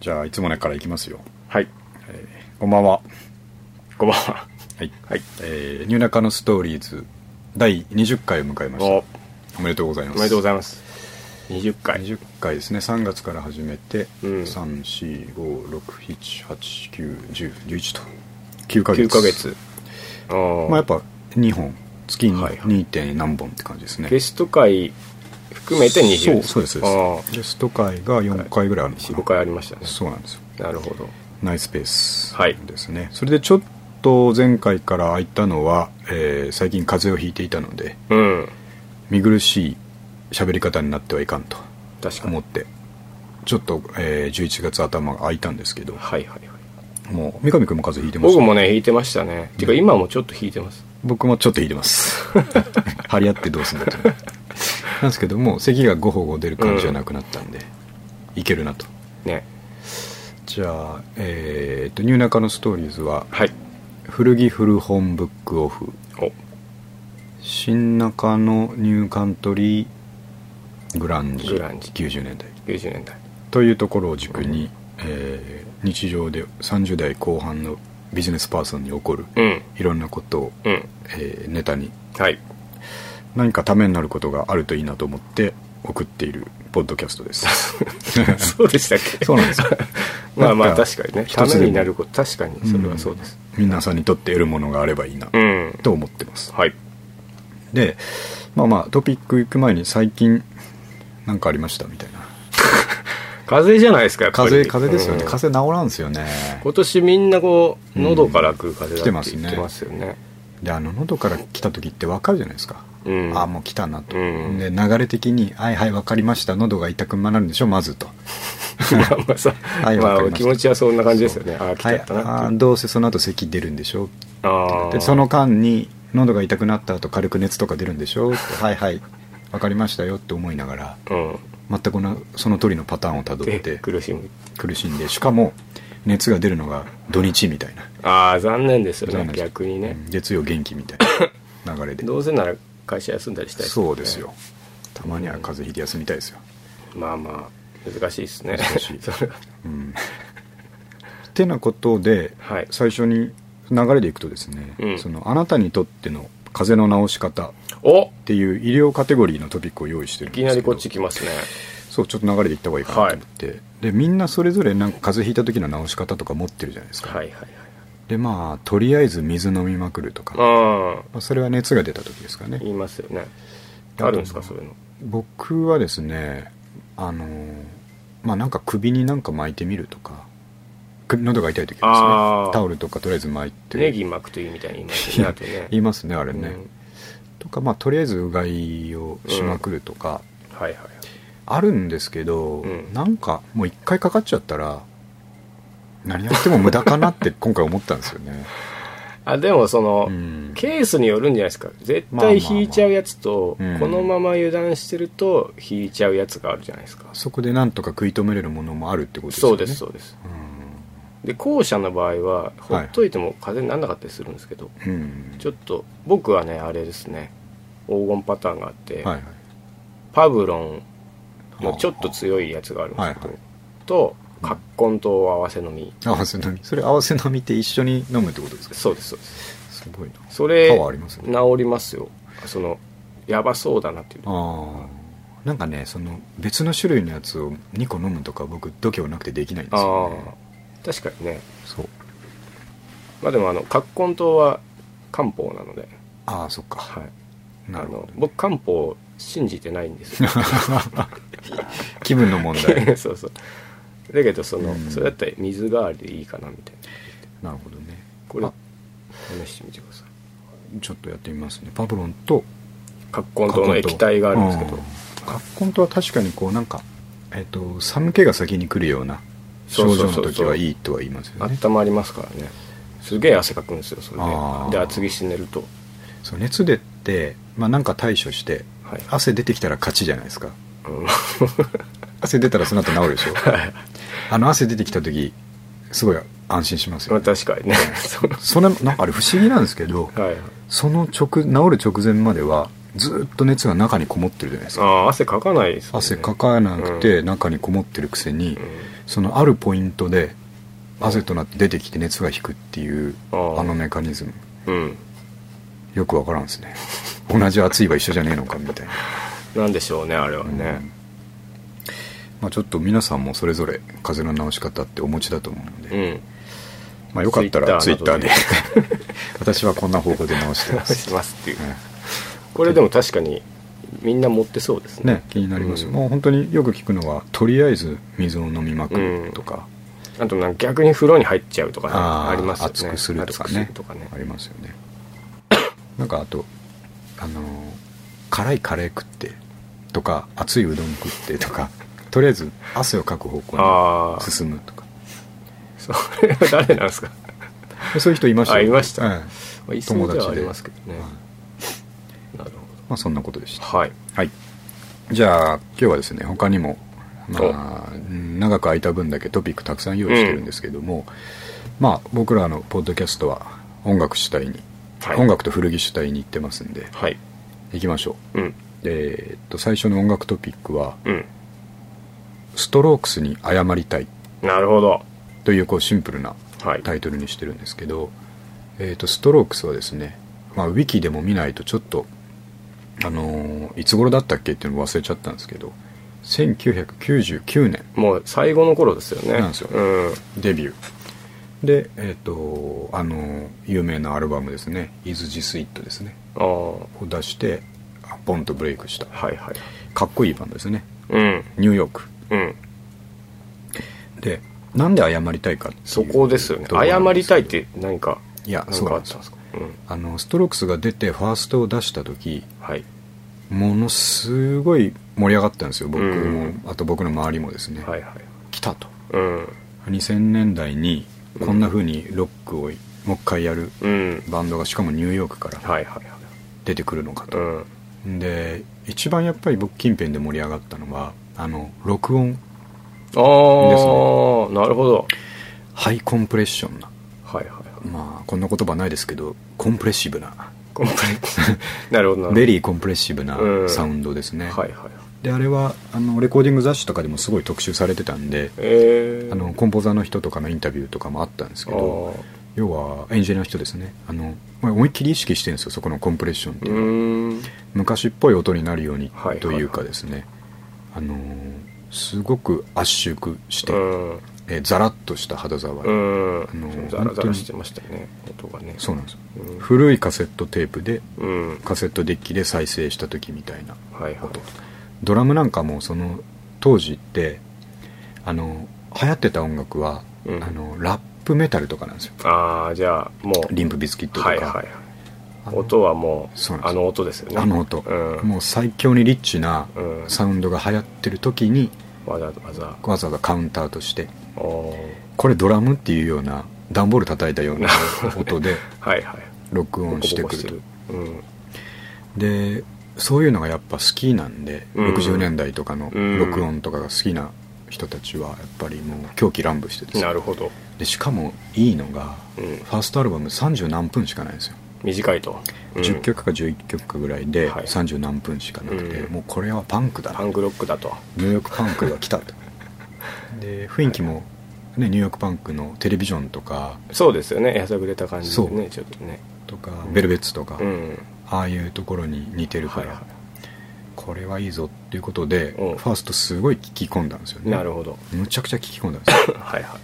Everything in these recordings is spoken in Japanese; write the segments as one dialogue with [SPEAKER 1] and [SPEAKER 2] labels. [SPEAKER 1] じゃあいつものからいきますよ
[SPEAKER 2] はい。
[SPEAKER 1] こんばんは
[SPEAKER 2] こんばんは。
[SPEAKER 1] はい、
[SPEAKER 2] はい。
[SPEAKER 1] えー、ニューナカのストーリーズ第20回を迎えました
[SPEAKER 2] お
[SPEAKER 1] おめでとうございます
[SPEAKER 2] おめでとうございます。20回。
[SPEAKER 1] 20回ですね3月から始めて、
[SPEAKER 2] うん
[SPEAKER 1] 3 4 5 6 7 8 9 1 0 1 1と9ヶ月
[SPEAKER 2] 9ヶ月あー
[SPEAKER 1] まあやっぱ2本月に
[SPEAKER 2] はいはい
[SPEAKER 1] 2. 点何本って感じですね
[SPEAKER 2] ゲスト回含めて
[SPEAKER 1] そ
[SPEAKER 2] 20
[SPEAKER 1] うそうです
[SPEAKER 2] あ
[SPEAKER 1] そうですゲスト会が4回ぐらいあるのか
[SPEAKER 2] ー
[SPEAKER 1] な
[SPEAKER 2] 5回ありましたね。
[SPEAKER 1] そうなんですよ
[SPEAKER 2] なるほど。
[SPEAKER 1] ナイスペース
[SPEAKER 2] はい
[SPEAKER 1] ですね、それでちょっと前回から空いたのは、えー最近風邪をひいていたので
[SPEAKER 2] うん。
[SPEAKER 1] 見苦しい喋り方になってはいかんと
[SPEAKER 2] 確かに。
[SPEAKER 1] 思っ
[SPEAKER 2] は
[SPEAKER 1] てちょっと、えー11月頭が空いたんですけど
[SPEAKER 2] いはいはい。
[SPEAKER 1] もう三上君も風邪ひいてます
[SPEAKER 2] 僕もね、弾いてましたね。てか今もちょっと弾いてます。
[SPEAKER 1] 僕もちょっとひいてます 張り合ってどうすんだとなんですけども咳がゴホゴ出る感じじゃなくなったんで、いけるなと
[SPEAKER 2] ね。
[SPEAKER 1] じゃあえーっと「ニューナカのストーリーズ」は
[SPEAKER 2] はい。
[SPEAKER 1] 古着古本ブックオフ
[SPEAKER 2] お。
[SPEAKER 1] 新中のニューカントリーグランジ
[SPEAKER 2] グランジ
[SPEAKER 1] 90年代
[SPEAKER 2] 90年代。
[SPEAKER 1] というところを軸に、えー日常で30代後半のビジネスパーソンに起こる
[SPEAKER 2] うん。
[SPEAKER 1] いろんなことを、
[SPEAKER 2] うん。
[SPEAKER 1] えーネタに
[SPEAKER 2] はい。
[SPEAKER 1] 何かためになることがあるといいなと思って送っているポッドキャストです
[SPEAKER 2] そうでしたっけ
[SPEAKER 1] そうなんですよ
[SPEAKER 2] まあま
[SPEAKER 1] な
[SPEAKER 2] あ
[SPEAKER 1] んか
[SPEAKER 2] 確かにね。
[SPEAKER 1] 一
[SPEAKER 2] た
[SPEAKER 1] つでも
[SPEAKER 2] めになること、確かにそれはそうです。
[SPEAKER 1] 皆さんにとって得るものがあればいいな
[SPEAKER 2] うん。
[SPEAKER 1] と思ってます
[SPEAKER 2] はい。
[SPEAKER 1] でまあまあトピック行く前に最近何かありましたみたいな
[SPEAKER 2] 風邪じゃないですか、やっぱり。
[SPEAKER 1] 風邪風邪ですよね、
[SPEAKER 2] うん
[SPEAKER 1] 風邪治らんすよね
[SPEAKER 2] 今年みんなこう喉から来る風
[SPEAKER 1] 来て
[SPEAKER 2] 邪だ
[SPEAKER 1] ま
[SPEAKER 2] って
[SPEAKER 1] すね
[SPEAKER 2] 言ってますよね,、
[SPEAKER 1] であの喉から来た時って分かるじゃないですか、
[SPEAKER 2] うん、
[SPEAKER 1] ああもう来たなと、
[SPEAKER 2] うん
[SPEAKER 1] で流れ的に「はいはい分かりました喉が痛くなるんでしょまず」 と
[SPEAKER 2] まあまあさ、
[SPEAKER 1] はい
[SPEAKER 2] ま
[SPEAKER 1] わかりま
[SPEAKER 2] あ
[SPEAKER 1] した
[SPEAKER 2] 気持ちはそんな感じですよね
[SPEAKER 1] そう
[SPEAKER 2] ああ来ちゃった
[SPEAKER 1] は
[SPEAKER 2] なっ
[SPEAKER 1] いあ
[SPEAKER 2] て
[SPEAKER 1] ーどうせその後咳出るんでしょ
[SPEAKER 2] あ
[SPEAKER 1] でその間に喉が痛くなった後軽く熱とか出るんでしょって「はいはい分かりましたよ」って思いながら
[SPEAKER 2] うん
[SPEAKER 1] 全くなその通りのパターンをたどっ
[SPEAKER 2] で
[SPEAKER 1] て
[SPEAKER 2] 苦しむ
[SPEAKER 1] 苦しんでしかも熱が出るのが土日みたいな
[SPEAKER 2] ああ残念ですよ
[SPEAKER 1] 残
[SPEAKER 2] ね
[SPEAKER 1] 念です
[SPEAKER 2] 逆にね
[SPEAKER 1] う、ん月曜元気みたい な流れで
[SPEAKER 2] どうせなら会社休んだりしたいね
[SPEAKER 1] そうですよたまには風邪ひいて休みたいですよ
[SPEAKER 2] まあまあ難しいですね
[SPEAKER 1] 難しい
[SPEAKER 2] それは
[SPEAKER 1] うんてなことで
[SPEAKER 2] はい
[SPEAKER 1] 最初に流れでいくとですね、
[SPEAKER 2] うん
[SPEAKER 1] そのあなたにとっての風邪の治し方っ
[SPEAKER 2] お
[SPEAKER 1] ていう医療カテゴリーのトピックを用意してる
[SPEAKER 2] い
[SPEAKER 1] んですけ
[SPEAKER 2] き
[SPEAKER 1] ど
[SPEAKER 2] なりこっち来ますね
[SPEAKER 1] そうちょっと流れでいった方がいいかなと思って、でみんなそれぞれなんか風邪ひいた時の治し方とか持ってるじゃないですか、
[SPEAKER 2] はいはい
[SPEAKER 1] でまあとりあえず水飲みまくるとか、ま
[SPEAKER 2] はいうん
[SPEAKER 1] あ、それは熱が出た時ですかね
[SPEAKER 2] 言いますよねあるんですか
[SPEAKER 1] あと
[SPEAKER 2] そういうの
[SPEAKER 1] 僕はですねあのまあなんか首になんか巻いてみるとか首喉が痛い時はです
[SPEAKER 2] あ
[SPEAKER 1] ね
[SPEAKER 2] ー
[SPEAKER 1] タオルとかとりあえず巻いて
[SPEAKER 2] ネギ巻くといいみたいに言いますよねあとね
[SPEAKER 1] 言いますねあれね、
[SPEAKER 2] うん
[SPEAKER 1] とかまあとりあえずうがいをしまくるとか、
[SPEAKER 2] はいはい
[SPEAKER 1] あるんですけど、
[SPEAKER 2] うん
[SPEAKER 1] なんかもう一回かかっちゃったら何やっても無駄かな って今回思ったんですよね、
[SPEAKER 2] あでもその、
[SPEAKER 1] うん、
[SPEAKER 2] ケースによるんじゃないですか絶
[SPEAKER 1] まあまあま
[SPEAKER 2] 対
[SPEAKER 1] あ
[SPEAKER 2] 引いちゃうやつと、
[SPEAKER 1] うん
[SPEAKER 2] このまま油断してると引いちゃうやつがあるじゃないですか、
[SPEAKER 1] そこでなんとか食い止めれるものもあるってことですよね
[SPEAKER 2] そうですそうですで後者の場合はほっといても風邪にならなかったりするんですけど、
[SPEAKER 1] うん、うん
[SPEAKER 2] ちょっと僕はねあれですね黄金パターンがあって、
[SPEAKER 1] はいはい
[SPEAKER 2] パブロンのちょっと強いやつがあるんですけ
[SPEAKER 1] は
[SPEAKER 2] ど、
[SPEAKER 1] いは
[SPEAKER 2] とカッコンと合わせ飲み
[SPEAKER 1] 合わせ飲みそれ合わせ飲みって一緒に飲むってことですか
[SPEAKER 2] そうですそうです
[SPEAKER 1] すごいな
[SPEAKER 2] それ
[SPEAKER 1] パワーありますね
[SPEAKER 2] 治りますよそのやばそうだなっていう
[SPEAKER 1] ああなんかねその別の種類のやつを2個飲むとか僕度胸なくてできないんです
[SPEAKER 2] あ
[SPEAKER 1] よ
[SPEAKER 2] あ
[SPEAKER 1] ね
[SPEAKER 2] ー確かにね
[SPEAKER 1] そう
[SPEAKER 2] まあでもあの葛根湯は漢方なので、
[SPEAKER 1] ああそっか、
[SPEAKER 2] はい、
[SPEAKER 1] な
[SPEAKER 2] あ
[SPEAKER 1] るほど
[SPEAKER 2] の僕漢方を信じてないんですよ
[SPEAKER 1] 気分の問 題
[SPEAKER 2] そうそうだけどその、
[SPEAKER 1] うん
[SPEAKER 2] それだったら水代わりでいいかなみたいな
[SPEAKER 1] なるほどね
[SPEAKER 2] これ
[SPEAKER 1] あ
[SPEAKER 2] 試してみてください
[SPEAKER 1] ちょっとやってみますねパブロンと
[SPEAKER 2] 葛根湯の液体があるんですけど
[SPEAKER 1] カッコンとは確かにこうなんかえっ、と寒気が先に来るような症状の
[SPEAKER 2] そうそうそう
[SPEAKER 1] 時
[SPEAKER 2] そう
[SPEAKER 1] はいいとは言いますよね
[SPEAKER 2] 温まりますからねすげえ汗かくんですよそれで
[SPEAKER 1] あー
[SPEAKER 2] で厚着して寝ると
[SPEAKER 1] そう熱出て、まあ、なんか対処して
[SPEAKER 2] はい、
[SPEAKER 1] 汗出てきたら勝ちじゃないですか
[SPEAKER 2] うん、
[SPEAKER 1] 汗出たらその後治るでしょあの汗出てきた時すごい安心します
[SPEAKER 2] ま
[SPEAKER 1] よ、
[SPEAKER 2] あ
[SPEAKER 1] ね、
[SPEAKER 2] 確かにねその
[SPEAKER 1] それなんかあれ不思議なんですけど
[SPEAKER 2] はい
[SPEAKER 1] その直治る直前まではずっと熱が中にこもってるじゃないです
[SPEAKER 2] あ
[SPEAKER 1] か
[SPEAKER 2] あ汗かかないですもんね
[SPEAKER 1] 汗かかなくて中にこもってるくせに
[SPEAKER 2] うん
[SPEAKER 1] そのあるポイントで汗となって出てきて熱が引くっていうあ
[SPEAKER 2] あー
[SPEAKER 1] のメカニズム
[SPEAKER 2] うん
[SPEAKER 1] よくわからんですね同じ暑いは一緒じゃねえのかみたいな、
[SPEAKER 2] なんでしょうねあれはね
[SPEAKER 1] うんまあ、ちょっと皆さんもそれぞれ風邪の治し方ってお持ちだと思うので、
[SPEAKER 2] うん、
[SPEAKER 1] まあ、よかったらツイ
[SPEAKER 2] Twitter
[SPEAKER 1] ッタ
[SPEAKER 2] など
[SPEAKER 1] ー
[SPEAKER 2] で
[SPEAKER 1] で 私はこんな方法で直してます
[SPEAKER 2] し、ますっていう
[SPEAKER 1] うん
[SPEAKER 2] これでも確かにみんな持ってそうですね
[SPEAKER 1] ね、気になります、
[SPEAKER 2] うん
[SPEAKER 1] もう本当によく聞くのはとりあえず水を飲みまくるとか、
[SPEAKER 2] あとなんか逆に風呂に入っちゃうとかね
[SPEAKER 1] ー
[SPEAKER 2] ありますよね
[SPEAKER 1] 熱くするとかね
[SPEAKER 2] 熱くするとかね
[SPEAKER 1] ありますよね なんかあとあのー辛いカレー食ってとか熱いうどん食ってとかとりあえず汗をかく方向
[SPEAKER 2] あ
[SPEAKER 1] に
[SPEAKER 2] あ
[SPEAKER 1] 進むとか
[SPEAKER 2] それは誰なんですか
[SPEAKER 1] そういう人いました
[SPEAKER 2] あいました
[SPEAKER 1] はい
[SPEAKER 2] まあいそう で
[SPEAKER 1] 友
[SPEAKER 2] は
[SPEAKER 1] 達
[SPEAKER 2] あ
[SPEAKER 1] で
[SPEAKER 2] りますけどね
[SPEAKER 1] はい
[SPEAKER 2] なるほ
[SPEAKER 1] まあ、そんなことでし
[SPEAKER 2] ど
[SPEAKER 1] た
[SPEAKER 2] はい
[SPEAKER 1] はいじゃあ今日はですね他にもまあうん長く空いた分だけトピックたくさん用意してるんですけども、まあ僕らのポッドキャストは音楽主体に、
[SPEAKER 2] はい
[SPEAKER 1] 音楽と古着主体に行ってますんで
[SPEAKER 2] はい
[SPEAKER 1] 行きましょう
[SPEAKER 2] うん
[SPEAKER 1] えーっと最初の音楽トピックは
[SPEAKER 2] うん
[SPEAKER 1] 「ストロークスに謝りたい
[SPEAKER 2] なるほど」
[SPEAKER 1] というこうシンプルな
[SPEAKER 2] はい
[SPEAKER 1] タイトルにしてるんですけど、えーっとストロークスはですね、まあ、ウィキでも見ないとちょっと、あのーいつ頃だったっけっていうの忘れちゃったんですけど1999年
[SPEAKER 2] もう最後の頃ですよね
[SPEAKER 1] なんですよ
[SPEAKER 2] うん
[SPEAKER 1] デビューで、えーっとあのー有名なアルバムですね「Is This It」ですね
[SPEAKER 2] ああは
[SPEAKER 1] を出してあボンとブレイクした
[SPEAKER 2] いはい
[SPEAKER 1] かっこいいバンドですね
[SPEAKER 2] うん
[SPEAKER 1] ニューヨーク
[SPEAKER 2] うん
[SPEAKER 1] でなんで謝りたいかっていう
[SPEAKER 2] そこですよね
[SPEAKER 1] ところな
[SPEAKER 2] 謝
[SPEAKER 1] んで
[SPEAKER 2] り
[SPEAKER 1] す
[SPEAKER 2] たいって何か
[SPEAKER 1] いや
[SPEAKER 2] 何
[SPEAKER 1] そうな
[SPEAKER 2] かあ
[SPEAKER 1] ん
[SPEAKER 2] っ
[SPEAKER 1] で
[SPEAKER 2] た
[SPEAKER 1] す
[SPEAKER 2] んですかうん
[SPEAKER 1] あのストロークスが出てファーストを出した時
[SPEAKER 2] はい
[SPEAKER 1] ものすごい盛り上がったんですよ僕も、
[SPEAKER 2] うん
[SPEAKER 1] あと僕の周りもですね、
[SPEAKER 2] はいはい
[SPEAKER 1] 来たと
[SPEAKER 2] うん
[SPEAKER 1] 2000年代にこんな風にロックをもう一回やる
[SPEAKER 2] うん
[SPEAKER 1] バンドがしかもニューヨークから
[SPEAKER 2] はいはいは
[SPEAKER 1] 出てくるのか
[SPEAKER 2] い
[SPEAKER 1] と
[SPEAKER 2] う、ん
[SPEAKER 1] で一番やっぱり僕近辺で盛り上がったのはあの録音
[SPEAKER 2] ああ、なるほど
[SPEAKER 1] ハイコンプレッションな
[SPEAKER 2] はいはいはい
[SPEAKER 1] まあこんな言葉ないですけどコンプレッシブな
[SPEAKER 2] コンプレックスなるほどなるほど
[SPEAKER 1] ベリーコンプレッシブな
[SPEAKER 2] うん
[SPEAKER 1] サウンドですね、
[SPEAKER 2] はいはいはい
[SPEAKER 1] であれはあのレコーディング雑誌とかでもすごい特集されてたんで
[SPEAKER 2] えー、
[SPEAKER 1] あのコンポーザーの人とかのインタビューとかもあったんですけど
[SPEAKER 2] あー
[SPEAKER 1] 要はエンジニアの人ですねあのまあ思いっきり意識してるんですよそこのコンプレッションってい
[SPEAKER 2] う
[SPEAKER 1] うのは
[SPEAKER 2] ーん
[SPEAKER 1] 昔っぽい音になるように
[SPEAKER 2] はい
[SPEAKER 1] というかですね、あのーすごく圧縮して、
[SPEAKER 2] うん
[SPEAKER 1] えーザラッとした肌触り、
[SPEAKER 2] うん
[SPEAKER 1] あの
[SPEAKER 2] ザラザラしてましたよね音がね
[SPEAKER 1] そうなんですよ
[SPEAKER 2] うん
[SPEAKER 1] 古いカセットテープで
[SPEAKER 2] うん
[SPEAKER 1] カセットデッキで再生した時みたいな
[SPEAKER 2] はいはい
[SPEAKER 1] ドラムなんかもその当時ってあの流行ってた音楽は、
[SPEAKER 2] うん
[SPEAKER 1] あのラップメタルとかなんですよ
[SPEAKER 2] ああじゃあもう
[SPEAKER 1] リンプビスキットとか、
[SPEAKER 2] はいはいはい
[SPEAKER 1] あの
[SPEAKER 2] 音はもう
[SPEAKER 1] そうなんです
[SPEAKER 2] あの音ですよね
[SPEAKER 1] あの音、
[SPEAKER 2] うん
[SPEAKER 1] もう最強にリッチな
[SPEAKER 2] うん
[SPEAKER 1] サウンドが流行ってる時に
[SPEAKER 2] わざわざ
[SPEAKER 1] わざわざカウンターとして
[SPEAKER 2] おー
[SPEAKER 1] これドラムっていうような段ボール叩いた ような音で
[SPEAKER 2] はいはい
[SPEAKER 1] 録音してくる
[SPEAKER 2] ボコボコして
[SPEAKER 1] と
[SPEAKER 2] るうん
[SPEAKER 1] でそういうのがやっぱ好きなんで、
[SPEAKER 2] うん
[SPEAKER 1] 60年代とかの
[SPEAKER 2] うん
[SPEAKER 1] 録音とかが好きな人たちはやっぱりもう狂喜乱舞してですね
[SPEAKER 2] なるほど、
[SPEAKER 1] でしかもいいのが、
[SPEAKER 2] うん
[SPEAKER 1] ファーストアルバム30何分しかないんですよ、
[SPEAKER 2] 短いと、うん
[SPEAKER 1] 10曲か11曲かぐらいで
[SPEAKER 2] はい
[SPEAKER 1] 30何分しかなくて、
[SPEAKER 2] うん
[SPEAKER 1] もうこれはパンクだな
[SPEAKER 2] パンクロックだと
[SPEAKER 1] ニューヨークパンクが来たとで雰囲気も、ね、ニューヨークパンクのテレビジョンとか
[SPEAKER 2] そうですよねやさぐれた感じで
[SPEAKER 1] そう
[SPEAKER 2] ねちょっとね
[SPEAKER 1] とかベルベッツとか、
[SPEAKER 2] うん
[SPEAKER 1] ああいうところに似てるから、
[SPEAKER 2] はいは
[SPEAKER 1] これはいいぞっていうことで、
[SPEAKER 2] うん
[SPEAKER 1] ファーストすごい聞き込んだんですよ
[SPEAKER 2] い
[SPEAKER 1] ね
[SPEAKER 2] なるほど
[SPEAKER 1] むちゃくちゃ聞き込んだんですよ
[SPEAKER 2] はいは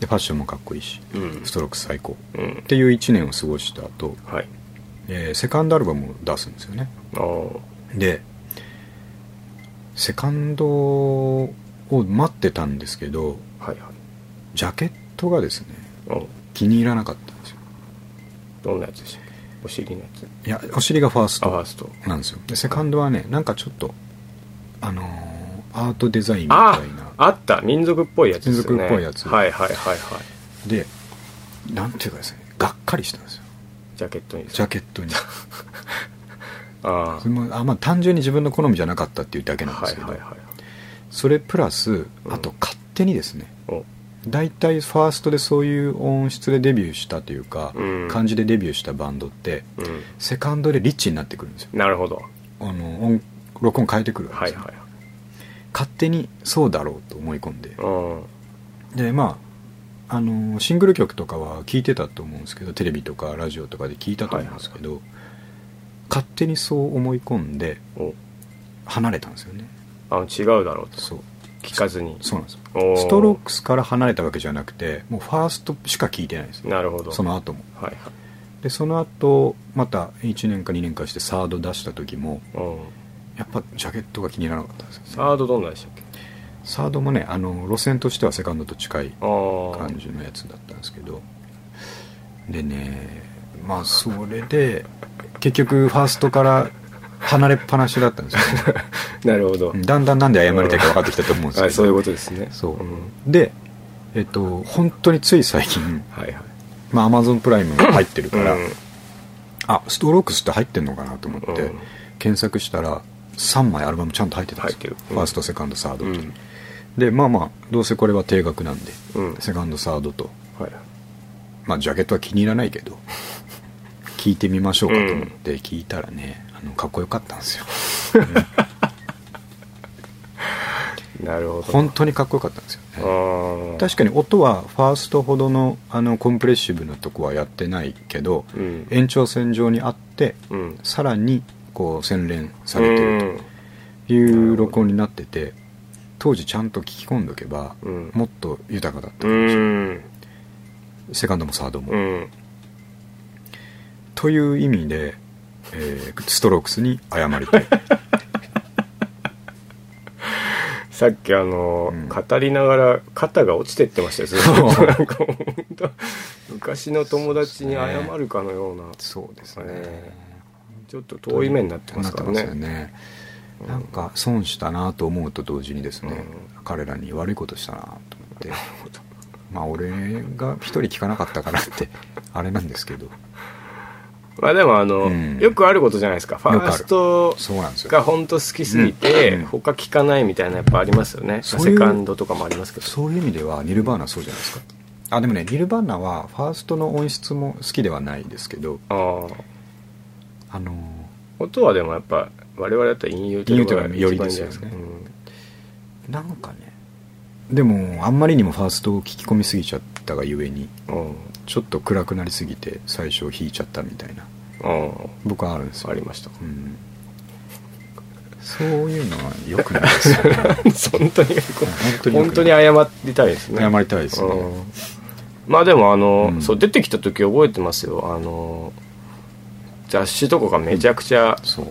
[SPEAKER 1] でファッションもかっこいいし
[SPEAKER 2] いうん
[SPEAKER 1] ストロークス最高
[SPEAKER 2] うん
[SPEAKER 1] っていう1年を過ごした後、
[SPEAKER 2] はい
[SPEAKER 1] えーセカンドアルバムを出すんですよね
[SPEAKER 2] あー
[SPEAKER 1] でセカンドを待ってたんですけど
[SPEAKER 2] はいはい
[SPEAKER 1] ジャケットがですね
[SPEAKER 2] うん
[SPEAKER 1] 気に入らなかったんですよ
[SPEAKER 2] どんなやつでしたっけお尻のやつ
[SPEAKER 1] いやお尻がファース
[SPEAKER 2] あファ
[SPEAKER 1] ト
[SPEAKER 2] ースト
[SPEAKER 1] なんですよでセカンドはねなんかちょっとあのーアートデザインみ
[SPEAKER 2] あ
[SPEAKER 1] たいな
[SPEAKER 2] あった民族っぽいやつですよね
[SPEAKER 1] 民族っぽいやつ
[SPEAKER 2] はいはいはいはい
[SPEAKER 1] でなんていうかですねがっかりしたんですよ
[SPEAKER 2] ジャケットに
[SPEAKER 1] ジャケット に
[SPEAKER 2] あ
[SPEAKER 1] それもあまあ単純に自分の好みじゃなかったっていうだけ
[SPEAKER 2] あ
[SPEAKER 1] なんで
[SPEAKER 2] はい
[SPEAKER 1] すけど、
[SPEAKER 2] はいはい
[SPEAKER 1] それプラスあと勝手にですね
[SPEAKER 2] お
[SPEAKER 1] 大体ファーストでそういう音質でデビューしたというか、
[SPEAKER 2] うん
[SPEAKER 1] 感じでデビューしたバンドって
[SPEAKER 2] うん
[SPEAKER 1] セカンドでリッチになってくるんですよ
[SPEAKER 2] なるほど
[SPEAKER 1] あの音録音変えてくるわけ
[SPEAKER 2] は
[SPEAKER 1] で
[SPEAKER 2] い
[SPEAKER 1] すよ、
[SPEAKER 2] はい
[SPEAKER 1] 勝手にそうだろうと思い込んで
[SPEAKER 2] うん
[SPEAKER 1] でまああのシングル曲とかは聞いてたと思うんですけどテレビとかラジオとかで聞いたと思うんですけど、勝手にそう思い込んで
[SPEAKER 2] お
[SPEAKER 1] 離れたんですよね
[SPEAKER 2] あ違うだろうと
[SPEAKER 1] そう
[SPEAKER 2] 聞かずに
[SPEAKER 1] そうなんですよ
[SPEAKER 2] おー
[SPEAKER 1] ストロークスから離れたわけじゃなくてもうファーストしか聞いてないんですよ
[SPEAKER 2] なるほど
[SPEAKER 1] その後も
[SPEAKER 2] はいはい
[SPEAKER 1] でその後また1年か2年かしてサード出した時も
[SPEAKER 2] うん
[SPEAKER 1] やっぱジャケットが気にならなかったんですよね
[SPEAKER 2] サードどんなでしたっけ
[SPEAKER 1] サードもねあの路線としてはセカンドと近い
[SPEAKER 2] ああ
[SPEAKER 1] 感じのやつだったんですけどでねまあそれで結局ファーストから離れっぱなしだったんですよ ね
[SPEAKER 2] なるほど
[SPEAKER 1] うんだんだんなんで謝りたいか分かってきたと思うんです
[SPEAKER 2] は
[SPEAKER 1] け
[SPEAKER 2] いそういう
[SPEAKER 1] ど
[SPEAKER 2] ことですね
[SPEAKER 1] そうんでえっと本当につい最近
[SPEAKER 2] はいはい
[SPEAKER 1] まあ Amazon プライムが入ってるから、
[SPEAKER 2] うん
[SPEAKER 1] あストロークスって入ってんのかなと思って、
[SPEAKER 2] うん
[SPEAKER 1] 検索したら3枚アルバムちゃんと入ってたんです
[SPEAKER 2] 入っ
[SPEAKER 1] よ
[SPEAKER 2] てる、うん
[SPEAKER 1] ファーストセカンドサード
[SPEAKER 2] う
[SPEAKER 1] と、
[SPEAKER 2] ん
[SPEAKER 1] でまあまあどうせこれは定額なんで、
[SPEAKER 2] うん
[SPEAKER 1] セカンドサードと
[SPEAKER 2] はい
[SPEAKER 1] まあジャケットは気に入らないけ ど聞いてみましょうかと思って聞いたらね、あのかっこよかったんですよ
[SPEAKER 2] なるほど
[SPEAKER 1] 本当にかっこよかったんですよね
[SPEAKER 2] ああ
[SPEAKER 1] 確かに音はファーストほどのあのコンプレッシブなとこはやってないけど、
[SPEAKER 2] うん
[SPEAKER 1] 延長線上にあって
[SPEAKER 2] うん
[SPEAKER 1] さらにこう洗練されてるという録音になってて当時ちゃんと聞き込んどけば、
[SPEAKER 2] うん
[SPEAKER 1] もっと豊かだったか
[SPEAKER 2] う
[SPEAKER 1] もしれない
[SPEAKER 2] ん
[SPEAKER 1] セカンドもサードも、
[SPEAKER 2] うん
[SPEAKER 1] という意味で、えーストロークスに謝り たい
[SPEAKER 2] さっきあの
[SPEAKER 1] うん
[SPEAKER 2] 語りながら肩が落ちてってましたよずっ
[SPEAKER 1] そ
[SPEAKER 2] と
[SPEAKER 1] う
[SPEAKER 2] なんか本当昔の友達に謝るかのような
[SPEAKER 1] そうです
[SPEAKER 2] ね
[SPEAKER 1] ね
[SPEAKER 2] ちょっと遠い目になってますから
[SPEAKER 1] なってますよ
[SPEAKER 2] ね
[SPEAKER 1] ねなんか損したなと思うと同時にですね、彼らに悪いことしたなと思ってまあ俺が一人聞かなかったから ってあれなんですけど
[SPEAKER 2] まあでもあの
[SPEAKER 1] うん
[SPEAKER 2] よくあることじゃないですかフ
[SPEAKER 1] くある
[SPEAKER 2] ァースト
[SPEAKER 1] そうなんですよ
[SPEAKER 2] が本当好きすぎて
[SPEAKER 1] うん
[SPEAKER 2] 他聞かないみたいなやっぱありますよね
[SPEAKER 1] そういう
[SPEAKER 2] セカンドとかもありますけど
[SPEAKER 1] そういう意味ではニルバーナそうじゃないですかあでもねニルバーナはファーストの音質も好きではないですけど
[SPEAKER 2] ああ
[SPEAKER 1] あのー
[SPEAKER 2] 音はでもやっぱ我々だったら陰陽
[SPEAKER 1] 陰陽とかよりですよね
[SPEAKER 2] 一番いいんじゃないかうん
[SPEAKER 1] なんかねでもあんまりにもファーストを聞き込みすぎちゃったがゆえに
[SPEAKER 2] うん
[SPEAKER 1] ちょっと暗くなりすぎて最初弾いちゃったみたいな
[SPEAKER 2] うん
[SPEAKER 1] 僕はあるんですよ
[SPEAKER 2] ありました
[SPEAKER 1] うんそういうのは良くないですよね
[SPEAKER 2] 本当に
[SPEAKER 1] 当に良くない
[SPEAKER 2] 本当に謝りたいですね
[SPEAKER 1] 謝りたいですね
[SPEAKER 2] うんまあでもあの、
[SPEAKER 1] うん
[SPEAKER 2] そう出てきた時覚えてますよあの雑誌とかがめちゃくちゃ、
[SPEAKER 1] そう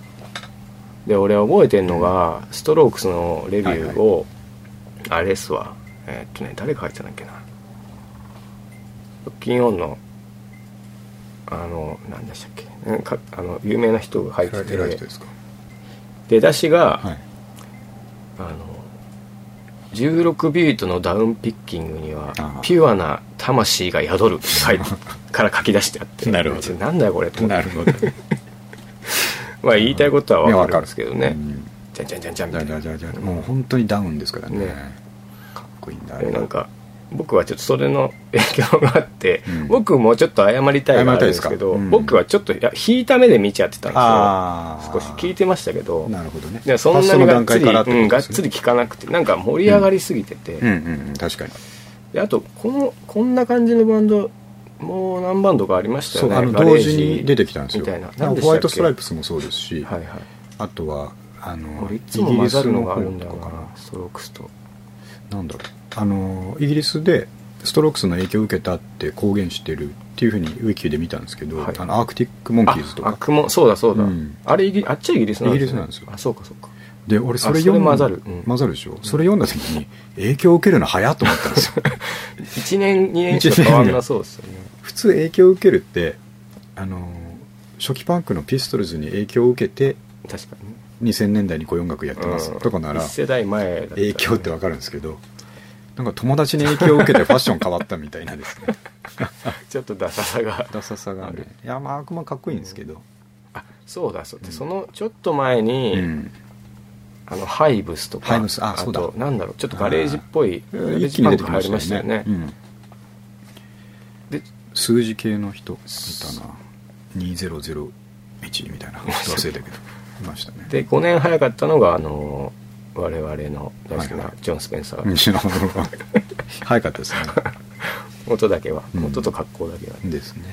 [SPEAKER 2] で俺覚えてんのが、ストロークスのレビューを、あれっすわえーっとね誰が書いてたんだっけな金オンのあの何でしたっけうんかあの有名な人が書いてて
[SPEAKER 1] 偉い人ですか
[SPEAKER 2] 出だしが、
[SPEAKER 1] はい
[SPEAKER 2] あの16ビートのダウンピッキングには
[SPEAKER 1] ああ
[SPEAKER 2] ピュアな魂が宿るって書 いてから書き出してあって
[SPEAKER 1] なるほど
[SPEAKER 2] ちょっとなんだよこれって思って
[SPEAKER 1] るほど
[SPEAKER 2] まあ言いたいことは分かるんですけど
[SPEAKER 1] う
[SPEAKER 2] ね
[SPEAKER 1] ん
[SPEAKER 2] じゃんじゃんじゃんじゃんみ
[SPEAKER 1] じ
[SPEAKER 2] た
[SPEAKER 1] ゃ
[SPEAKER 2] い
[SPEAKER 1] じ
[SPEAKER 2] な
[SPEAKER 1] ゃじゃじゃもう本当にダウンですからね
[SPEAKER 2] ね
[SPEAKER 1] かっこいいんだあれ
[SPEAKER 2] で
[SPEAKER 1] は
[SPEAKER 2] なんか僕はちょっとそれの影響があって、
[SPEAKER 1] うん
[SPEAKER 2] 僕もちょっと謝りたいがあるんですけ
[SPEAKER 1] 謝りた
[SPEAKER 2] ど
[SPEAKER 1] いですかうん
[SPEAKER 2] 僕はちょっといや引いた目で見ちゃってたん
[SPEAKER 1] あ
[SPEAKER 2] です
[SPEAKER 1] あ
[SPEAKER 2] よ少し聞いてましたけど
[SPEAKER 1] なるほどね
[SPEAKER 2] いやそんなにがっつり、うん、がっつ
[SPEAKER 1] り
[SPEAKER 2] り聞かなくてなんか盛り上がりすぎてて、
[SPEAKER 1] うんうんうん確かに
[SPEAKER 2] であとこのこんな感じのバンドもう何バンドかありました
[SPEAKER 1] そ
[SPEAKER 2] よ
[SPEAKER 1] うあ
[SPEAKER 2] ね
[SPEAKER 1] の
[SPEAKER 2] ガレー
[SPEAKER 1] 同
[SPEAKER 2] ジ
[SPEAKER 1] 時に出てきたんですよ
[SPEAKER 2] みたいな
[SPEAKER 1] だから
[SPEAKER 2] 何でしたっけ
[SPEAKER 1] ホワイトストライプスもそうですし、
[SPEAKER 2] はいはい
[SPEAKER 1] あとはあの
[SPEAKER 2] 俺
[SPEAKER 1] イ
[SPEAKER 2] いつ
[SPEAKER 1] ギ
[SPEAKER 2] も
[SPEAKER 1] リ
[SPEAKER 2] 混ざ
[SPEAKER 1] ス
[SPEAKER 2] る
[SPEAKER 1] の
[SPEAKER 2] のがあ
[SPEAKER 1] 方
[SPEAKER 2] るんだ
[SPEAKER 1] と
[SPEAKER 2] よ
[SPEAKER 1] か
[SPEAKER 2] なストロークスと
[SPEAKER 1] ななんだろうあのイギリスでストロークスの影響を受けたって公言してるっていうふうにウィキで見たんですけど、
[SPEAKER 2] はい
[SPEAKER 1] あのアークティック・モンキーズとか
[SPEAKER 2] あ悪魔そうだそうだ、
[SPEAKER 1] うん
[SPEAKER 2] あれイギリあっちはイギリスな
[SPEAKER 1] イ
[SPEAKER 2] ん
[SPEAKER 1] ギリスなんですよ
[SPEAKER 2] あそうかそうか
[SPEAKER 1] で俺そ
[SPEAKER 2] あ
[SPEAKER 1] れ
[SPEAKER 2] それ
[SPEAKER 1] 読ん
[SPEAKER 2] 混ざるうん
[SPEAKER 1] 混ざるでしょそれ読んだ時に影響を受けるの早っと思ったん ですよ
[SPEAKER 2] 1年2年しか変わんなそうですよね
[SPEAKER 1] 普通影響を受けるってあの初期パンクのピストルズに影響を受けて
[SPEAKER 2] 確かにね
[SPEAKER 1] 2000年代にこう音楽やってます
[SPEAKER 2] うん
[SPEAKER 1] とかなら
[SPEAKER 2] 一世代前だったらね
[SPEAKER 1] 影響ってわかるんですけどなんか友達に影響を受けてファッション変わったみたいなですね
[SPEAKER 2] ちょっとダサさ が
[SPEAKER 1] ダサさがあるいやまあ悪魔かっこいいんですけど、
[SPEAKER 2] あそうだそうだ、そのちょっと前に、
[SPEAKER 1] うん
[SPEAKER 2] あのハイブスとか
[SPEAKER 1] ハイブスあそうだ
[SPEAKER 2] となんだろうちょっとガレージっぽいガレー
[SPEAKER 1] 一
[SPEAKER 2] ジ
[SPEAKER 1] 気に
[SPEAKER 2] パン
[SPEAKER 1] 出て
[SPEAKER 2] ク
[SPEAKER 1] き
[SPEAKER 2] 流
[SPEAKER 1] ま
[SPEAKER 2] 行
[SPEAKER 1] し
[SPEAKER 2] り
[SPEAKER 1] た
[SPEAKER 2] ましたよ
[SPEAKER 1] よ
[SPEAKER 2] ね
[SPEAKER 1] ね、うん
[SPEAKER 2] で
[SPEAKER 1] 数字系の人いたな2001みたいな忘れたけどいましたね
[SPEAKER 2] で5年早かったのがあの我々の大好き
[SPEAKER 1] はい
[SPEAKER 2] な
[SPEAKER 1] はい
[SPEAKER 2] ジョン・スペンサー、
[SPEAKER 1] 西の方が早かったですね
[SPEAKER 2] 音だけは、
[SPEAKER 1] うん
[SPEAKER 2] 音と格好だけ は、
[SPEAKER 1] ですね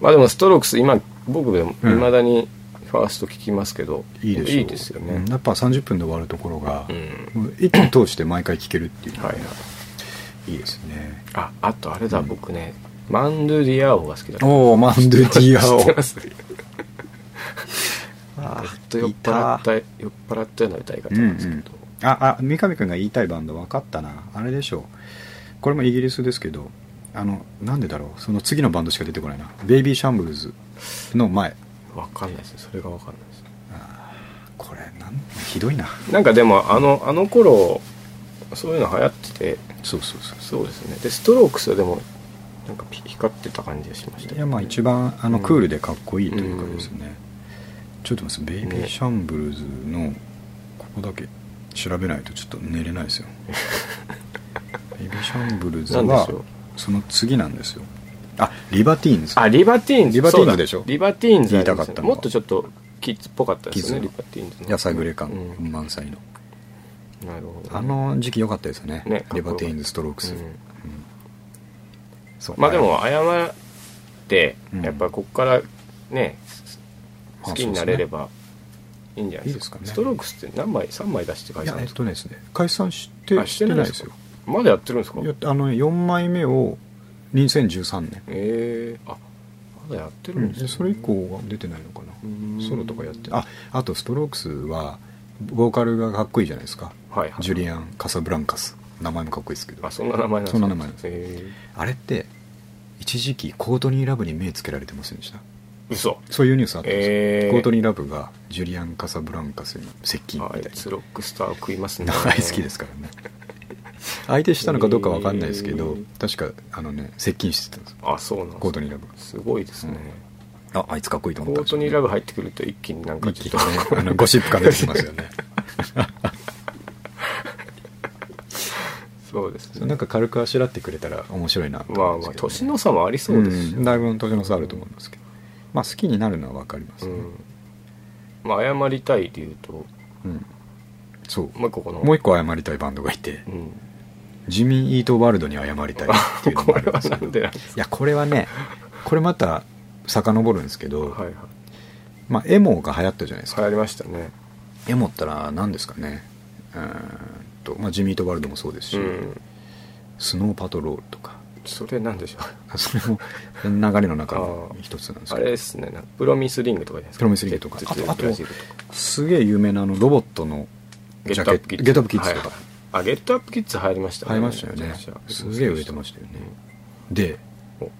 [SPEAKER 2] まあでもストロークス今僕でもい
[SPEAKER 1] うん
[SPEAKER 2] まだにファースト聞きますけど、
[SPEAKER 1] いいでしょう
[SPEAKER 2] いいですよね、
[SPEAKER 1] うんやっぱ30分で終わるところが、
[SPEAKER 2] う
[SPEAKER 1] もう一気に通して毎回聴けるっていうの
[SPEAKER 2] は
[SPEAKER 1] が
[SPEAKER 2] いはい
[SPEAKER 1] いいですね
[SPEAKER 2] ああとあれだ、
[SPEAKER 1] うん
[SPEAKER 2] 僕ねマンドゥ・ディアオが好きだ
[SPEAKER 1] おおマンドゥティア
[SPEAKER 2] 知
[SPEAKER 1] オ
[SPEAKER 2] ってます
[SPEAKER 1] あ
[SPEAKER 2] ずっと酔っ払った酔っ払ったような歌い方なんですけど、
[SPEAKER 1] ああ三上君が言いたいバンド分かったなあれでしょうこれもイギリスですけどあのなんでだろうその次のバンドしか出てこないなベイビーシャンブルズの前
[SPEAKER 2] わかんないですねそれがわかんないですね
[SPEAKER 1] これなんひどいな
[SPEAKER 2] なんかでもあのあの頃そういうの流行ってて
[SPEAKER 1] そうそうそう
[SPEAKER 2] そうですねでストロークスはでもなんかピ光ってた感じがしましたよ
[SPEAKER 1] いやまあ一番あのクールでかっこいいというかですね、ちょっと待ってベイビーシャンブルズのここだけ調べないとちょっと寝れないです よベイビーシャンブルズ
[SPEAKER 2] なんで
[SPEAKER 1] は
[SPEAKER 2] しょう
[SPEAKER 1] その次なんですよあリバティーンズ
[SPEAKER 2] あリバティーンズ
[SPEAKER 1] リバティーンズ
[SPEAKER 2] そうだ
[SPEAKER 1] でしょ
[SPEAKER 2] リバティーンズありますね
[SPEAKER 1] 言いたかったの
[SPEAKER 2] も
[SPEAKER 1] は
[SPEAKER 2] っとちょっとキッズっぽかったですよ
[SPEAKER 1] キ
[SPEAKER 2] ねリ
[SPEAKER 1] ッズ
[SPEAKER 2] バティーンズの
[SPEAKER 1] やさぐれ感
[SPEAKER 2] うん
[SPEAKER 1] 満載の、
[SPEAKER 2] なるほど
[SPEAKER 1] あの時期良かったですよね
[SPEAKER 2] ねかっこ
[SPEAKER 1] リ
[SPEAKER 2] よか
[SPEAKER 1] バ
[SPEAKER 2] った
[SPEAKER 1] ティーンズストロークス、
[SPEAKER 2] うん
[SPEAKER 1] そう
[SPEAKER 2] まあでも謝って
[SPEAKER 1] うん
[SPEAKER 2] やっぱこっからね
[SPEAKER 1] あ
[SPEAKER 2] 好きになれればいいんじゃない
[SPEAKER 1] いい
[SPEAKER 2] で
[SPEAKER 1] ですす
[SPEAKER 2] か
[SPEAKER 1] かね
[SPEAKER 2] ストロークスって何枚3枚出して
[SPEAKER 1] い
[SPEAKER 2] 解
[SPEAKER 1] や
[SPEAKER 2] 散
[SPEAKER 1] え
[SPEAKER 2] で
[SPEAKER 1] っ
[SPEAKER 2] すか
[SPEAKER 1] とねですね解散して
[SPEAKER 2] あして
[SPEAKER 1] して
[SPEAKER 2] ない
[SPEAKER 1] ない
[SPEAKER 2] で
[SPEAKER 1] ですす
[SPEAKER 2] か
[SPEAKER 1] よ
[SPEAKER 2] まだやってるんですか
[SPEAKER 1] いやあの4枚目を2013年
[SPEAKER 2] ええあまだやってる
[SPEAKER 1] うん
[SPEAKER 2] んです
[SPEAKER 1] で
[SPEAKER 2] ね
[SPEAKER 1] それ以降は出てないのかな
[SPEAKER 2] うん
[SPEAKER 1] ソロとかやってああとストロークスはボーカルがかっこいいじゃないですか
[SPEAKER 2] はいはい
[SPEAKER 1] ジュリアン・カサブランカス名前もかっこいいですけど
[SPEAKER 2] あそんな名前なんです
[SPEAKER 1] そ
[SPEAKER 2] か
[SPEAKER 1] んな名前なんです
[SPEAKER 2] え
[SPEAKER 1] あれって一時期コートニー・ラブに目つけられてませんでした
[SPEAKER 2] え嘘
[SPEAKER 1] そういうニュースあったんですよ、
[SPEAKER 2] えー
[SPEAKER 1] コートニー・ラブがジュリアン・カサブランカスに接近み
[SPEAKER 2] あ
[SPEAKER 1] たい
[SPEAKER 2] い
[SPEAKER 1] な
[SPEAKER 2] つロックスターを食いますね
[SPEAKER 1] 大好きですからね相手したのかどうかわかんないですけど、
[SPEAKER 2] えー
[SPEAKER 1] 確かあのね接近してたんですよ
[SPEAKER 2] あそうなんですね
[SPEAKER 1] コートニー・ラブが
[SPEAKER 2] すごいですね、
[SPEAKER 1] ああいつかっこいいと思っ
[SPEAKER 2] コ
[SPEAKER 1] たんです
[SPEAKER 2] ート
[SPEAKER 1] よ
[SPEAKER 2] ニ
[SPEAKER 1] ね
[SPEAKER 2] ーラブ入ってくると一気になんかち
[SPEAKER 1] 一
[SPEAKER 2] ょっ
[SPEAKER 1] 気
[SPEAKER 2] と
[SPEAKER 1] に ねあのゴシップ感出てきますよね
[SPEAKER 2] そうです
[SPEAKER 1] そうな
[SPEAKER 2] ね
[SPEAKER 1] んか軽くあしらってくれたら面白いなと
[SPEAKER 2] ま
[SPEAKER 1] 思うんで
[SPEAKER 2] あますあ
[SPEAKER 1] けどね、
[SPEAKER 2] 年の差もありそうですし、
[SPEAKER 1] んだいぶ年の差あると思いますけど、まあ好きになるのは分かります
[SPEAKER 2] う
[SPEAKER 1] ね、
[SPEAKER 2] んまあ謝りたいでいうとも
[SPEAKER 1] うんそう
[SPEAKER 2] う一個この
[SPEAKER 1] もう一個謝りたいバンドがいて
[SPEAKER 2] うん、
[SPEAKER 1] ジミー・イート・ワールドに謝りたいっていうの
[SPEAKER 2] こ
[SPEAKER 1] もあ
[SPEAKER 2] れ
[SPEAKER 1] るんで
[SPEAKER 2] は
[SPEAKER 1] す
[SPEAKER 2] な
[SPEAKER 1] けど
[SPEAKER 2] んでなんで
[SPEAKER 1] いやこれはねこれまた遡るんですけど、
[SPEAKER 2] はいはい
[SPEAKER 1] まあ、エモが流行ったじゃないですか、
[SPEAKER 2] 流行りましたね
[SPEAKER 1] エモったら何ですかねうーんと、まあ、ジミー・イート・ワールドもそうですし、
[SPEAKER 2] うん
[SPEAKER 1] スノーパトロールとか
[SPEAKER 2] それなんでしょう
[SPEAKER 1] あそれも流れの中の一つなんです
[SPEAKER 2] あ
[SPEAKER 1] け
[SPEAKER 2] れ
[SPEAKER 1] ど
[SPEAKER 2] ですねなんかプロミスリングとかじゃないですか
[SPEAKER 1] プロミスリングとか
[SPEAKER 2] 絶
[SPEAKER 1] あと
[SPEAKER 2] 絶
[SPEAKER 1] あと
[SPEAKER 2] ブラジルとか
[SPEAKER 1] すげえ有名なあのロボットの
[SPEAKER 2] ゲ
[SPEAKER 1] ジ
[SPEAKER 2] ッ
[SPEAKER 1] ャ
[SPEAKER 2] ト
[SPEAKER 1] ケ
[SPEAKER 2] ア
[SPEAKER 1] ッ
[SPEAKER 2] ップキッ
[SPEAKER 1] ト
[SPEAKER 2] ズ
[SPEAKER 1] ゲットアップキッズとか
[SPEAKER 2] はいはいあゲットアップキッズ入りました
[SPEAKER 1] 流行りましたよね
[SPEAKER 2] めちゃくちゃ
[SPEAKER 1] すげえ売れてましたよねで
[SPEAKER 2] お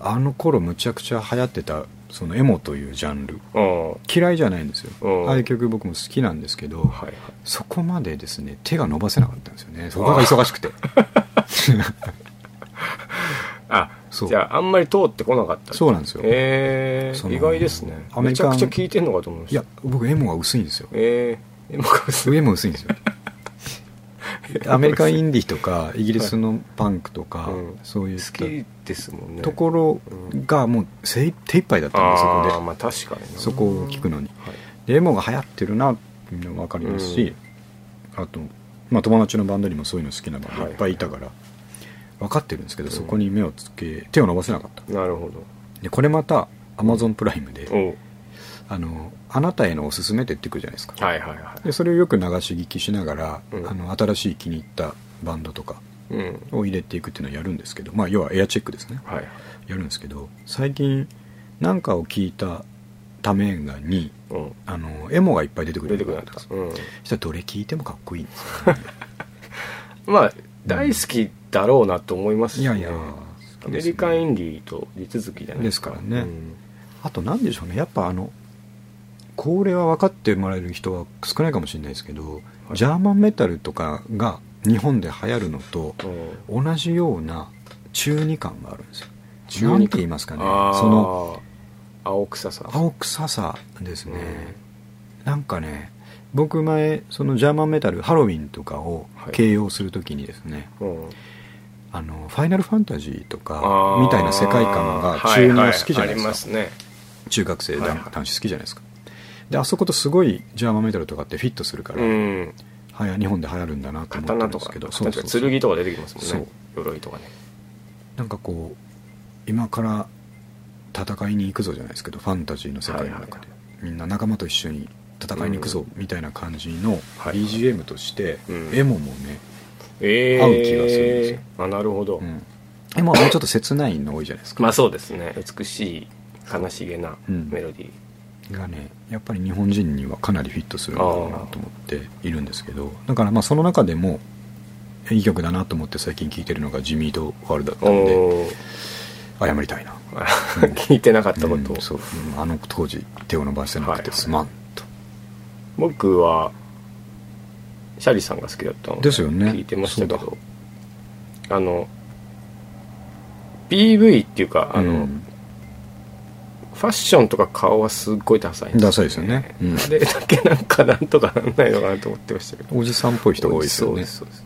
[SPEAKER 1] あの頃むちゃくちゃ流行ってたそのエモというジャンル
[SPEAKER 2] うん
[SPEAKER 1] 嫌いじゃないんです
[SPEAKER 2] う
[SPEAKER 1] よ
[SPEAKER 2] ん
[SPEAKER 1] ああいう曲僕も好きなんですけど
[SPEAKER 2] はいはい
[SPEAKER 1] そこまでですね手が伸ばせなかったんですよねそこが忙しくて
[SPEAKER 2] あ
[SPEAKER 1] そう
[SPEAKER 2] じゃああんまり通ってこなかった
[SPEAKER 1] そううなんですよい
[SPEAKER 2] え
[SPEAKER 1] そ
[SPEAKER 2] ー、
[SPEAKER 1] の
[SPEAKER 2] 意外ですね
[SPEAKER 1] アメ
[SPEAKER 2] め
[SPEAKER 1] リ
[SPEAKER 2] ちゃ
[SPEAKER 1] カン
[SPEAKER 2] くちゃ聞いてんのかと思いました
[SPEAKER 1] や僕エモが薄いんですよ
[SPEAKER 2] えー、でも
[SPEAKER 1] エモ薄いんですよアメリカインディーとかイギリスのパンクとか、
[SPEAKER 2] うん
[SPEAKER 1] そういう
[SPEAKER 2] 好きですもんね
[SPEAKER 1] ところがもう精一手一杯だったんですよそ
[SPEAKER 2] ああ
[SPEAKER 1] こ
[SPEAKER 2] まあ確かに
[SPEAKER 1] で
[SPEAKER 2] な
[SPEAKER 1] そこを聞くのに
[SPEAKER 2] はい
[SPEAKER 1] でエモが流行ってるなっていうのも分かりますし、あと、まあ、友達のバンドにもそういうの好きなバンドいっぱいいたから、分かってるんですけど、
[SPEAKER 2] うん
[SPEAKER 1] そこに目をつけ手を伸ばせなかった
[SPEAKER 2] なるほど
[SPEAKER 1] でこれまた Amazon プライムで、
[SPEAKER 2] おう
[SPEAKER 1] あのあなたへのおすすめって言ってくるじゃないですか、
[SPEAKER 2] はいはいは
[SPEAKER 1] でそれをよく流し聞きしながら、
[SPEAKER 2] うん
[SPEAKER 1] あの新しい気に入ったバンドとか
[SPEAKER 2] いうん
[SPEAKER 1] を入れていくっていうのをやるんですけど、まあ、要はエアチェックですね
[SPEAKER 2] はいはい
[SPEAKER 1] やるんですけど最近なんかを聞いたためがに
[SPEAKER 2] うん
[SPEAKER 1] あのエモがいっぱい出てくる
[SPEAKER 2] 出てくるなった
[SPEAKER 1] そ
[SPEAKER 2] うん
[SPEAKER 1] したらどれ聞いてもかっこいいんですよね
[SPEAKER 2] まあ大好きだろうなと思います
[SPEAKER 1] いやいや
[SPEAKER 2] アメリカンインディーと地続きじゃない
[SPEAKER 1] ですからね
[SPEAKER 2] うん
[SPEAKER 1] あと何でしょうねやっぱあのこれは分かってもらえる人は少ないかもしれないですけど、
[SPEAKER 2] はい
[SPEAKER 1] ジャーマンメタルとかが日本で流行るのと
[SPEAKER 2] うん
[SPEAKER 1] 同じような中二感があるんですよ
[SPEAKER 2] 中二感
[SPEAKER 1] 何て言いますかね
[SPEAKER 2] あー
[SPEAKER 1] その
[SPEAKER 2] 青臭さ
[SPEAKER 1] 青臭さですね、なんかね僕前そのジャーマンメタルハロウィンとかを
[SPEAKER 2] はい
[SPEAKER 1] 形容するときにですね、
[SPEAKER 2] うんうん
[SPEAKER 1] あのファイナルファンタジーと
[SPEAKER 2] あ
[SPEAKER 1] か
[SPEAKER 2] ー
[SPEAKER 1] みたいな世界観が中二は好きじゃないですか、
[SPEAKER 2] ははありますね
[SPEAKER 1] 中学生
[SPEAKER 2] はい
[SPEAKER 1] 男,、
[SPEAKER 2] はい
[SPEAKER 1] 子好きじゃないですかであそことすごいジャーマンメタルとかってフィットするから、
[SPEAKER 2] うん
[SPEAKER 1] はや日本で流行るんだなと思った
[SPEAKER 2] 刀
[SPEAKER 1] ん
[SPEAKER 2] と
[SPEAKER 1] です
[SPEAKER 2] か
[SPEAKER 1] けど
[SPEAKER 2] 確か
[SPEAKER 1] そうそうそう
[SPEAKER 2] 剣とか出てきますもんね鎧とかね
[SPEAKER 1] なんかこう今から戦いに行くぞじゃないですけどファンタジーの世界の中で、
[SPEAKER 2] はいはいは
[SPEAKER 1] みんな仲間と一緒に戦いに行くぞみたいな感じの
[SPEAKER 2] はい
[SPEAKER 1] BGM として、
[SPEAKER 2] うん
[SPEAKER 1] エモもね、
[SPEAKER 2] ええ
[SPEAKER 1] 合う気がするんですよ
[SPEAKER 2] あなるほど、
[SPEAKER 1] うん、エモはもうちょっと切ないの多いじゃないですか、
[SPEAKER 2] まあそうですね美しい悲しげな
[SPEAKER 1] うん
[SPEAKER 2] メロディー、
[SPEAKER 1] がねやっぱり日本人にはかなりフィットするんだろうなと思っているんですけどだからまあその中でもいい曲だなと思って最近聴いてるのが「ジミード・ワール」だったので
[SPEAKER 2] おお
[SPEAKER 1] 謝りたいな
[SPEAKER 2] 聞いてなかったことを、
[SPEAKER 1] うんそううんあの当時手を伸ばせなくてすまんと、
[SPEAKER 2] 僕はシャリさんが好きだったの
[SPEAKER 1] ですよね
[SPEAKER 2] 聞いてましたけ
[SPEAKER 1] そう
[SPEAKER 2] どあの PV っていうかあの、
[SPEAKER 1] うん
[SPEAKER 2] ファッションとか顔はすっごいダサいん
[SPEAKER 1] ダサいですよねうん
[SPEAKER 2] あれだけなんかなんとかなんないのかなと思ってましたけど
[SPEAKER 1] おじさんっぽい人が多いですよ
[SPEAKER 2] そう
[SPEAKER 1] ね
[SPEAKER 2] ですそうです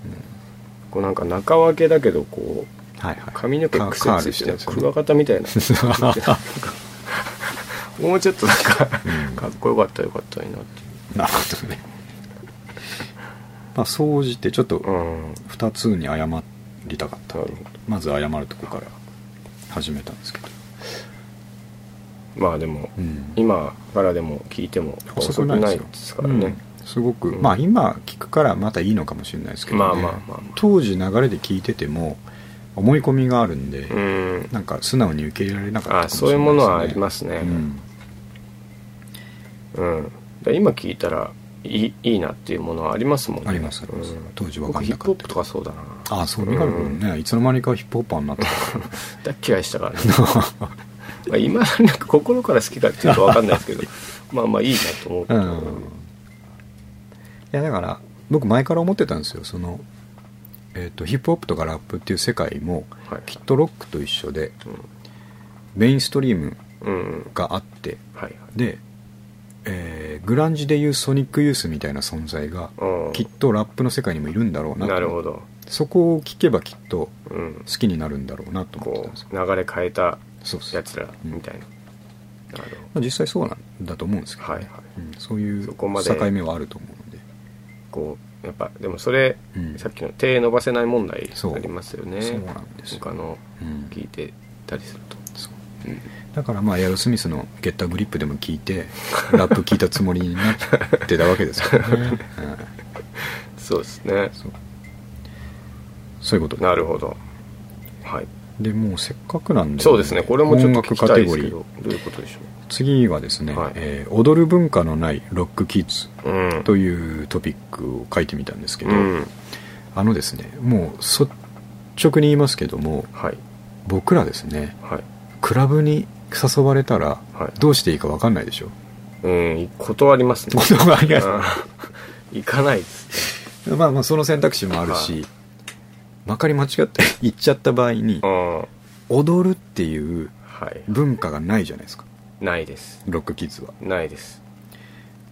[SPEAKER 2] こうなんか中分けだけどこう
[SPEAKER 1] はいはい
[SPEAKER 2] 髪の毛
[SPEAKER 1] カ
[SPEAKER 2] 癖
[SPEAKER 1] カール
[SPEAKER 2] つ
[SPEAKER 1] し
[SPEAKER 2] い
[SPEAKER 1] て
[SPEAKER 2] て
[SPEAKER 1] るん
[SPEAKER 2] る
[SPEAKER 1] ですよ
[SPEAKER 2] ク
[SPEAKER 1] ね
[SPEAKER 2] ワガタみたいななんかもうちょっとなんか
[SPEAKER 1] うん
[SPEAKER 2] かっこよかったらよかったらいいなってい
[SPEAKER 1] なるほどねまあ総じてちょっと
[SPEAKER 2] ううん
[SPEAKER 1] 2つに謝りたかった
[SPEAKER 2] なるほど
[SPEAKER 1] まず謝るとこから始めたんですけど、
[SPEAKER 2] まあでも、
[SPEAKER 1] うん
[SPEAKER 2] 今からでも聞いても遅くないですからね、
[SPEAKER 1] うんすごく、
[SPEAKER 2] うん
[SPEAKER 1] まあ今聞くからまたいいのかもしれないですけど、ね
[SPEAKER 2] まあまあまあまあ
[SPEAKER 1] 当時流れで聞いてても思い込みがあるんで、
[SPEAKER 2] うん
[SPEAKER 1] なんか素直に受け入れられなかったか
[SPEAKER 2] あ
[SPEAKER 1] もし
[SPEAKER 2] そう
[SPEAKER 1] れ
[SPEAKER 2] いう
[SPEAKER 1] ないですね
[SPEAKER 2] ものはありますね
[SPEAKER 1] うん
[SPEAKER 2] うん、で今聞いたらいいいいなっていうものはありますもんね
[SPEAKER 1] ありますあります
[SPEAKER 2] うん
[SPEAKER 1] 当時わか
[SPEAKER 2] 僕
[SPEAKER 1] ん
[SPEAKER 2] ヒ
[SPEAKER 1] な
[SPEAKER 2] ップ
[SPEAKER 1] か
[SPEAKER 2] ホ
[SPEAKER 1] っ
[SPEAKER 2] ッ
[SPEAKER 1] た
[SPEAKER 2] プとかそうだな
[SPEAKER 1] あそうミカル君ね、いつの間にかヒップホッパーになって
[SPEAKER 2] だ嫌いしたからね まあ今なんか心から好きかっていうとわかんないです けどまあまあいいなと思うけ
[SPEAKER 1] た、
[SPEAKER 2] ど、
[SPEAKER 1] うん、いやだから僕前から思ってたんですよその、えっとヒップホップとかラップっていう世界も
[SPEAKER 2] はい
[SPEAKER 1] きっとロックと一緒でメインストリーム
[SPEAKER 2] うん、うん、
[SPEAKER 1] があって
[SPEAKER 2] はいはい
[SPEAKER 1] で、えーグランジでいうソニックユースみたいな存在が
[SPEAKER 2] うん
[SPEAKER 1] きっとラップの世界にもいるんだろうなと
[SPEAKER 2] なるほど、
[SPEAKER 1] そこを聞けばきっと
[SPEAKER 2] う
[SPEAKER 1] 好
[SPEAKER 2] ん、
[SPEAKER 1] きになるんだろうなと思ってた
[SPEAKER 2] こ
[SPEAKER 1] んですよ
[SPEAKER 2] う流れ変えた
[SPEAKER 1] そうそう
[SPEAKER 2] やつらみたいな、なる
[SPEAKER 1] まあ実際そうなんだと思うんですけ
[SPEAKER 2] ほ
[SPEAKER 1] ど、
[SPEAKER 2] どはいはい
[SPEAKER 1] うんそういう
[SPEAKER 2] そ
[SPEAKER 1] 境
[SPEAKER 2] こまで
[SPEAKER 1] 目はあると思うので
[SPEAKER 2] こうやっぱでもそれ、
[SPEAKER 1] うん
[SPEAKER 2] さっきの手伸ばせない問題
[SPEAKER 1] そう
[SPEAKER 2] ありますよね
[SPEAKER 1] そうなんですよ
[SPEAKER 2] 他の
[SPEAKER 1] うん
[SPEAKER 2] 聞いてたりすると、
[SPEAKER 1] そうだからまあエアロスミスの「ゲッターグリップ」でも聞いて ラップ聞いたつもりになってたわけですからね、うん
[SPEAKER 2] そうですね
[SPEAKER 1] そうそういうこと
[SPEAKER 2] なるほどはい
[SPEAKER 1] でもうせっかくなんで
[SPEAKER 2] そうですねこれもちょっと聞きたいですけ
[SPEAKER 1] 音楽カテゴ
[SPEAKER 2] どどういうことでし
[SPEAKER 1] リ
[SPEAKER 2] ょ
[SPEAKER 1] ー次はですね、
[SPEAKER 2] はい
[SPEAKER 1] えー踊る文化のないロックキッズ」
[SPEAKER 2] ううん
[SPEAKER 1] というトピックを書いてみたんですけど、
[SPEAKER 2] うん
[SPEAKER 1] あのですねもう率直に言いますけども
[SPEAKER 2] はい
[SPEAKER 1] 僕らですね
[SPEAKER 2] はい
[SPEAKER 1] クラブに誘われたら
[SPEAKER 2] はい
[SPEAKER 1] どうしていいか分かんないでしょ
[SPEAKER 2] うん断りますね
[SPEAKER 1] 断ります
[SPEAKER 2] うん行かないです
[SPEAKER 1] まあまあその選択肢もあるし、まかり間違って行っちゃった場合に
[SPEAKER 2] うんは
[SPEAKER 1] 踊るっていう
[SPEAKER 2] い
[SPEAKER 1] 文化がないじゃないですか
[SPEAKER 2] ないです
[SPEAKER 1] ロックキッズは
[SPEAKER 2] ないです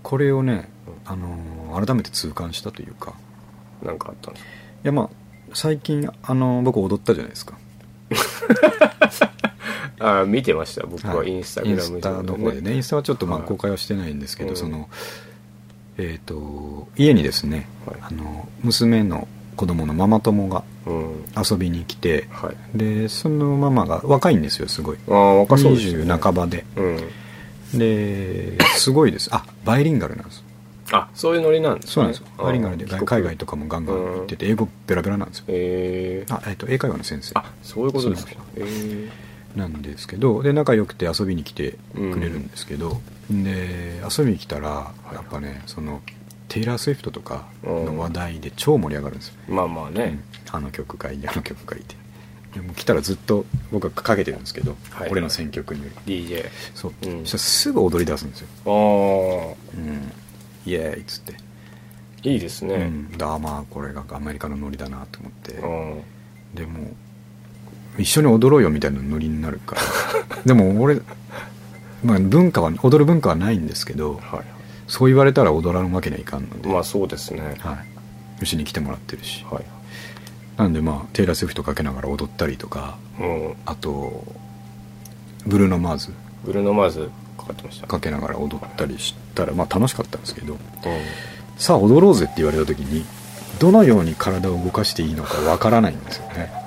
[SPEAKER 1] これをね、あのー改めて痛感したというか
[SPEAKER 2] なんかあったんですか
[SPEAKER 1] いやまあ最近、あのー僕踊ったじゃないですか
[SPEAKER 2] あ見てました僕はインスタグラム
[SPEAKER 1] インスタの方でねインスタはちょっとまあ
[SPEAKER 2] はい
[SPEAKER 1] 公開はしてないんですけど、
[SPEAKER 2] うん
[SPEAKER 1] そのえっ、と家にですね、
[SPEAKER 2] はい
[SPEAKER 1] あの娘の子供のママ友が
[SPEAKER 2] うん
[SPEAKER 1] 遊びに来て
[SPEAKER 2] はい
[SPEAKER 1] でそのママが若いんですよすごい
[SPEAKER 2] ああ若そうですよ
[SPEAKER 1] 20半ばで
[SPEAKER 2] うん
[SPEAKER 1] ですごいですあバイリンガルなんです
[SPEAKER 2] あそういうノリなんですね
[SPEAKER 1] そうなんですよ
[SPEAKER 2] あー
[SPEAKER 1] バイリンガルで
[SPEAKER 2] 帰国
[SPEAKER 1] 海外とかもガンガン行ってて英語ベラベラなんですよ
[SPEAKER 2] えー、
[SPEAKER 1] あ、えっと英会話の先生
[SPEAKER 2] あそういうことですか
[SPEAKER 1] そう
[SPEAKER 2] えー、
[SPEAKER 1] なんですけどで仲良くて遊びに来てくれるんですけど、で遊びに来たら
[SPEAKER 2] い
[SPEAKER 1] やっぱねそのテイラー・スウィフトとか
[SPEAKER 2] うん
[SPEAKER 1] の話題で超盛り上がるんですよ、
[SPEAKER 2] まあまあね、
[SPEAKER 1] あの曲がいいあの曲がいいってでもう来たらずっと僕はかけてるんですけど、
[SPEAKER 2] はい
[SPEAKER 1] 俺の選曲により
[SPEAKER 2] DJ
[SPEAKER 1] そう、
[SPEAKER 2] うん
[SPEAKER 1] そしたらすぐ踊り出すんですよ、
[SPEAKER 2] ああ
[SPEAKER 1] うん、イエーイっつって、
[SPEAKER 2] いいです
[SPEAKER 1] う
[SPEAKER 2] ね、
[SPEAKER 1] ん、だまあこれがアメリカのノリだなと思って、
[SPEAKER 2] うん
[SPEAKER 1] でもう一緒に踊ろうよみたいなノリになるから でも俺、まあ、文化は踊る文化はないんですけど
[SPEAKER 2] は
[SPEAKER 1] そう言われたら踊らんわけにはいかんの
[SPEAKER 2] い
[SPEAKER 1] で、
[SPEAKER 2] まあそうですねは
[SPEAKER 1] はい、うちに来てもらってるし
[SPEAKER 2] い
[SPEAKER 1] なんでまあテイラー・スウィフトかけながら踊ったりとか
[SPEAKER 2] うん
[SPEAKER 1] あとブルーノ・マーズ
[SPEAKER 2] ブルーノ・マーズかかってました
[SPEAKER 1] かけながら踊ったりしたら、まあ楽しかったんですけど、
[SPEAKER 2] うん
[SPEAKER 1] さあ踊ろうぜって言われた時に、どのように体を動かしていいのかわからないんですよね。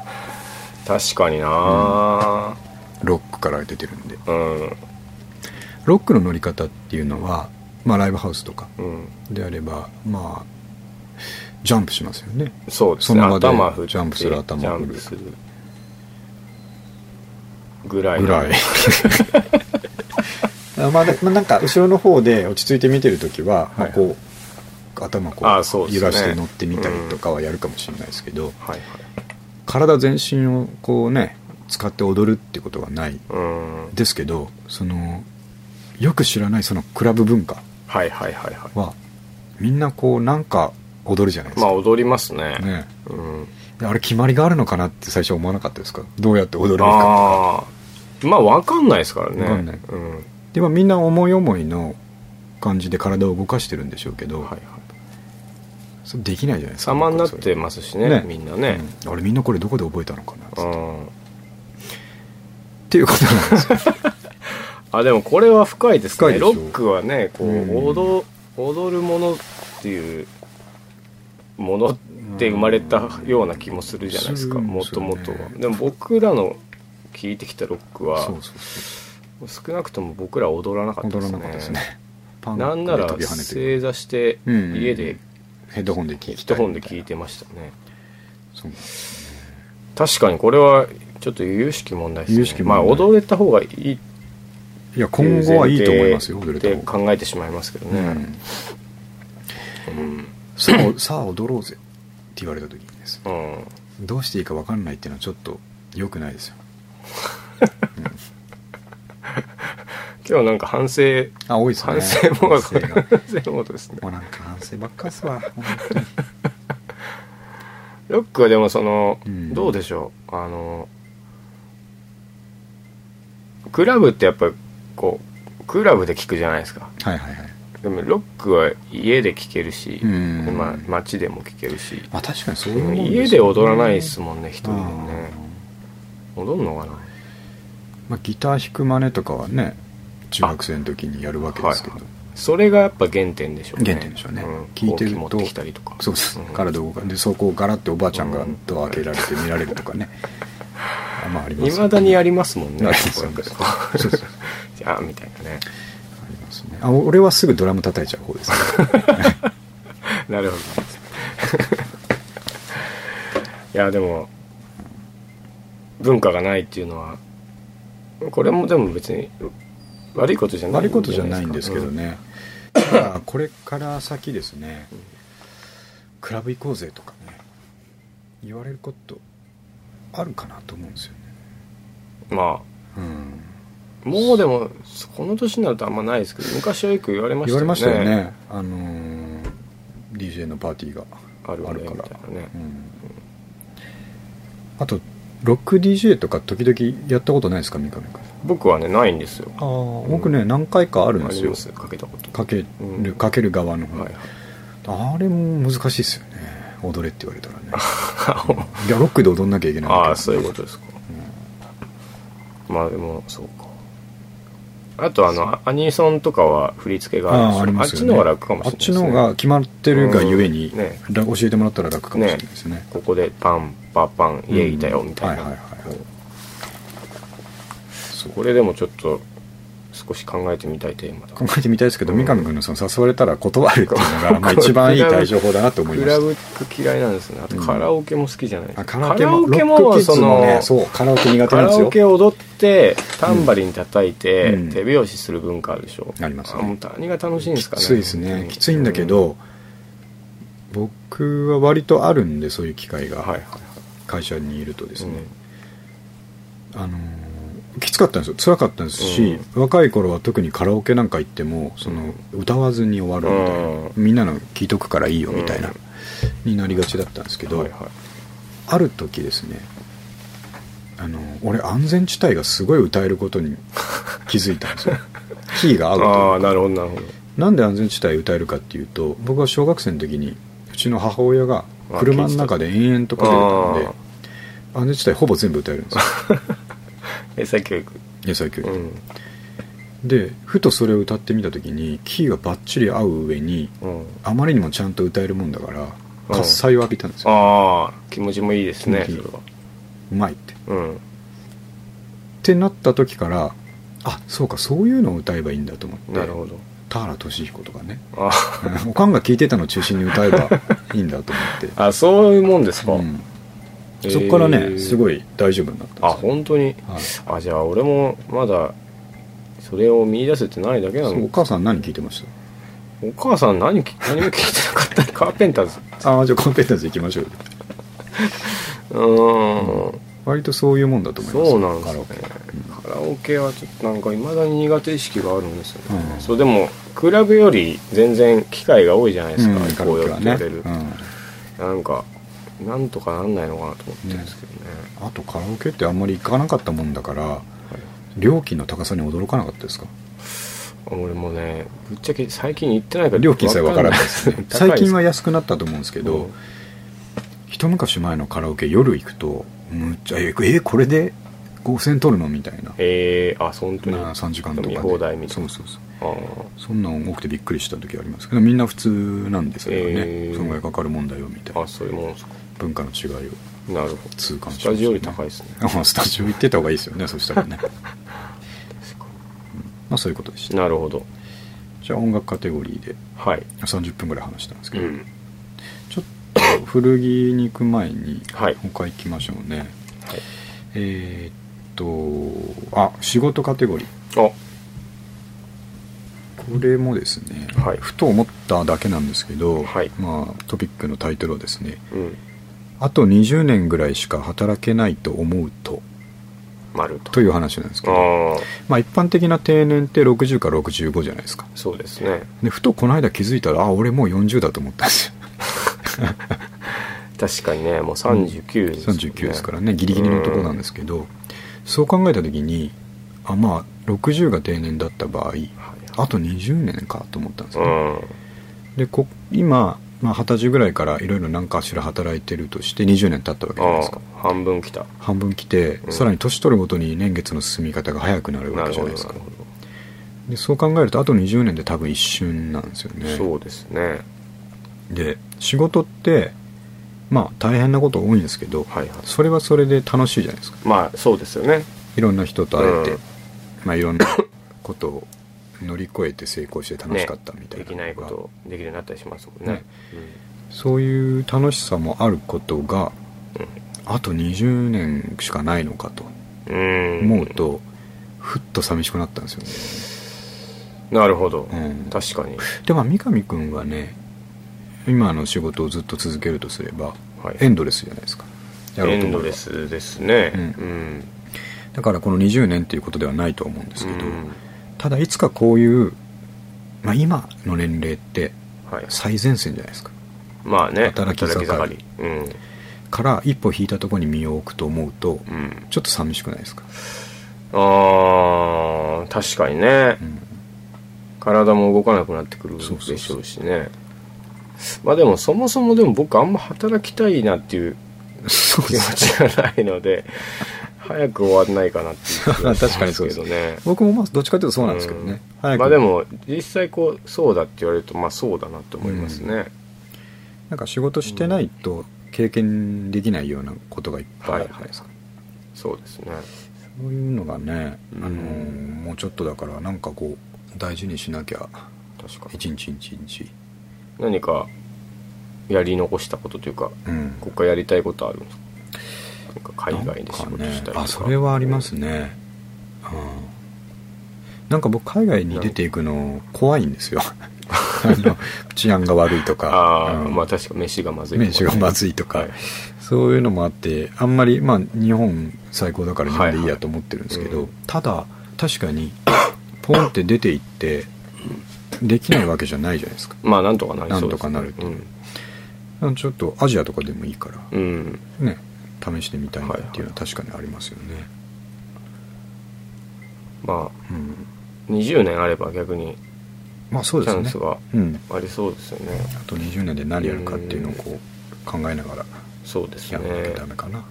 [SPEAKER 2] 確かにな
[SPEAKER 1] ロックから出てるんで。
[SPEAKER 2] うん
[SPEAKER 1] ロックの乗り方っていうのは、まあライブハウスとか
[SPEAKER 2] うん
[SPEAKER 1] であれば、まあ、ジャンプしますよね。
[SPEAKER 2] そうです
[SPEAKER 1] そ
[SPEAKER 2] ね
[SPEAKER 1] の場で
[SPEAKER 2] 頭振って
[SPEAKER 1] ジャンプする頭振る
[SPEAKER 2] ジャンプするぐらい
[SPEAKER 1] ぐらい。 あまあ、でまあなんか後ろの方で落ち着いて見てる時は、まあこう、頭こ
[SPEAKER 2] あそう
[SPEAKER 1] う
[SPEAKER 2] です
[SPEAKER 1] 揺
[SPEAKER 2] ね
[SPEAKER 1] らして乗ってみたりとかはやるかもしれないですけど、
[SPEAKER 2] はいはい
[SPEAKER 1] 体全身をこうね使って踊るってことはない
[SPEAKER 2] うんはい
[SPEAKER 1] ですけどそのよく知らないそのクラブ文化
[SPEAKER 2] はいはいはい
[SPEAKER 1] はみんなこうなんか踊るじゃないです
[SPEAKER 2] ま
[SPEAKER 1] か、
[SPEAKER 2] あ踊りますね
[SPEAKER 1] ね
[SPEAKER 2] うん
[SPEAKER 1] であれ決まりがあるのかなって最初思わなかったですかどうやって踊るのか
[SPEAKER 2] ああまあ分かんないですからね
[SPEAKER 1] わかんない
[SPEAKER 2] うんはい
[SPEAKER 1] でもみんな思い思いの感じで体を動かしてるんでしょうけど、
[SPEAKER 2] はい
[SPEAKER 1] それできないじゃないですか
[SPEAKER 2] 様になってますしね
[SPEAKER 1] ね
[SPEAKER 2] みんなね、
[SPEAKER 1] うんあれみんなこれどこで覚えたのかなっつって
[SPEAKER 2] う
[SPEAKER 1] っ
[SPEAKER 2] ん
[SPEAKER 1] ていうことなんですよ
[SPEAKER 2] あでもこれは深いです
[SPEAKER 1] 深い
[SPEAKER 2] ね
[SPEAKER 1] でしょ
[SPEAKER 2] ロックはねこう、
[SPEAKER 1] うん
[SPEAKER 2] 踊踊るものっていうものって生まれたような気もするじゃないですか
[SPEAKER 1] うん
[SPEAKER 2] もともとは
[SPEAKER 1] そうね
[SPEAKER 2] でも僕らの聞いてきたロックは
[SPEAKER 1] そうそうそ
[SPEAKER 2] 少なくとも僕らは踊らなか
[SPEAKER 1] う
[SPEAKER 2] った
[SPEAKER 1] 踊
[SPEAKER 2] で
[SPEAKER 1] ら
[SPEAKER 2] す
[SPEAKER 1] なかったですね
[SPEAKER 2] ね
[SPEAKER 1] パンク
[SPEAKER 2] なんなら
[SPEAKER 1] 飛び跳ねてる
[SPEAKER 2] 正座して
[SPEAKER 1] うん
[SPEAKER 2] 家で
[SPEAKER 1] ヘッドホンで聞いたり
[SPEAKER 2] 一本で聞いてましたね
[SPEAKER 1] そう
[SPEAKER 2] 確かにこれはちょっと由々しき問題ですね
[SPEAKER 1] 由々しき問題
[SPEAKER 2] まあ踊れた方がいいって
[SPEAKER 1] いや
[SPEAKER 2] いう
[SPEAKER 1] 今後はいいと思いますよ
[SPEAKER 2] 前
[SPEAKER 1] 踊れ
[SPEAKER 2] 提
[SPEAKER 1] た
[SPEAKER 2] で
[SPEAKER 1] 方が、
[SPEAKER 2] 考えてしまいますけど
[SPEAKER 1] う
[SPEAKER 2] ね、
[SPEAKER 1] ん、
[SPEAKER 2] うん
[SPEAKER 1] さあさあ踊ろうぜって言われた時にですね
[SPEAKER 2] うん
[SPEAKER 1] どうしていいか分かんないっていうのはちょっと良くないですよ
[SPEAKER 2] 今日なんか反省
[SPEAKER 1] あ多いですね
[SPEAKER 2] 反省モ
[SPEAKER 1] 反省
[SPEAKER 2] ード
[SPEAKER 1] が
[SPEAKER 2] 反省モードですね
[SPEAKER 1] もうなんか反省ばっかっすわ本当に
[SPEAKER 2] ロックはでもその、
[SPEAKER 1] うん
[SPEAKER 2] どうでしょうあのクラブってやっぱこうクラブで聴くじゃないですか
[SPEAKER 1] はいはいはい
[SPEAKER 2] でもロックは家で聴けるし、
[SPEAKER 1] うん
[SPEAKER 2] まあ、街でも聴けるし、
[SPEAKER 1] まあ確かにそういう
[SPEAKER 2] で
[SPEAKER 1] もん
[SPEAKER 2] も
[SPEAKER 1] すよね
[SPEAKER 2] 家で踊らないですもんね一人でね
[SPEAKER 1] あ
[SPEAKER 2] 踊るのかな
[SPEAKER 1] ーまあ、ギター弾く真似とかはね中学生の時にやるわけですけど、
[SPEAKER 2] はいそれがやっぱ原点でしょうね
[SPEAKER 1] 原点でしょうね
[SPEAKER 2] ん、
[SPEAKER 1] 聞いてると
[SPEAKER 2] ほうき持ってきたりとか
[SPEAKER 1] そうです、
[SPEAKER 2] ん
[SPEAKER 1] 体を動かでそこをガラッておばあちゃんが
[SPEAKER 2] うん
[SPEAKER 1] ドア開けられて見られるとかね、あまああります
[SPEAKER 2] い
[SPEAKER 1] よね
[SPEAKER 2] まだにやりますもんね
[SPEAKER 1] あります
[SPEAKER 2] こ
[SPEAKER 1] よ
[SPEAKER 2] う
[SPEAKER 1] ね
[SPEAKER 2] やってこう
[SPEAKER 1] そうそう
[SPEAKER 2] じゃあみたいなね
[SPEAKER 1] ありますねあ俺はすぐドラム叩いちゃう方です、ね、
[SPEAKER 2] なるほど いやでも文化がないっていうのはこれもでも別に悪いことじゃない
[SPEAKER 1] 悪いことじゃないんですけどね、ただこれから先ですねクラブ行こうぜとかね言われることあるかなと思うんですよね
[SPEAKER 2] うんま
[SPEAKER 1] うん
[SPEAKER 2] あもうでもこの年になるとあんまないですけど昔はよく言われました
[SPEAKER 1] 言われ
[SPEAKER 2] よね
[SPEAKER 1] ましたよねあのー DJ のパーティーが
[SPEAKER 2] あるあ
[SPEAKER 1] あ
[SPEAKER 2] る
[SPEAKER 1] る
[SPEAKER 2] み
[SPEAKER 1] か
[SPEAKER 2] たい
[SPEAKER 1] ら
[SPEAKER 2] なね
[SPEAKER 1] うんあとロック DJ とか時々やったことないですか三上君
[SPEAKER 2] 僕はねないんですよ
[SPEAKER 1] ああ僕ね何回かあるん
[SPEAKER 2] あ
[SPEAKER 1] です
[SPEAKER 2] り
[SPEAKER 1] よ
[SPEAKER 2] ますかけたこと
[SPEAKER 1] かける、
[SPEAKER 2] うん
[SPEAKER 1] かける側の方、
[SPEAKER 2] はいはい
[SPEAKER 1] あれも難しいですよね踊れって言われたらね いやロックで踊んなきゃいけないわけ
[SPEAKER 2] あ
[SPEAKER 1] だ
[SPEAKER 2] あそういうことですか、まあでもそうかあとあのアニソンとかは振り付けがあ
[SPEAKER 1] あ
[SPEAKER 2] る
[SPEAKER 1] あありますよ
[SPEAKER 2] っ
[SPEAKER 1] ね
[SPEAKER 2] ちの方が楽かもしれないです、ね、
[SPEAKER 1] あっちの方が決まってるがゆえに、
[SPEAKER 2] うんね
[SPEAKER 1] ら教えてもらったら楽かもしれないですね
[SPEAKER 2] ここでパンパパンイエイだよみたいな、
[SPEAKER 1] うんはいはいはいそう
[SPEAKER 2] これでもちょっと少し考えてみたいテーマだ
[SPEAKER 1] 考えてみたいですけど、
[SPEAKER 2] うん
[SPEAKER 1] 三上君のその誘われたら断るっていうのが、まあ、一番いい対処法だなと思い
[SPEAKER 2] ク
[SPEAKER 1] ま
[SPEAKER 2] ラ
[SPEAKER 1] し
[SPEAKER 2] ブ嫌いなんですねあとカラオケも好きじゃないです
[SPEAKER 1] た
[SPEAKER 2] か
[SPEAKER 1] あカラオケも
[SPEAKER 2] カラオ
[SPEAKER 1] ロック
[SPEAKER 2] ケも
[SPEAKER 1] キッ
[SPEAKER 2] そ
[SPEAKER 1] ズも
[SPEAKER 2] の
[SPEAKER 1] ねそうカラオケ苦手
[SPEAKER 2] カ
[SPEAKER 1] なんで
[SPEAKER 2] ラ
[SPEAKER 1] す
[SPEAKER 2] オ
[SPEAKER 1] よ
[SPEAKER 2] ケ踊ってタンバリン叩いて、
[SPEAKER 1] うん
[SPEAKER 2] 手拍子する文化あるでしょ
[SPEAKER 1] ありますね
[SPEAKER 2] あもう何が楽しいんですかね
[SPEAKER 1] きついです
[SPEAKER 2] 本当
[SPEAKER 1] ね
[SPEAKER 2] に
[SPEAKER 1] きついんだけ
[SPEAKER 2] うん
[SPEAKER 1] ど、僕は割とあるんでそういう機会が、
[SPEAKER 2] はいはいはい
[SPEAKER 1] 会社にいるとですね、あのーきつかったんですよ辛かったですし、若い頃は特にカラオケなんか行ってもその歌わずに終わるみたいな、
[SPEAKER 2] うん
[SPEAKER 1] みんなの聞いとくからいいよみたいな、
[SPEAKER 2] うん
[SPEAKER 1] になりがちだったんですけど、
[SPEAKER 2] はいはい
[SPEAKER 1] ある時ですねあの俺安全地帯がすごい歌えること に気づいたんですよキーが合うと
[SPEAKER 2] あ
[SPEAKER 1] い
[SPEAKER 2] あ
[SPEAKER 1] う
[SPEAKER 2] なるほどなるほ
[SPEAKER 1] なんで安全地帯歌えるかっていうと僕は小学生の時にうちの母親が車の中で延々とかけてたんで安全地帯ほぼ全部歌えるんですよ
[SPEAKER 2] ど英才教育
[SPEAKER 1] 野菜教
[SPEAKER 2] う
[SPEAKER 1] 育
[SPEAKER 2] ん
[SPEAKER 1] でふとそれを歌ってみた時にキーがバッチリ合う上に
[SPEAKER 2] うん、
[SPEAKER 1] あまりにもちゃんと歌えるもんだから
[SPEAKER 2] うん
[SPEAKER 1] 喝采を浴びたんですよ、
[SPEAKER 2] ああ気持ちもいいですね
[SPEAKER 1] 気
[SPEAKER 2] そ
[SPEAKER 1] 持ち
[SPEAKER 2] れ
[SPEAKER 1] いい
[SPEAKER 2] は
[SPEAKER 1] うまいってっ
[SPEAKER 2] うん
[SPEAKER 1] てなった時からあそうかそういうのを歌えばいいんだと思って
[SPEAKER 2] なるほど
[SPEAKER 1] 田原俊彦とかね
[SPEAKER 2] あ
[SPEAKER 1] うんおかんが聴いてたのを中心に歌えばいいんだと思って、
[SPEAKER 2] あそういうもんですか、
[SPEAKER 1] うんそこからねす
[SPEAKER 2] い
[SPEAKER 1] ごい大丈夫になったん
[SPEAKER 2] あ
[SPEAKER 1] ですよ
[SPEAKER 2] 本当に
[SPEAKER 1] はい
[SPEAKER 2] あじゃあ俺もまだそれを見出せてないだけな
[SPEAKER 1] そう
[SPEAKER 2] の
[SPEAKER 1] お母さん何聴いてまし
[SPEAKER 2] お母さん何き何も聞いてなかった カーペンターズ
[SPEAKER 1] たああじゃあコンペンターズ行きましょうよ
[SPEAKER 2] うーん
[SPEAKER 1] 割とそういうもんだと思います
[SPEAKER 2] そうなんで
[SPEAKER 1] カ
[SPEAKER 2] すね
[SPEAKER 1] ラオケ
[SPEAKER 2] カラオケはちょっとなんかいまだに苦手意識があるんですよね、
[SPEAKER 1] うん
[SPEAKER 2] そうでもクラブより全然機会が多いじゃないですか、
[SPEAKER 1] うん
[SPEAKER 2] 行
[SPEAKER 1] カラ
[SPEAKER 2] こ
[SPEAKER 1] オ
[SPEAKER 2] う
[SPEAKER 1] ケ
[SPEAKER 2] よっ
[SPEAKER 1] はね
[SPEAKER 2] て言われる、
[SPEAKER 1] うん
[SPEAKER 2] なんかなんとかなんないのかなと思ってるんですけどね、
[SPEAKER 1] あとカラオケってあんまり行かなかったもんだから料金の高さに驚かなかったですか
[SPEAKER 2] 俺もねぶっちゃけ最近行ってないから
[SPEAKER 1] 料金さえ分からないですね
[SPEAKER 2] 高い
[SPEAKER 1] 最
[SPEAKER 2] です
[SPEAKER 1] 近は安くなったと思うんですけど、
[SPEAKER 2] うん
[SPEAKER 1] 一昔前のカラオケ夜行くとむっちゃええこれで5000取るのみたいな
[SPEAKER 2] えー、あ本当に
[SPEAKER 1] な3時間とか、ね、
[SPEAKER 2] 飲み放題みたい
[SPEAKER 1] そ
[SPEAKER 2] な
[SPEAKER 1] うそうそう
[SPEAKER 2] あ
[SPEAKER 1] そんなん多くてびっくりした時ありますけどみんな普通なんですけどね、
[SPEAKER 2] えー
[SPEAKER 1] そのぐらいかかるもんだよみたい
[SPEAKER 2] ー
[SPEAKER 1] な
[SPEAKER 2] あそういうもんですか
[SPEAKER 1] 文化の違いを
[SPEAKER 2] なるほど
[SPEAKER 1] 痛感しま
[SPEAKER 2] ス
[SPEAKER 1] したね
[SPEAKER 2] タジオより高いですね
[SPEAKER 1] あスタジオ行ってた方がいいですよねそしたら ねまあそういうことでした
[SPEAKER 2] なるほど
[SPEAKER 1] じゃあ音楽カテゴリーで
[SPEAKER 2] はい
[SPEAKER 1] 30分ぐらい話したんです
[SPEAKER 2] う
[SPEAKER 1] けど、
[SPEAKER 2] ん
[SPEAKER 1] ちょっと古着に行く前に
[SPEAKER 2] はい
[SPEAKER 1] 他行きましょうね、
[SPEAKER 2] はい
[SPEAKER 1] えーっとあ仕事カテゴリー
[SPEAKER 2] あ
[SPEAKER 1] これもですね、
[SPEAKER 2] はい
[SPEAKER 1] ふと思っただけなんですけど、
[SPEAKER 2] はい
[SPEAKER 1] まあ、トピックのタイトルはですね
[SPEAKER 2] うん
[SPEAKER 1] 「あと20年ぐらいしか働けないと思うと
[SPEAKER 2] 丸」と
[SPEAKER 1] という話なんですけ
[SPEAKER 2] あ
[SPEAKER 1] ど
[SPEAKER 2] あ
[SPEAKER 1] まあ、一般的な定年って60から65じゃないですか
[SPEAKER 2] そうですね
[SPEAKER 1] でふとこの間気づいたらあ俺もう40だと思ったんですよ
[SPEAKER 2] 確かにねもう39です、ね
[SPEAKER 1] 39ですからねギリギリのところなんですけど、そう考えた時にあまあ60が定年だった場合
[SPEAKER 2] は
[SPEAKER 1] あと20年かと思ったんです
[SPEAKER 2] い
[SPEAKER 1] よ、ね
[SPEAKER 2] はい
[SPEAKER 1] でこ今、まあ、二十歳ぐらいからいろいろ何かしら働いてるとして20年経ったわけじゃないです
[SPEAKER 2] う
[SPEAKER 1] か
[SPEAKER 2] んああ半分きた
[SPEAKER 1] 半分来て、
[SPEAKER 2] うん
[SPEAKER 1] さらに年取るごとに年月の進み方が早くなるわけ
[SPEAKER 2] なる
[SPEAKER 1] じゃ
[SPEAKER 2] ほ
[SPEAKER 1] な
[SPEAKER 2] ど
[SPEAKER 1] いで
[SPEAKER 2] なる
[SPEAKER 1] すか
[SPEAKER 2] ほ
[SPEAKER 1] でそう考えるとあと20年で多分一瞬なんですよ
[SPEAKER 2] ど、
[SPEAKER 1] ね
[SPEAKER 2] そうですね
[SPEAKER 1] で仕事ってまあ大変なこと多いんですけど、
[SPEAKER 2] はいはい
[SPEAKER 1] それはそれで楽しいじゃないですか
[SPEAKER 2] まあそうですよね
[SPEAKER 1] いろんな人と会えて、
[SPEAKER 2] うん
[SPEAKER 1] まあ、いろんなことを乗り越えて成功して楽しかったみたいな
[SPEAKER 2] で
[SPEAKER 1] のが、
[SPEAKER 2] きないことできるようになったりしますもんね
[SPEAKER 1] ねそういう楽しさもあることがあと20年しかないのかと
[SPEAKER 2] うん、うん
[SPEAKER 1] 思うと、ふっと寂しくなったんです
[SPEAKER 2] なるほど、
[SPEAKER 1] よね、うん、
[SPEAKER 2] 確かに、
[SPEAKER 1] でまあ三上君はね今の仕事をずっと続けるとすれば
[SPEAKER 2] はい、
[SPEAKER 1] エンドレスじゃないですかやろ
[SPEAKER 2] エ
[SPEAKER 1] うと
[SPEAKER 2] ン
[SPEAKER 1] 思
[SPEAKER 2] ド
[SPEAKER 1] えば
[SPEAKER 2] レスですね
[SPEAKER 1] う
[SPEAKER 2] うんん、
[SPEAKER 1] だからこの20年っていうことではないと思うんですけど、
[SPEAKER 2] うん
[SPEAKER 1] ただいつかこういう、まあ、今の年齢って
[SPEAKER 2] はい、
[SPEAKER 1] 最前線じゃないですか
[SPEAKER 2] まあね
[SPEAKER 1] 働き盛り
[SPEAKER 2] うん、
[SPEAKER 1] から一歩引いたところに身を置くと思うと
[SPEAKER 2] うん、
[SPEAKER 1] ちょっと寂しくないですか、
[SPEAKER 2] あー確かにね、
[SPEAKER 1] うん
[SPEAKER 2] 体も動かなくなってくるで
[SPEAKER 1] そうそうそう
[SPEAKER 2] しょうしねまあでもそもそもでも僕あんま働きたいなっていう
[SPEAKER 1] そう
[SPEAKER 2] 気
[SPEAKER 1] で
[SPEAKER 2] 持
[SPEAKER 1] す
[SPEAKER 2] ちがないので早く終わんないかなっていう気が しますけどね
[SPEAKER 1] 僕もまあどっちかというとそうなんですけどね、
[SPEAKER 2] うん
[SPEAKER 1] 早く
[SPEAKER 2] まあでも実際こうそうだって言われるとまあそうだなと思いますね、
[SPEAKER 1] なんか仕事してないと経験できないようなことがいっぱいあるじゃないですか、
[SPEAKER 2] そうですね
[SPEAKER 1] そういうのがね、
[SPEAKER 2] うん
[SPEAKER 1] あのーもうちょっとだからなんかこう大事にしなきゃ
[SPEAKER 2] 確かに
[SPEAKER 1] 一日一日
[SPEAKER 2] 何かやり残したことというか
[SPEAKER 1] うん
[SPEAKER 2] ここからやりたいことあるんですかなんか海外で仕事したりと
[SPEAKER 1] なんかね
[SPEAKER 2] か
[SPEAKER 1] あそれはありますね、うんなんか僕海外に出ていくの怖いん ですよあの治安が悪いとか
[SPEAKER 2] ああ、
[SPEAKER 1] うん
[SPEAKER 2] まあ確か飯がまずいとか
[SPEAKER 1] 名刺がまずいとか、
[SPEAKER 2] はい
[SPEAKER 1] そういうのもあってあんまりまあ日本最高だから日本でいいやと思ってるんですけど、
[SPEAKER 2] はいはい
[SPEAKER 1] ただ確かに ポンって出ていってできないわけじゃないじゃないですか
[SPEAKER 2] まあなんとかなりそ
[SPEAKER 1] なん
[SPEAKER 2] うです、
[SPEAKER 1] とかなる
[SPEAKER 2] と
[SPEAKER 1] あのちょっとアジアとかでもいいから
[SPEAKER 2] うん、うん、
[SPEAKER 1] ね試してみたいなっていうのは確かにありますよね、
[SPEAKER 2] ま
[SPEAKER 1] うん、
[SPEAKER 2] あ20年あれば逆に
[SPEAKER 1] まあそ
[SPEAKER 2] チ
[SPEAKER 1] うで
[SPEAKER 2] ャン
[SPEAKER 1] す
[SPEAKER 2] ス
[SPEAKER 1] ね
[SPEAKER 2] が
[SPEAKER 1] うん
[SPEAKER 2] ありそうですよね
[SPEAKER 1] あと20年で何やるかっていうのをこう考えながら
[SPEAKER 2] そうです
[SPEAKER 1] や
[SPEAKER 2] ね
[SPEAKER 1] らなきゃダメかな、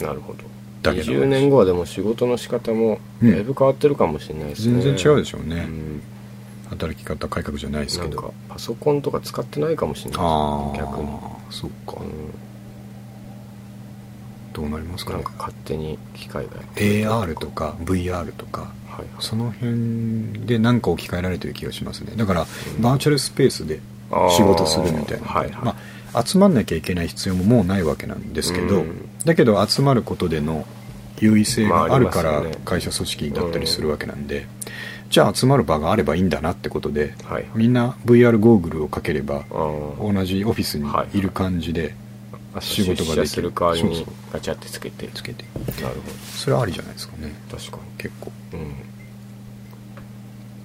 [SPEAKER 2] なるほど
[SPEAKER 1] だけの話
[SPEAKER 2] 20年後はでも仕事の仕方も
[SPEAKER 1] う
[SPEAKER 2] だ
[SPEAKER 1] ん
[SPEAKER 2] いぶ変わってるかもしれないですね、
[SPEAKER 1] 全然違うでしょう
[SPEAKER 2] う
[SPEAKER 1] ね、
[SPEAKER 2] ん
[SPEAKER 1] 働き方改革じゃないです
[SPEAKER 2] な
[SPEAKER 1] け
[SPEAKER 2] ん
[SPEAKER 1] ど
[SPEAKER 2] かパソコンとか使ってないかもしれ
[SPEAKER 1] あ
[SPEAKER 2] ない
[SPEAKER 1] あ
[SPEAKER 2] ですね逆に、
[SPEAKER 1] そっか、
[SPEAKER 2] う
[SPEAKER 1] どうなります
[SPEAKER 2] ん、
[SPEAKER 1] か
[SPEAKER 2] なん
[SPEAKER 1] ね
[SPEAKER 2] か勝手に機械がやってる
[SPEAKER 1] AR とか VR とか
[SPEAKER 2] はいはい
[SPEAKER 1] その辺で何か置き換えられてる気がしますねだから、
[SPEAKER 2] ん
[SPEAKER 1] バーチャルスペースで
[SPEAKER 2] あー
[SPEAKER 1] 仕事するみたいな、
[SPEAKER 2] はいはい
[SPEAKER 1] まあ、集まんなきゃいけない必要ももうないわけなんですけど、
[SPEAKER 2] うん
[SPEAKER 1] だけど集まることでの優位性
[SPEAKER 2] まああ
[SPEAKER 1] があ
[SPEAKER 2] り
[SPEAKER 1] る
[SPEAKER 2] ます
[SPEAKER 1] か
[SPEAKER 2] よね
[SPEAKER 1] ら会社組織だったりするわけなんで、じゃあ集まる場があればいいんだなってことで
[SPEAKER 2] はいはい
[SPEAKER 1] みんな VR ゴーグルをかければ
[SPEAKER 2] あー
[SPEAKER 1] 同じオフィスにいる感じで仕事ができる
[SPEAKER 2] 出社する代わり
[SPEAKER 1] そう
[SPEAKER 2] に
[SPEAKER 1] そう
[SPEAKER 2] ガチャってつけて
[SPEAKER 1] つけて
[SPEAKER 2] なる
[SPEAKER 1] それはありじゃないですかね
[SPEAKER 2] ほど確か
[SPEAKER 1] 結構、
[SPEAKER 2] にうん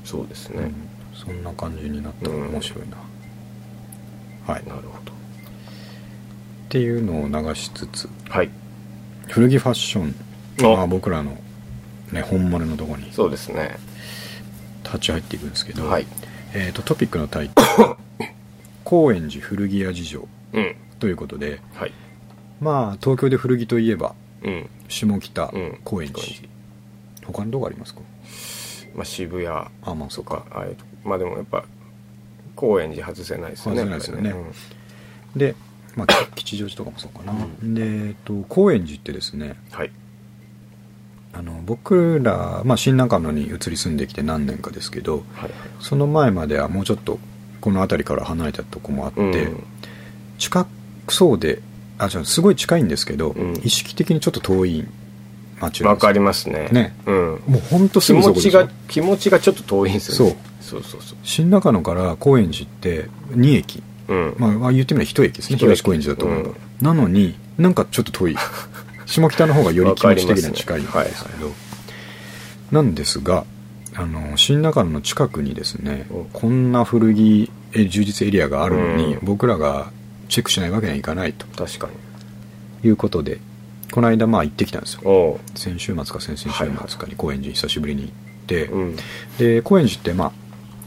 [SPEAKER 2] そうです
[SPEAKER 1] う
[SPEAKER 2] ね
[SPEAKER 1] ん、そんな感じになったら面白いな、はい
[SPEAKER 2] なるほど
[SPEAKER 1] っていうのを流しつつ
[SPEAKER 2] はい
[SPEAKER 1] 古着ファッション
[SPEAKER 2] あ
[SPEAKER 1] まあ、僕らの、ね、本丸のところに
[SPEAKER 2] そうですね
[SPEAKER 1] 立ち入っていくんですけど、
[SPEAKER 2] はい
[SPEAKER 1] えー、とトピックのタイトル 「高円寺古着屋事情
[SPEAKER 2] うん」
[SPEAKER 1] ということで
[SPEAKER 2] はい
[SPEAKER 1] まあ東京で古着といえば
[SPEAKER 2] うん
[SPEAKER 1] 下北
[SPEAKER 2] うん
[SPEAKER 1] 高円寺、他にどこありますか
[SPEAKER 2] まあ、渋谷
[SPEAKER 1] あまあそう
[SPEAKER 2] と
[SPEAKER 1] か
[SPEAKER 2] かああいうとこまあでもやっぱ高円寺外せないですよね
[SPEAKER 1] 外せないですよね
[SPEAKER 2] やっぱり
[SPEAKER 1] で、まあ、き 吉祥寺とかもそうかな、
[SPEAKER 2] うん
[SPEAKER 1] で、えっと、高円寺ってですね
[SPEAKER 2] うんはい
[SPEAKER 1] あの僕ら、まあ、新中野に移り住んできて何年かですけど
[SPEAKER 2] はい
[SPEAKER 1] その前まではもうちょっとこの辺りから離れたとこもあって、
[SPEAKER 2] はい
[SPEAKER 1] 近くそうであじゃあすごい近いんですけど、
[SPEAKER 2] うん
[SPEAKER 1] 意識的にちょっと遠い街
[SPEAKER 2] うん、わかり
[SPEAKER 1] ま
[SPEAKER 2] ますね
[SPEAKER 1] ね
[SPEAKER 2] うん
[SPEAKER 1] もうほんとす
[SPEAKER 2] 気
[SPEAKER 1] ぐそこ
[SPEAKER 2] 持
[SPEAKER 1] で
[SPEAKER 2] ち
[SPEAKER 1] しょ
[SPEAKER 2] が気持ちがちょっと遠いんですよねそうそうそう
[SPEAKER 1] 新中野から高円寺って2駅、
[SPEAKER 2] そううん、
[SPEAKER 1] まあ、まあ言ってみれば1駅ですね
[SPEAKER 2] 一駅
[SPEAKER 1] 東高円寺だと思えば、
[SPEAKER 2] うん
[SPEAKER 1] なのになんかちょっと遠い下北の方がより気持ち的には近いんですけど
[SPEAKER 2] わかりますねはい
[SPEAKER 1] なんですがあの新中野の近くにですね
[SPEAKER 2] お
[SPEAKER 1] こんな古着え充実エリアがあるのに、
[SPEAKER 2] うん
[SPEAKER 1] 僕らがチェックしないわけにはいかないと
[SPEAKER 2] 確かに
[SPEAKER 1] いうことでこの間まあ行ってきたんですよ
[SPEAKER 2] おう
[SPEAKER 1] 先週末か先々週末かに高円寺久しぶりに行って、
[SPEAKER 2] うん
[SPEAKER 1] で高円寺ってまあ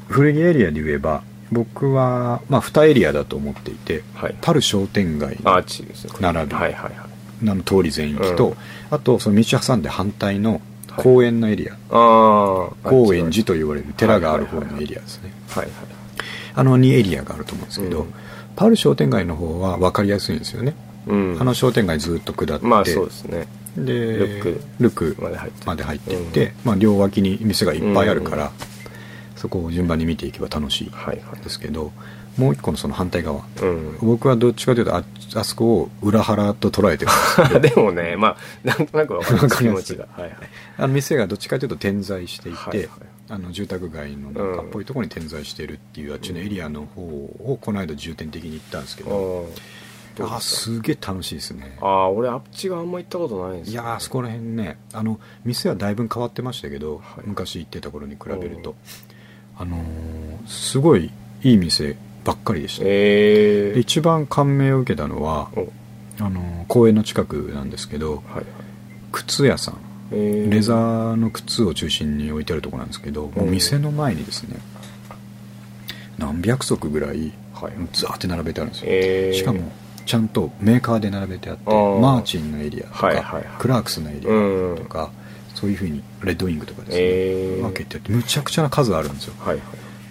[SPEAKER 1] 古着エリアで言えば僕はまあ2エリアだと思っていて
[SPEAKER 2] はい
[SPEAKER 1] パル商店街
[SPEAKER 2] アーチですね
[SPEAKER 1] 並び
[SPEAKER 2] はいはいはい
[SPEAKER 1] の通り全域と、
[SPEAKER 2] うん
[SPEAKER 1] あとその道挟んで反対の
[SPEAKER 2] はい
[SPEAKER 1] 公園のエリア、
[SPEAKER 2] ああ
[SPEAKER 1] 高円寺と言われる寺がある方
[SPEAKER 2] はいはい
[SPEAKER 1] の
[SPEAKER 2] はい
[SPEAKER 1] エリアですね
[SPEAKER 2] はいはい
[SPEAKER 1] あの2エリアがあると思うんですけど、
[SPEAKER 2] うん
[SPEAKER 1] パル商店街の方は分かりやすいんですよね、
[SPEAKER 2] うん
[SPEAKER 1] あの商店街ずっと下って、
[SPEAKER 2] まあそうですね
[SPEAKER 1] で
[SPEAKER 2] ルック
[SPEAKER 1] ルック
[SPEAKER 2] まで入って
[SPEAKER 1] まで入っていって、まあ、両脇に店がいっぱいあるから、そこを順番に見ていけば楽しい
[SPEAKER 2] はいは
[SPEAKER 1] んですけどもう一個のその反対側
[SPEAKER 2] い うん
[SPEAKER 1] 僕はどっちかというとああそこを裏腹と捉えてる
[SPEAKER 2] でもねまあなんとなくわかり
[SPEAKER 1] わ
[SPEAKER 2] ま
[SPEAKER 1] か
[SPEAKER 2] す
[SPEAKER 1] り
[SPEAKER 2] 気
[SPEAKER 1] ま
[SPEAKER 2] 持
[SPEAKER 1] す
[SPEAKER 2] ちがはいはい
[SPEAKER 1] あの店がどっちかというと点在していて、
[SPEAKER 2] はいはい
[SPEAKER 1] あの住宅街のなんかっぽいところに点在しているっていうあっちのエリアの方をこの間重点的に行ったんですけど、
[SPEAKER 2] おうどう
[SPEAKER 1] あー
[SPEAKER 2] です
[SPEAKER 1] すげえ楽しいですね
[SPEAKER 2] かああ俺あっちがあんま行ったことないんです
[SPEAKER 1] い
[SPEAKER 2] よ
[SPEAKER 1] やーあそこら辺ねあの店はだいぶ変わってましたけど、
[SPEAKER 2] はい
[SPEAKER 1] 昔行ってた頃に比べると、あのーすごいいい店ばっかりでした、
[SPEAKER 2] え
[SPEAKER 1] で
[SPEAKER 2] え
[SPEAKER 1] 一番感銘を受けたのは
[SPEAKER 2] おはい
[SPEAKER 1] あのー公園の近くなんですけど
[SPEAKER 2] はい
[SPEAKER 1] 靴屋さん
[SPEAKER 2] えー
[SPEAKER 1] レザーの靴を中心に置いてあるとこなんですけど、もう店の前にですね何百足ぐらい
[SPEAKER 2] はい
[SPEAKER 1] ザーって並べてあるんですよ、
[SPEAKER 2] えー
[SPEAKER 1] しかもちゃんとメーカーで並べてあって
[SPEAKER 2] あー
[SPEAKER 1] マーチンのエリアとか、
[SPEAKER 2] はいはいはい
[SPEAKER 1] クラークスのエリアとか、
[SPEAKER 2] うん
[SPEAKER 1] とかそういうふうにレッドウィングとかですね、
[SPEAKER 2] えー
[SPEAKER 1] 分けてあってむちゃくちゃな数あるんですよも
[SPEAKER 2] はいはい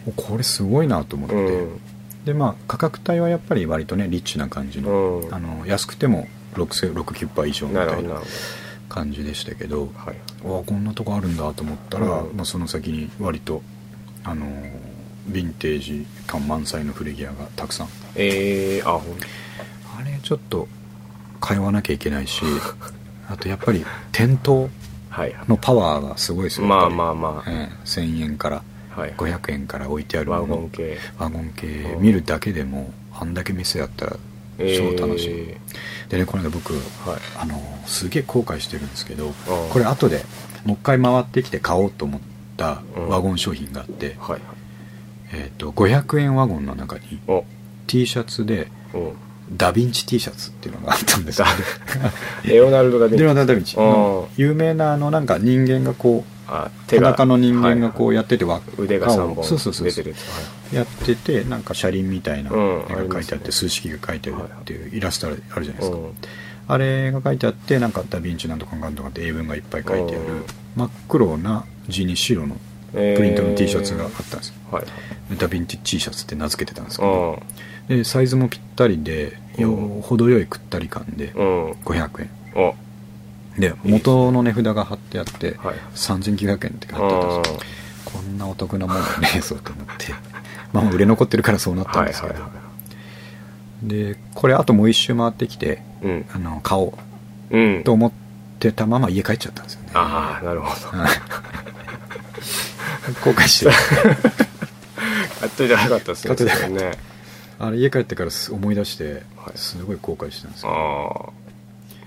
[SPEAKER 2] う
[SPEAKER 1] これすごいなと思って、
[SPEAKER 2] うん
[SPEAKER 1] でまあ価格帯はやっぱり割とねリッチな感じの,、
[SPEAKER 2] うん
[SPEAKER 1] あの安くても69%以上み
[SPEAKER 2] なる
[SPEAKER 1] た
[SPEAKER 2] ほ
[SPEAKER 1] い
[SPEAKER 2] どなる
[SPEAKER 1] な
[SPEAKER 2] ほ
[SPEAKER 1] 感じでしたけど
[SPEAKER 2] どはい
[SPEAKER 1] わあこんなとこあるんだと思ったら、
[SPEAKER 2] うん
[SPEAKER 1] まあ、その先に割とあのーヴィンテージ感満載の古着屋がたくさん
[SPEAKER 2] ええあほん
[SPEAKER 1] あれちょっと通わなきゃいけない しあとやっぱり店頭
[SPEAKER 2] はいはい
[SPEAKER 1] のパワーがすごいですよ
[SPEAKER 2] ま
[SPEAKER 1] やっ
[SPEAKER 2] あ
[SPEAKER 1] ぱり
[SPEAKER 2] まあまあ
[SPEAKER 1] ええ1000円から
[SPEAKER 2] はいはい
[SPEAKER 1] 500円から置いてある
[SPEAKER 2] ワ
[SPEAKER 1] も
[SPEAKER 2] ゴ
[SPEAKER 1] の
[SPEAKER 2] ン系
[SPEAKER 1] ワゴン系見るだけでもあんだけ店やったら超楽しい、
[SPEAKER 2] え
[SPEAKER 1] でねこの間僕
[SPEAKER 2] ーはい
[SPEAKER 1] あのすげえ後悔してるんですけど
[SPEAKER 2] あ
[SPEAKER 1] これ後でもう一回回ってきて買おうと思ったワゴン商品があって、
[SPEAKER 2] はいはい
[SPEAKER 1] えー、と500円ワゴンの中に
[SPEAKER 2] お
[SPEAKER 1] T シャツで
[SPEAKER 2] お
[SPEAKER 1] ダヴィンチ T シャツっていうのがあったんですよ
[SPEAKER 2] レオナルドが出
[SPEAKER 1] レ
[SPEAKER 2] て
[SPEAKER 1] オナルド・ダヴィンチの有名なあのなんか人間がこう
[SPEAKER 2] あ手が
[SPEAKER 1] 裸の人間がこ
[SPEAKER 2] は
[SPEAKER 1] うやってて輪っ
[SPEAKER 2] いはい腕が
[SPEAKER 1] かを
[SPEAKER 2] 三本
[SPEAKER 1] そうそうそう
[SPEAKER 2] 出てるやつはい
[SPEAKER 1] やっててなんか車輪みたいな
[SPEAKER 2] うん
[SPEAKER 1] 絵が書いてあって、
[SPEAKER 2] ありますね
[SPEAKER 1] 数式が書いてあるっていうイラストあるじゃないですか、
[SPEAKER 2] うん
[SPEAKER 1] あれが書いてあってなんかダヴィンチなんとかなんとかって英文がいっぱい書いてある
[SPEAKER 2] うん
[SPEAKER 1] 真っ黒な地に白の
[SPEAKER 2] えー
[SPEAKER 1] プリントの T シャツがあったんですよ、
[SPEAKER 2] はい
[SPEAKER 1] ダヴィンチ T シャツって名付けてたんですけど
[SPEAKER 2] あ
[SPEAKER 1] でサイズもぴったりでよ
[SPEAKER 2] うん
[SPEAKER 1] 程よいくったり感で
[SPEAKER 2] あうん
[SPEAKER 1] 500円
[SPEAKER 2] あは
[SPEAKER 1] で元の値札が貼ってあって
[SPEAKER 2] い
[SPEAKER 1] 3900円って
[SPEAKER 2] あ
[SPEAKER 1] 貼ってあったんですよこんなお得なもんだねそうと思って まあ売れ残ってるからそうなったん
[SPEAKER 2] はいはい
[SPEAKER 1] ですけど、
[SPEAKER 2] は
[SPEAKER 1] でこれあともう一周回ってきて
[SPEAKER 2] いうん
[SPEAKER 1] あの買おう
[SPEAKER 2] うん
[SPEAKER 1] と思ってたまま家帰っちゃったんですよね
[SPEAKER 2] ああなるほど
[SPEAKER 1] はい後悔してる
[SPEAKER 2] 買っといたらよかったです
[SPEAKER 1] 買
[SPEAKER 2] ね
[SPEAKER 1] っといたら
[SPEAKER 2] それね
[SPEAKER 1] あれ家帰ってからす思い出して
[SPEAKER 2] はい
[SPEAKER 1] すごい後悔してたんですよ、
[SPEAKER 2] ああ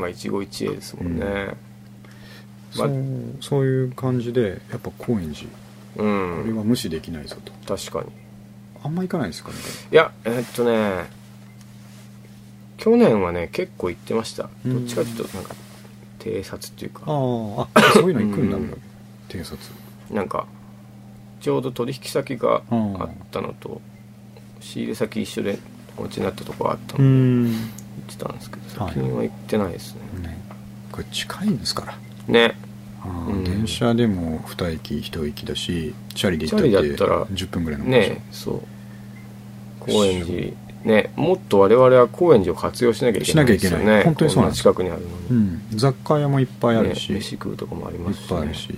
[SPEAKER 2] まあ一期一会ですもんねまあ
[SPEAKER 1] そうそういう感じでやっぱ高円寺
[SPEAKER 2] う
[SPEAKER 1] これ
[SPEAKER 2] ん
[SPEAKER 1] は無視できないぞと
[SPEAKER 2] 確かに
[SPEAKER 1] あんま行かないですかね
[SPEAKER 2] いやえーっとね去年はね結構行ってました
[SPEAKER 1] うん
[SPEAKER 2] どっちかというとなんか偵察っていう
[SPEAKER 1] あ
[SPEAKER 2] か
[SPEAKER 1] ーあそういうの行くんだ
[SPEAKER 2] う
[SPEAKER 1] も
[SPEAKER 2] ん
[SPEAKER 1] ん偵察
[SPEAKER 2] なんかちょうど取引先が
[SPEAKER 1] うん
[SPEAKER 2] あったのと仕入れ先一緒でお家になったとこあったの行
[SPEAKER 1] ん、
[SPEAKER 2] ってたんですけど
[SPEAKER 1] はい
[SPEAKER 2] 最近は行ってないですね
[SPEAKER 1] ね、これ近いんですから
[SPEAKER 2] ね
[SPEAKER 1] あー
[SPEAKER 2] うん
[SPEAKER 1] 電車でも2駅1駅だしチャリで行った
[SPEAKER 2] チャリだったら
[SPEAKER 1] って10分ぐらいの場所
[SPEAKER 2] ねそう高円寺ねもっと我々は高円寺を活用しなきゃいけないですよ
[SPEAKER 1] しなきゃいけな
[SPEAKER 2] ね
[SPEAKER 1] い本当にそうなんです
[SPEAKER 2] こんな近くにあ
[SPEAKER 1] う
[SPEAKER 2] るのに、
[SPEAKER 1] ん、雑貨屋もいっぱいあるし、
[SPEAKER 2] ね、飯
[SPEAKER 1] いっ
[SPEAKER 2] 食うとこもありますし、ね、
[SPEAKER 1] ぱいあるし、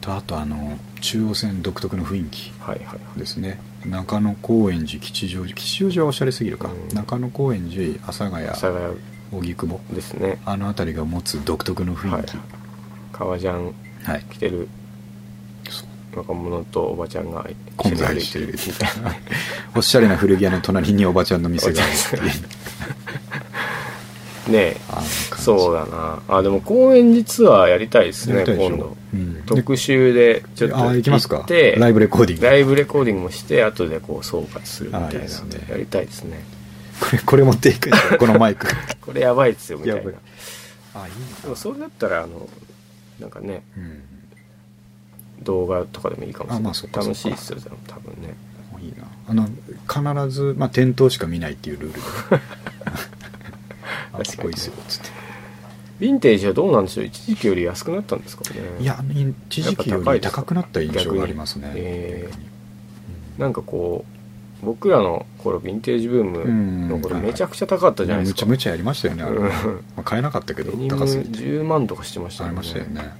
[SPEAKER 1] とあとあの中央線独特の雰囲気
[SPEAKER 2] うん、はいはいはい
[SPEAKER 1] ですね中野高円寺吉祥寺吉祥寺はおしゃれすぎるか、
[SPEAKER 2] うん
[SPEAKER 1] 中野高円寺阿佐ヶ谷
[SPEAKER 2] 阿佐ヶ谷
[SPEAKER 1] 荻窪
[SPEAKER 2] ですね
[SPEAKER 1] あの辺りが持つ独特の
[SPEAKER 2] は
[SPEAKER 1] 雰囲
[SPEAKER 2] い
[SPEAKER 1] 気
[SPEAKER 2] 革ジャン
[SPEAKER 1] はい、
[SPEAKER 2] 着てる
[SPEAKER 1] そう
[SPEAKER 2] 若者とおばちゃんが
[SPEAKER 1] 混
[SPEAKER 2] 一緒
[SPEAKER 1] 在
[SPEAKER 2] に
[SPEAKER 1] してるみ
[SPEAKER 2] 歩い
[SPEAKER 1] たいなおしゃれな古着屋の隣におばちゃんの店があるっていう
[SPEAKER 2] ねえ
[SPEAKER 1] あの感じ
[SPEAKER 2] そうだなあでも高円寺ツアーやりたいです
[SPEAKER 1] や
[SPEAKER 2] ね
[SPEAKER 1] りたいでしょ
[SPEAKER 2] 今度
[SPEAKER 1] うんで
[SPEAKER 2] 特集でちょっと
[SPEAKER 1] あ行きますか
[SPEAKER 2] って
[SPEAKER 1] ライブレコーディング
[SPEAKER 2] ライブレコーディングもして後でこう総括するみた
[SPEAKER 1] あいい
[SPEAKER 2] い
[SPEAKER 1] ですね
[SPEAKER 2] なやりたいですね
[SPEAKER 1] これこれ持っていくんですよこのマイ ク
[SPEAKER 2] これやばいですよみたいな
[SPEAKER 1] やばい
[SPEAKER 2] で
[SPEAKER 1] あいい
[SPEAKER 2] もそれだったらあのなんかね
[SPEAKER 1] なうん
[SPEAKER 2] 動画とかでもいいかもしれ
[SPEAKER 1] あま
[SPEAKER 2] な
[SPEAKER 1] あ
[SPEAKER 2] い
[SPEAKER 1] そっかそっ
[SPEAKER 2] 楽
[SPEAKER 1] か
[SPEAKER 2] しいですよ多分ね
[SPEAKER 1] もういいなあの必ず、まあ、店頭しか見ないっていうルール であ
[SPEAKER 2] 確かにね
[SPEAKER 1] ここいいですよつって
[SPEAKER 2] ヴィンテージはどうなんでしょう一時期より安くなったんですかね
[SPEAKER 1] いや一時期より高くなった印象がありますね
[SPEAKER 2] 逆にえー
[SPEAKER 1] 逆に
[SPEAKER 2] なんかこう僕らの頃ヴィンテージブームの頃
[SPEAKER 1] うん
[SPEAKER 2] めちゃくちゃ高かったじゃない
[SPEAKER 1] む
[SPEAKER 2] で
[SPEAKER 1] ち
[SPEAKER 2] す
[SPEAKER 1] ゃ
[SPEAKER 2] か
[SPEAKER 1] むちゃやりましたよねあれ、
[SPEAKER 2] うん
[SPEAKER 1] まあ、買えなかったけど
[SPEAKER 2] デニム
[SPEAKER 1] 高すぎて
[SPEAKER 2] 10万とかしてました
[SPEAKER 1] ありましたよね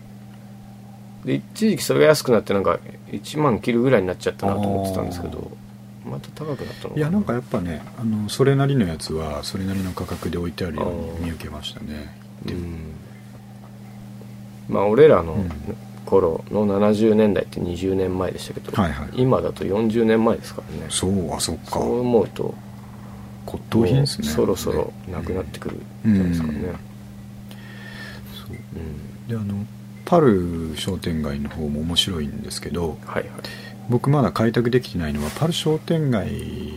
[SPEAKER 2] で一時期それが安くなってなんか1万切るぐらいになっちゃったなと思ってたんですけ
[SPEAKER 1] あ
[SPEAKER 2] どまた高くなったの
[SPEAKER 1] いやなんかやっぱねあのそれなりのやつはそれなりの価格で置いてあるよう
[SPEAKER 2] あー
[SPEAKER 1] に見受けましたね
[SPEAKER 2] うんまあ俺らの
[SPEAKER 1] うん
[SPEAKER 2] 頃の70年代って20年前でしたけど、
[SPEAKER 1] はいはい
[SPEAKER 2] 今だと40年前ですからね
[SPEAKER 1] そうあそっか
[SPEAKER 2] そう思うと
[SPEAKER 1] 骨董品ですね
[SPEAKER 2] もうそろそろなくなってくる
[SPEAKER 1] うん
[SPEAKER 2] んじゃないですかね、
[SPEAKER 1] そう
[SPEAKER 2] うん
[SPEAKER 1] であのパル商店街の方も面白いんですけど
[SPEAKER 2] はいはい
[SPEAKER 1] 僕まだ開拓できてないのはパル商店街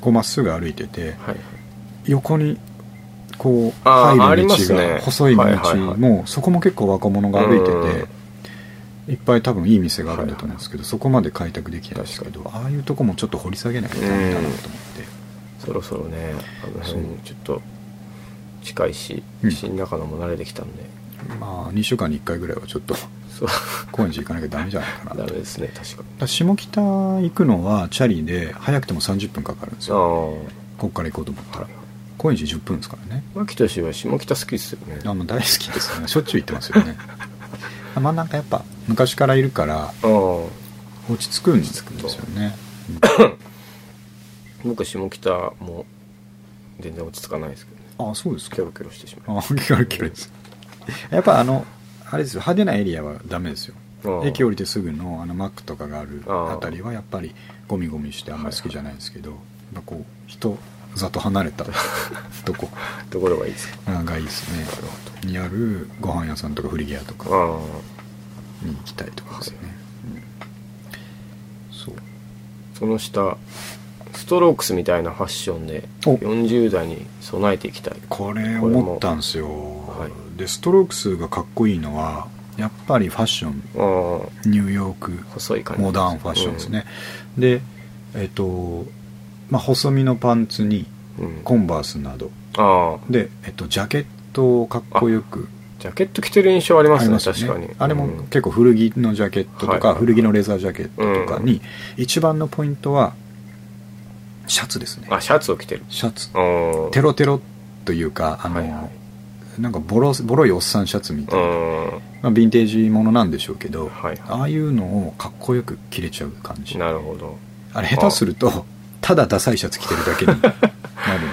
[SPEAKER 1] こうまっすぐ歩いてて
[SPEAKER 2] はい
[SPEAKER 1] 横にこう
[SPEAKER 2] あーあ
[SPEAKER 1] 入
[SPEAKER 2] り
[SPEAKER 1] る
[SPEAKER 2] ま
[SPEAKER 1] 道
[SPEAKER 2] すね
[SPEAKER 1] が細い道
[SPEAKER 2] はいはいはい
[SPEAKER 1] もうそこも結構若者が歩いて
[SPEAKER 2] う
[SPEAKER 1] ていっぱい多分いい店があるんだと思うんですけどそこまで開拓できてないんですけどああいうとこもちょっと掘り下げなきゃいけないんだなと思って
[SPEAKER 2] そろそろねあの辺
[SPEAKER 1] そう
[SPEAKER 2] ちょっと近いし
[SPEAKER 1] うん
[SPEAKER 2] 新中野も慣れてきたんで、
[SPEAKER 1] まあ2週間に1回ぐらいはちょっと
[SPEAKER 2] そう
[SPEAKER 1] 高円寺行かなきゃダメじゃないかなと
[SPEAKER 2] ダメですね確かに
[SPEAKER 1] だから下北行くのはチャリで早くても30分かかるんです
[SPEAKER 2] あ
[SPEAKER 1] よ
[SPEAKER 2] あは
[SPEAKER 1] こっから行こうと思ったら
[SPEAKER 2] い
[SPEAKER 1] 高円寺10分ですからね
[SPEAKER 2] 牧俊は下北好きですよね
[SPEAKER 1] あもう大好きですねしょっちゅう行ってますよ ねまあなんかやっぱ昔からいるから
[SPEAKER 2] ああ
[SPEAKER 1] 落ち着くんですよね、
[SPEAKER 2] 僕下北も全然落ち着かないですけどね
[SPEAKER 1] うんあそうです
[SPEAKER 2] キ
[SPEAKER 1] か
[SPEAKER 2] ョロキョロしてしまう
[SPEAKER 1] あキョロキョロですやっぱあのあれですよ派手なエリアはダメですよ
[SPEAKER 2] ああ
[SPEAKER 1] 駅降りてすぐのあのマックとかがある
[SPEAKER 2] あー
[SPEAKER 1] あたりはやっぱりゴミゴミしてあんまり好きじゃないんですけど、やっぱこう人里離れ たとこ
[SPEAKER 2] ところがいいですか
[SPEAKER 1] がいいですねにあるご飯屋さんとか古着屋とか
[SPEAKER 2] ああ
[SPEAKER 1] に行きたいとかですよね、うんそう
[SPEAKER 2] その下ストロークスみたいなファッションで
[SPEAKER 1] お
[SPEAKER 2] 40代に備えていきたい
[SPEAKER 1] これ思ったんですよ、
[SPEAKER 2] い
[SPEAKER 1] でストロークスがかっこいいのはやっぱりファッション
[SPEAKER 2] ああ
[SPEAKER 1] ニューヨーク
[SPEAKER 2] 細い感じ
[SPEAKER 1] モダンファッションですね、でえっ、とまあ細身のパンツに
[SPEAKER 2] うん、うん
[SPEAKER 1] コンバースなど
[SPEAKER 2] ああ
[SPEAKER 1] で、えっとジャケットをかっこよく
[SPEAKER 2] ジャケット着てる印象ありますね
[SPEAKER 1] よ
[SPEAKER 2] 確かに
[SPEAKER 1] あれも
[SPEAKER 2] うん
[SPEAKER 1] 結構古着のジャケットと
[SPEAKER 2] はいはい
[SPEAKER 1] か
[SPEAKER 2] はい
[SPEAKER 1] 古着のレザージャケットとかに一番のポイントはシャツですね
[SPEAKER 2] あシャツを着てる
[SPEAKER 1] シャツ
[SPEAKER 2] うん
[SPEAKER 1] テロテロというかあの、
[SPEAKER 2] はいは
[SPEAKER 1] なんかボロボロいおっさんシャツみた
[SPEAKER 2] う
[SPEAKER 1] いな、
[SPEAKER 2] んは
[SPEAKER 1] まあ、ヴィンテージものなんでしょうけど、
[SPEAKER 2] いは
[SPEAKER 1] ああいうのをかっこよく着れちゃう感
[SPEAKER 2] い
[SPEAKER 1] じ
[SPEAKER 2] なるほど
[SPEAKER 1] あれ下手するとただダサいシャツ着てるだけにな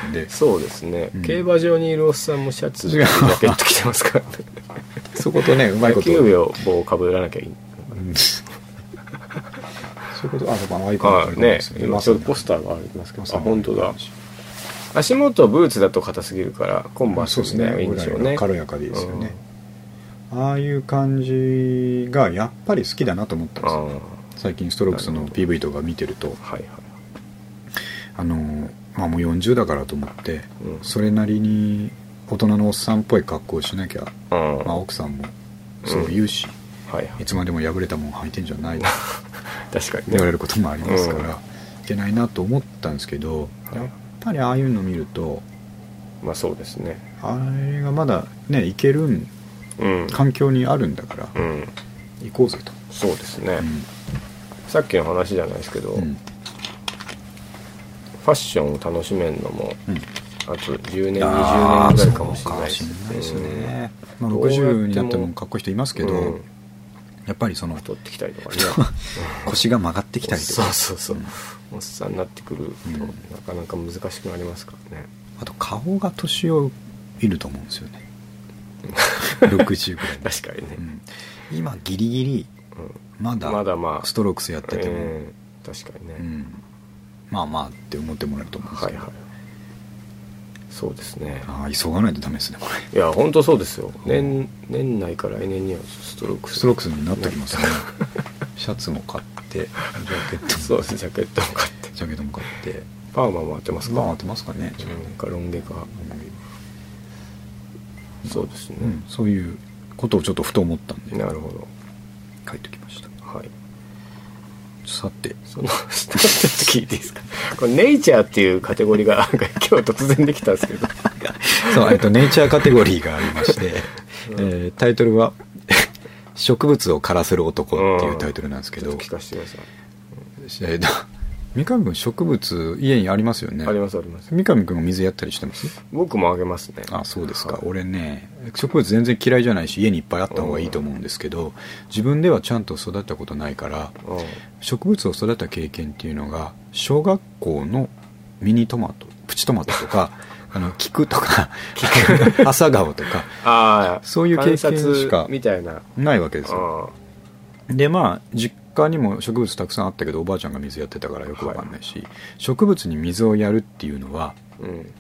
[SPEAKER 1] るんで
[SPEAKER 2] そうですね、
[SPEAKER 1] うん
[SPEAKER 2] 競馬場にいるおっさんもシャツジ
[SPEAKER 1] 違う
[SPEAKER 2] ャケット着てます からね
[SPEAKER 1] そことねうまいこと
[SPEAKER 2] 9秒棒をかぶらなきゃいい
[SPEAKER 1] うんそういうことあそうかああいうことあ
[SPEAKER 2] あ
[SPEAKER 1] るかも
[SPEAKER 2] ね
[SPEAKER 1] です
[SPEAKER 2] 今
[SPEAKER 1] ま
[SPEAKER 2] ち
[SPEAKER 1] さ
[SPEAKER 2] ょう
[SPEAKER 1] に
[SPEAKER 2] どポスターがありますけ
[SPEAKER 1] ま
[SPEAKER 2] どあ
[SPEAKER 1] さに
[SPEAKER 2] 本当だ足元はブーツだと硬すぎるからコンバー
[SPEAKER 1] そ
[SPEAKER 2] ス
[SPEAKER 1] うです
[SPEAKER 2] みたいなのが
[SPEAKER 1] ね
[SPEAKER 2] いいん
[SPEAKER 1] ぐ
[SPEAKER 2] で
[SPEAKER 1] ら
[SPEAKER 2] しょ
[SPEAKER 1] いう
[SPEAKER 2] ね
[SPEAKER 1] の軽やかでいいですよね、ああいう感じがやっぱり好きだなと思ったん
[SPEAKER 2] あ
[SPEAKER 1] です
[SPEAKER 2] あ
[SPEAKER 1] よ
[SPEAKER 2] はい
[SPEAKER 1] 最近ストロークスの PV とか見てると
[SPEAKER 2] はい
[SPEAKER 1] あのーまあもう40だからと思って
[SPEAKER 2] うん
[SPEAKER 1] それなりに大人のおっさんっぽい格好をしなきゃ、
[SPEAKER 2] あ
[SPEAKER 1] まあ、
[SPEAKER 2] は
[SPEAKER 1] 奥さんもそう言うし、
[SPEAKER 2] いはい
[SPEAKER 1] いつまでも破れたもん履いてんじゃないって
[SPEAKER 2] 確かに
[SPEAKER 1] 言わ
[SPEAKER 2] ね
[SPEAKER 1] れることもありますから、
[SPEAKER 2] うん
[SPEAKER 1] いけないなと思ったんですけど
[SPEAKER 2] はい
[SPEAKER 1] やっぱりああいうの見ると
[SPEAKER 2] まあそうですね
[SPEAKER 1] あれがまだねいけるん
[SPEAKER 2] うん
[SPEAKER 1] 環境にあるんだから
[SPEAKER 2] うん
[SPEAKER 1] 行こうぜと、
[SPEAKER 2] そうですね、
[SPEAKER 1] う
[SPEAKER 2] さっきの話じゃないですけど、
[SPEAKER 1] んうん
[SPEAKER 2] ファッションを楽しめるのも
[SPEAKER 1] うん
[SPEAKER 2] あと10年
[SPEAKER 1] あー
[SPEAKER 2] 20年ぐ
[SPEAKER 1] そう
[SPEAKER 2] らいかもしれない
[SPEAKER 1] かも
[SPEAKER 2] です
[SPEAKER 1] しれないです
[SPEAKER 2] うん
[SPEAKER 1] ね、まあ、
[SPEAKER 2] どうやっても
[SPEAKER 1] 60になってもかっこいい人いますけど、
[SPEAKER 2] うん
[SPEAKER 1] やっぱりその
[SPEAKER 2] 太ってきたりとかね
[SPEAKER 1] 腰が曲がってきたりと
[SPEAKER 2] そ
[SPEAKER 1] か
[SPEAKER 2] うそうそう、
[SPEAKER 1] うん
[SPEAKER 2] おっさんになってくると、
[SPEAKER 1] うん
[SPEAKER 2] なかなか難しくなりますからね
[SPEAKER 1] あと顔が年をいると思うんですよ ね60ぐらいで、
[SPEAKER 2] 確かにね
[SPEAKER 1] う、ん、今ギリギリ
[SPEAKER 2] うん
[SPEAKER 1] まだ
[SPEAKER 2] まだまあ
[SPEAKER 1] ストロークスやってても、
[SPEAKER 2] うん確かにね、
[SPEAKER 1] うんまあまあって思ってもらえると思うんです
[SPEAKER 2] は
[SPEAKER 1] け
[SPEAKER 2] い
[SPEAKER 1] ど、
[SPEAKER 2] はいそうですね
[SPEAKER 1] ああ急がないとダメですねこれ
[SPEAKER 2] いや本当そうですよ年年内か来年にはストロークス
[SPEAKER 1] ストロークスになってきます ねシャツも買ってジャケットも
[SPEAKER 2] そうですねジャケットも買って
[SPEAKER 1] ジャケットも買って
[SPEAKER 2] パーマも当てますか
[SPEAKER 1] まあ合ってますかね、
[SPEAKER 2] うんかロン毛かそうですね、
[SPEAKER 1] うん、そういうことをちょっとふと思ったんで
[SPEAKER 2] なるほど
[SPEAKER 1] 書いておきました
[SPEAKER 2] はい
[SPEAKER 1] さて
[SPEAKER 2] そのスタッ聞いていいですかこれネイチャーっていうカテゴリーがなんか今日突然できたんですけど
[SPEAKER 1] そう、えっと、ネイチャーカテゴリーがありま して、えータイトルは、 植物を枯らせる男っていうタイトルなんですけ
[SPEAKER 2] ちょ
[SPEAKER 1] ど、
[SPEAKER 2] っと聞かせてください、
[SPEAKER 1] えっと、三上くん植物家にありますよね
[SPEAKER 2] ありますあります
[SPEAKER 1] 三上くんが水やったりしてます
[SPEAKER 2] 僕もあげますね
[SPEAKER 1] あ、そうですか。
[SPEAKER 2] はい
[SPEAKER 1] 俺ね、植物全然嫌いじゃないし、家にいっぱいあった方がいいと思うんですけど、自分ではちゃんと育ったことないから、
[SPEAKER 2] うん
[SPEAKER 1] 植物を育てた経験っていうのが小学校のミニトマトプチトマトと かあの菊とか 朝顔とか
[SPEAKER 2] ああ
[SPEAKER 1] そういう経験しか
[SPEAKER 2] みたいな
[SPEAKER 1] ないわけですよ
[SPEAKER 2] あ
[SPEAKER 1] でまあ実家にも植物たくさんあったけどおばあちゃんが水やってたからよくわかんないし、植物に水をやるっていうのは
[SPEAKER 2] うん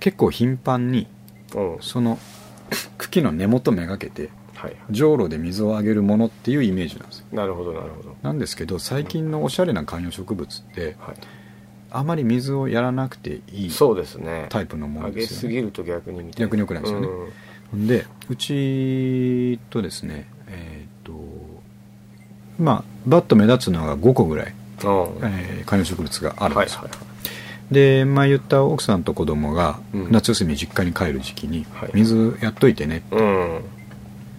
[SPEAKER 1] 結構頻繁に
[SPEAKER 2] うん
[SPEAKER 1] その 茎の根元めがけて
[SPEAKER 2] はいは
[SPEAKER 1] じょうろで水をあげるものっていうイメージなんですよ
[SPEAKER 2] いなるほどなるほど
[SPEAKER 1] なんですけど最近のおしゃれな観葉植物って
[SPEAKER 2] はい
[SPEAKER 1] あまり水をやらなくていい
[SPEAKER 2] そうですね
[SPEAKER 1] タイプのも
[SPEAKER 2] あ
[SPEAKER 1] ので
[SPEAKER 2] げ
[SPEAKER 1] す
[SPEAKER 2] す
[SPEAKER 1] よ、ね、
[SPEAKER 2] ぎると逆にみたいな
[SPEAKER 1] 逆に良くないですよね
[SPEAKER 2] うん
[SPEAKER 1] ほんでうちとですねえーっとまあバッと目立つのが5個ぐらい、
[SPEAKER 2] うんはい
[SPEAKER 1] えー観葉植物があるん
[SPEAKER 2] は
[SPEAKER 1] で
[SPEAKER 2] い
[SPEAKER 1] すよ、
[SPEAKER 2] はい
[SPEAKER 1] で前言った奥さんと子供が
[SPEAKER 2] うん
[SPEAKER 1] 夏休み実家に帰る時期に
[SPEAKER 2] はい
[SPEAKER 1] 水やっといてね
[SPEAKER 2] うん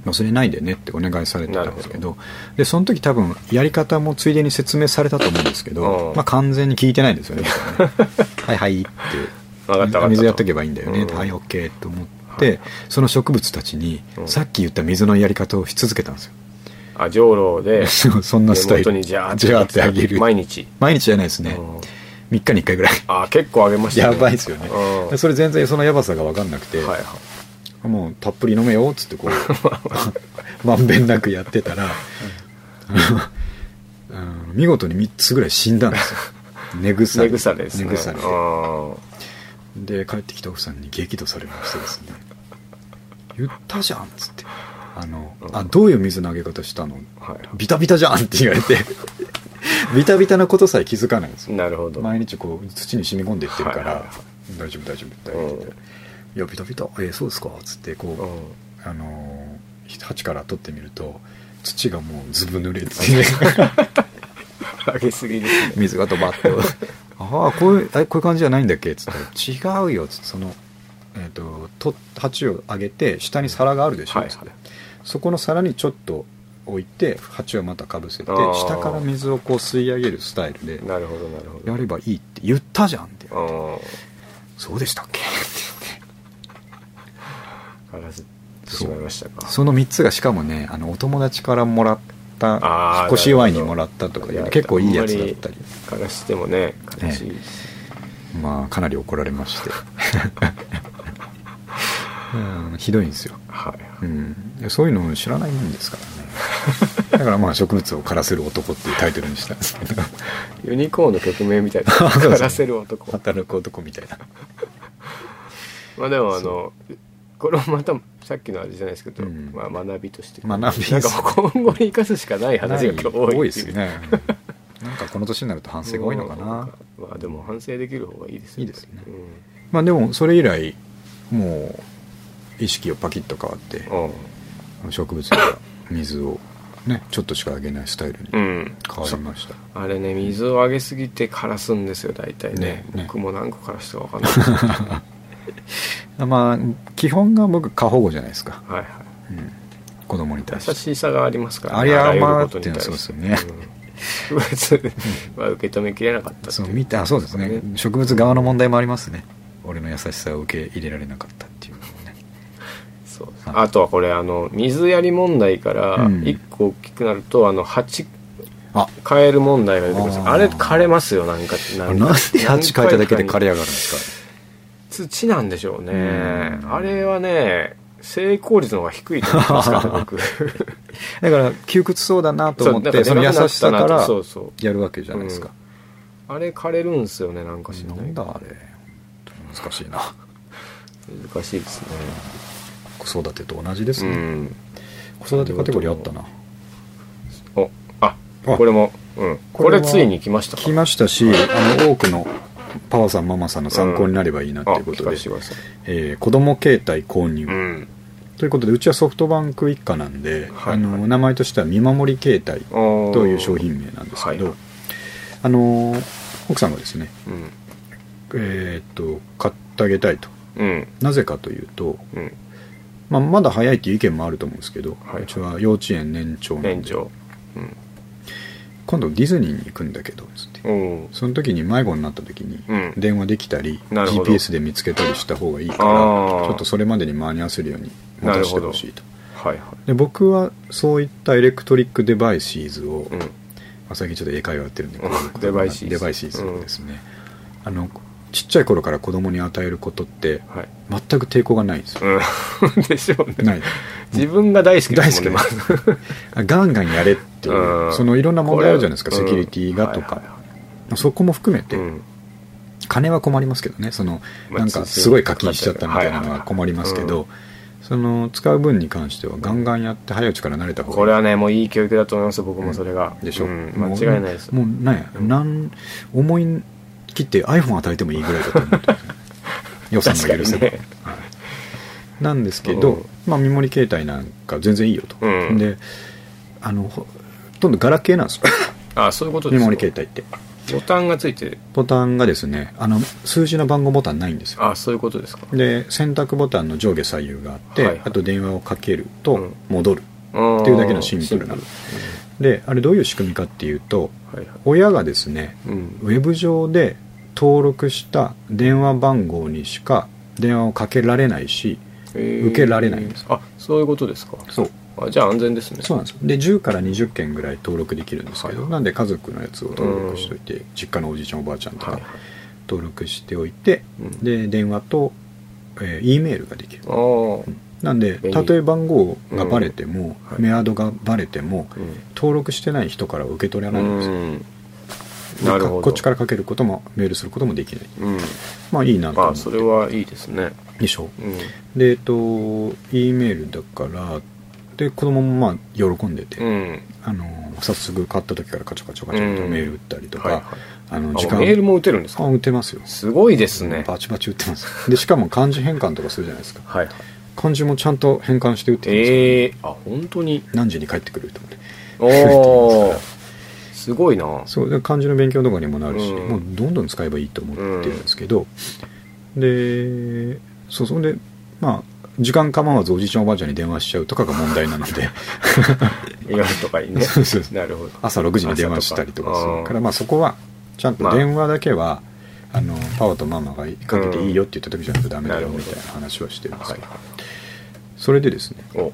[SPEAKER 1] 忘れないでねってお願いされてたんですけ
[SPEAKER 2] な
[SPEAKER 1] どでその時多分やり方もついでに説明されたと思うんですけ
[SPEAKER 2] う
[SPEAKER 1] ど
[SPEAKER 2] ん、
[SPEAKER 1] まあ、完全に聞いてないんですよね はいはいって
[SPEAKER 2] 分かった分かった
[SPEAKER 1] 水やっとけばいいんだよね、
[SPEAKER 2] うん
[SPEAKER 1] はいオッケーと思っ
[SPEAKER 2] は
[SPEAKER 1] て、
[SPEAKER 2] い
[SPEAKER 1] その植物たちに、
[SPEAKER 2] うん
[SPEAKER 1] さっき言った水のやり方をし続けたんですよ
[SPEAKER 2] あ上路で
[SPEAKER 1] そうそんなスタイ
[SPEAKER 2] 根元
[SPEAKER 1] ル
[SPEAKER 2] にジャー
[SPEAKER 1] ジャーってあげる
[SPEAKER 2] 毎日、
[SPEAKER 1] 毎日じゃないですね、
[SPEAKER 2] うん
[SPEAKER 1] 3日に1回ぐらい
[SPEAKER 2] あー結構あげました
[SPEAKER 1] やばいですよね
[SPEAKER 2] うん
[SPEAKER 1] それ全然そのやばさが分かんなくて、
[SPEAKER 2] はいはい
[SPEAKER 1] もうたっぷり飲めよっつってこう まんべんなくやってたら、あの見事に3つぐらい死んだんですよ根腐
[SPEAKER 2] 根
[SPEAKER 1] れ
[SPEAKER 2] 腐れですね
[SPEAKER 1] 根腐れ
[SPEAKER 2] うん
[SPEAKER 1] で帰ってきた奥さんに激怒されましてですね「言ったじゃん」っつって「あのあどういう水のあげ方したの
[SPEAKER 2] はいは
[SPEAKER 1] ビタビタじゃん」って言われてビタビタなことさえ気づかないんです
[SPEAKER 2] い
[SPEAKER 1] よ
[SPEAKER 2] なるほど
[SPEAKER 1] 毎日こう土に染み込んでいってるから
[SPEAKER 2] はいはいは
[SPEAKER 1] 「大丈夫大丈夫大
[SPEAKER 2] う
[SPEAKER 1] 丈夫」
[SPEAKER 2] ん
[SPEAKER 1] いやビタビタえーそうですか」っつってこう、
[SPEAKER 2] うん
[SPEAKER 1] あのー鉢から取ってみると土がもうずぶ濡れて
[SPEAKER 2] あげすぎですね
[SPEAKER 1] 水 がドバッと「ああこういうあれこういう感じじゃないんだっけ?」っつったら「違うよ」っつってそのえー、とと鉢を上げて下に皿があるでしょ、
[SPEAKER 2] はい
[SPEAKER 1] つっ
[SPEAKER 2] は
[SPEAKER 1] て
[SPEAKER 2] い
[SPEAKER 1] そこの皿にちょっと置いて鉢をまたかぶせて
[SPEAKER 2] あー
[SPEAKER 1] 下から水をこう吸い上げるスタイルで
[SPEAKER 2] なるほどなるほど
[SPEAKER 1] やればいいって言ったじゃんって
[SPEAKER 2] あ
[SPEAKER 1] そうでしたっけ
[SPEAKER 2] あ枯らせてしまいましたか
[SPEAKER 1] その3つがしかもねあのお友達からもらった
[SPEAKER 2] あー
[SPEAKER 1] 引っ越し祝いにもらったとか
[SPEAKER 2] なるほど
[SPEAKER 1] 結構いいやつだったり
[SPEAKER 2] 枯らしてもね悲しいです
[SPEAKER 1] まあかなり怒られましてうんひどいんですよ
[SPEAKER 2] は
[SPEAKER 1] う
[SPEAKER 2] い
[SPEAKER 1] ん、そういうの知らないもんですからねだからまあ植物を枯らせる男っていうタイトルにしたんですけど
[SPEAKER 2] ユニコーンの曲名みたい な
[SPEAKER 1] そう
[SPEAKER 2] 枯らせる男
[SPEAKER 1] 働く男みたいな
[SPEAKER 2] まあでもあのこれもまたさっきのあれじゃないですけど、
[SPEAKER 1] うん
[SPEAKER 2] まあ、学びとして
[SPEAKER 1] 学びです
[SPEAKER 2] なんか今後に生かすしかない話が今日多いっていう
[SPEAKER 1] 多いですねうんなんかこの年になると反省が多いのかな
[SPEAKER 2] まあでも反省できる方がいいですよ
[SPEAKER 1] いいですね
[SPEAKER 2] うん
[SPEAKER 1] まあでもそれ以来もう意識をパキッと変わって
[SPEAKER 2] あ
[SPEAKER 1] 植物には水をねちょっとしかあげないスタイルに
[SPEAKER 2] あう
[SPEAKER 1] 変
[SPEAKER 2] ん
[SPEAKER 1] わりました、
[SPEAKER 2] あれね水をあげすぎて枯らすんですよ大体ね
[SPEAKER 1] ねね
[SPEAKER 2] 僕も何個枯らしたか分かん ないですけどは
[SPEAKER 1] まあ基本が僕過保護じゃないですか、
[SPEAKER 2] い、は
[SPEAKER 1] うん、子供に対
[SPEAKER 2] い、
[SPEAKER 1] し
[SPEAKER 2] 優
[SPEAKER 1] て
[SPEAKER 2] しさがありますから、
[SPEAKER 1] あり
[SPEAKER 2] らゆる
[SPEAKER 1] 余
[SPEAKER 2] こと
[SPEAKER 1] っ
[SPEAKER 2] に
[SPEAKER 1] ていうのはそう
[SPEAKER 2] 対
[SPEAKER 1] で
[SPEAKER 2] し
[SPEAKER 1] す
[SPEAKER 2] て
[SPEAKER 1] よね、
[SPEAKER 2] うん 植物は受け止めきれなかったって
[SPEAKER 1] そ
[SPEAKER 2] いう
[SPEAKER 1] う見たそうですね
[SPEAKER 2] ね
[SPEAKER 1] 植物側の問題もありますね俺の優しさを受け入れられなかったっていうのもね
[SPEAKER 2] そう
[SPEAKER 1] はい
[SPEAKER 2] あとはこれあの水やり問題から
[SPEAKER 1] うん
[SPEAKER 2] 一個大きくなると、あの蜂
[SPEAKER 1] あ
[SPEAKER 2] カエル問題が出てくるんですよ
[SPEAKER 1] あー
[SPEAKER 2] あれ枯れますよなんかな
[SPEAKER 1] なんん
[SPEAKER 2] か
[SPEAKER 1] で鉢変えただけで枯れ上がるんです
[SPEAKER 2] 土なんでしょうね
[SPEAKER 1] うん
[SPEAKER 2] あれはね成功率の方が低いと思いますか らね僕
[SPEAKER 1] かだから窮屈そうだなと思っ
[SPEAKER 2] そう
[SPEAKER 1] てその優しさか
[SPEAKER 2] なんでかなくなったな
[SPEAKER 1] ら
[SPEAKER 2] とそうそう
[SPEAKER 1] やるわけじゃないですか、
[SPEAKER 2] あれ枯れるんですよねなんかし
[SPEAKER 1] な
[SPEAKER 2] ない
[SPEAKER 1] んだあれ難しいな
[SPEAKER 2] 難しいですね
[SPEAKER 1] 子育てと同じです
[SPEAKER 2] う
[SPEAKER 1] ね、
[SPEAKER 2] ん
[SPEAKER 1] 子育てカテゴリーあったな
[SPEAKER 2] おあ
[SPEAKER 1] あ
[SPEAKER 2] これもうん
[SPEAKER 1] こ
[SPEAKER 2] こ
[SPEAKER 1] れ
[SPEAKER 2] れ
[SPEAKER 1] は
[SPEAKER 2] ついに来ましたか
[SPEAKER 1] 来ましたしあの多くのパワさんママさんの参考になればいいなって
[SPEAKER 2] あ
[SPEAKER 1] いうこ
[SPEAKER 2] 聞
[SPEAKER 1] と
[SPEAKER 2] か
[SPEAKER 1] で
[SPEAKER 2] せ、てください
[SPEAKER 1] えー子供携帯購入、
[SPEAKER 2] うん
[SPEAKER 1] ということでうちはソフトバンク一家なんで、
[SPEAKER 2] はい
[SPEAKER 1] あの名前としては見守り携帯
[SPEAKER 2] と
[SPEAKER 1] という商品名なんですけど、
[SPEAKER 2] はい
[SPEAKER 1] あの奥さんがですね
[SPEAKER 2] うん
[SPEAKER 1] えーっと買ってあげたいと
[SPEAKER 2] うん
[SPEAKER 1] なぜかというと、
[SPEAKER 2] うん
[SPEAKER 1] まあ、まだ早いっていう意見もあると思うんですけど、
[SPEAKER 2] はいう
[SPEAKER 1] ちは幼稚園年長なんで
[SPEAKER 2] 年長うん
[SPEAKER 1] 今度ディズニーに行くんだけどつって
[SPEAKER 2] おー
[SPEAKER 1] その時に迷子になった時に
[SPEAKER 2] うん
[SPEAKER 1] 電話できたり、
[SPEAKER 2] なるほど
[SPEAKER 1] GPS で見つけたりした方がいいから
[SPEAKER 2] あー
[SPEAKER 1] ちょっとそれまでに間に合わせるように渡してほしいと
[SPEAKER 2] はいは
[SPEAKER 1] で僕はそういったエレクトリックデバイシーズを、
[SPEAKER 2] いうん
[SPEAKER 1] まあ、最近ちょっと英会話やってるんで、
[SPEAKER 2] う
[SPEAKER 1] こ
[SPEAKER 2] ん
[SPEAKER 1] ういうこと
[SPEAKER 2] デバイシーズ
[SPEAKER 1] デバイシーズをですね、あのちっちゃい頃から子供に与えることって
[SPEAKER 2] はい
[SPEAKER 1] 全く抵抗がないんですよ、
[SPEAKER 2] うん でしょうね
[SPEAKER 1] ない
[SPEAKER 2] 自分が大好 き
[SPEAKER 1] 大
[SPEAKER 2] です
[SPEAKER 1] 好き
[SPEAKER 2] もん
[SPEAKER 1] で
[SPEAKER 2] ね
[SPEAKER 1] すガンガンやれっていう、
[SPEAKER 2] うん
[SPEAKER 1] そのいろんな問題あるじゃないですか
[SPEAKER 2] これ
[SPEAKER 1] セキュリティがとか、
[SPEAKER 2] うんはいはいはい
[SPEAKER 1] そこも含めて、
[SPEAKER 2] うん
[SPEAKER 1] 金は困りますけどねその
[SPEAKER 2] まあ
[SPEAKER 1] なんかすごい課金しちゃったみたいなのは困りますけ
[SPEAKER 2] はいはい
[SPEAKER 1] ど、その使う分に関してはガンガンやって早いうちから慣れた方がいい
[SPEAKER 2] これはねもういい教育だと思います僕もそれが
[SPEAKER 1] でしょ、
[SPEAKER 2] うん
[SPEAKER 1] も
[SPEAKER 2] 間
[SPEAKER 1] う
[SPEAKER 2] 違いないです
[SPEAKER 1] もうね、
[SPEAKER 2] うん
[SPEAKER 1] なん思い切って iPhone 与えてもいいぐらいだと 思ってる予算が許せば、
[SPEAKER 2] 確かにね
[SPEAKER 1] はいなんですけど、
[SPEAKER 2] うん
[SPEAKER 1] まあ見守り携帯なんか全然いいよと、
[SPEAKER 2] うん
[SPEAKER 1] であのほほとんどガラケーなんですよ
[SPEAKER 2] あそういうこと で
[SPEAKER 1] 見
[SPEAKER 2] すよ
[SPEAKER 1] 守り携帯って
[SPEAKER 2] ボタンがついて
[SPEAKER 1] ボタンがですねあの数字の番号ボタンないんですよ
[SPEAKER 2] あそういうことですか
[SPEAKER 1] で選択ボタンの上下左右があって、
[SPEAKER 2] はいはい
[SPEAKER 1] あと電話をかける
[SPEAKER 2] う
[SPEAKER 1] と
[SPEAKER 2] ん
[SPEAKER 1] 戻る、
[SPEAKER 2] っ
[SPEAKER 1] っていうだけのシンプルなであれどういう仕組みかっていうと
[SPEAKER 2] はいはい
[SPEAKER 1] 親がですね
[SPEAKER 2] うん
[SPEAKER 1] ウェブ上で登録した電話番号にしか電話をかけられないし
[SPEAKER 2] 受
[SPEAKER 1] けられないんです
[SPEAKER 2] あそういうことですか
[SPEAKER 1] そう
[SPEAKER 2] あじゃあ安全ですね
[SPEAKER 1] そうなんですで10から20件ぐらい登録できるんですけど、
[SPEAKER 2] はい
[SPEAKER 1] なんで家族のやつを登録しておいて、実家のおじいちゃんおばあちゃんと
[SPEAKER 2] は
[SPEAKER 1] か
[SPEAKER 2] いはい
[SPEAKER 1] 登録しておいて、
[SPEAKER 2] うん
[SPEAKER 1] で電話と、えー、E メールができる
[SPEAKER 2] あー
[SPEAKER 1] なんで
[SPEAKER 2] 便利
[SPEAKER 1] たとえ番号がバレても、
[SPEAKER 2] うんはい
[SPEAKER 1] メアドがバレても
[SPEAKER 2] うん
[SPEAKER 1] 登録してない人からは受け取らないんですよ
[SPEAKER 2] うん
[SPEAKER 1] で
[SPEAKER 2] なるほど
[SPEAKER 1] こっちからかけることもメールすることもできない
[SPEAKER 2] うん
[SPEAKER 1] まあいいなと
[SPEAKER 2] ま
[SPEAKER 1] 思
[SPEAKER 2] あ
[SPEAKER 1] っ
[SPEAKER 2] そ
[SPEAKER 1] て
[SPEAKER 2] れはいいですね
[SPEAKER 1] でしょ
[SPEAKER 2] うん
[SPEAKER 1] でえっと E メールだからで子供もまあ喜んでて、
[SPEAKER 2] うん
[SPEAKER 1] あの早速買った時からカチャカチャカチャ
[SPEAKER 2] う
[SPEAKER 1] と
[SPEAKER 2] ん
[SPEAKER 1] メール打ったりとか、
[SPEAKER 2] はいはい
[SPEAKER 1] あ
[SPEAKER 2] あ
[SPEAKER 1] の時間
[SPEAKER 2] メールも打てるんです
[SPEAKER 1] あ
[SPEAKER 2] か
[SPEAKER 1] 打てますよ
[SPEAKER 2] すごいですね
[SPEAKER 1] バチバチ打ってますでしかも漢字変換とかするじゃないですか
[SPEAKER 2] はいはい
[SPEAKER 1] 漢字もちゃんと変換して打ってますから
[SPEAKER 2] ええあ本当に
[SPEAKER 1] 何時に帰ってくると思って
[SPEAKER 2] おおすごいな
[SPEAKER 1] そうで漢字の勉強とかにもなるし、
[SPEAKER 2] うん
[SPEAKER 1] もうどんどん使えばいいと思ってるんですけど、でそうそんでまあ時間構わずおじいちゃんおばあちゃんに電話しちゃうとかが問題なの で
[SPEAKER 2] 夜とかにね
[SPEAKER 1] そうそうそう
[SPEAKER 2] なるほど
[SPEAKER 1] 朝6時に電話したりとかす
[SPEAKER 2] 朝
[SPEAKER 1] るからまあそこはちゃんと電話だけは、あ、のパオとママがかけていいよって言った時じゃなくダメだよ
[SPEAKER 2] うん
[SPEAKER 1] みたいな話はしてるんです
[SPEAKER 2] は
[SPEAKER 1] け
[SPEAKER 2] い
[SPEAKER 1] ど、
[SPEAKER 2] は
[SPEAKER 1] それでですね
[SPEAKER 2] いお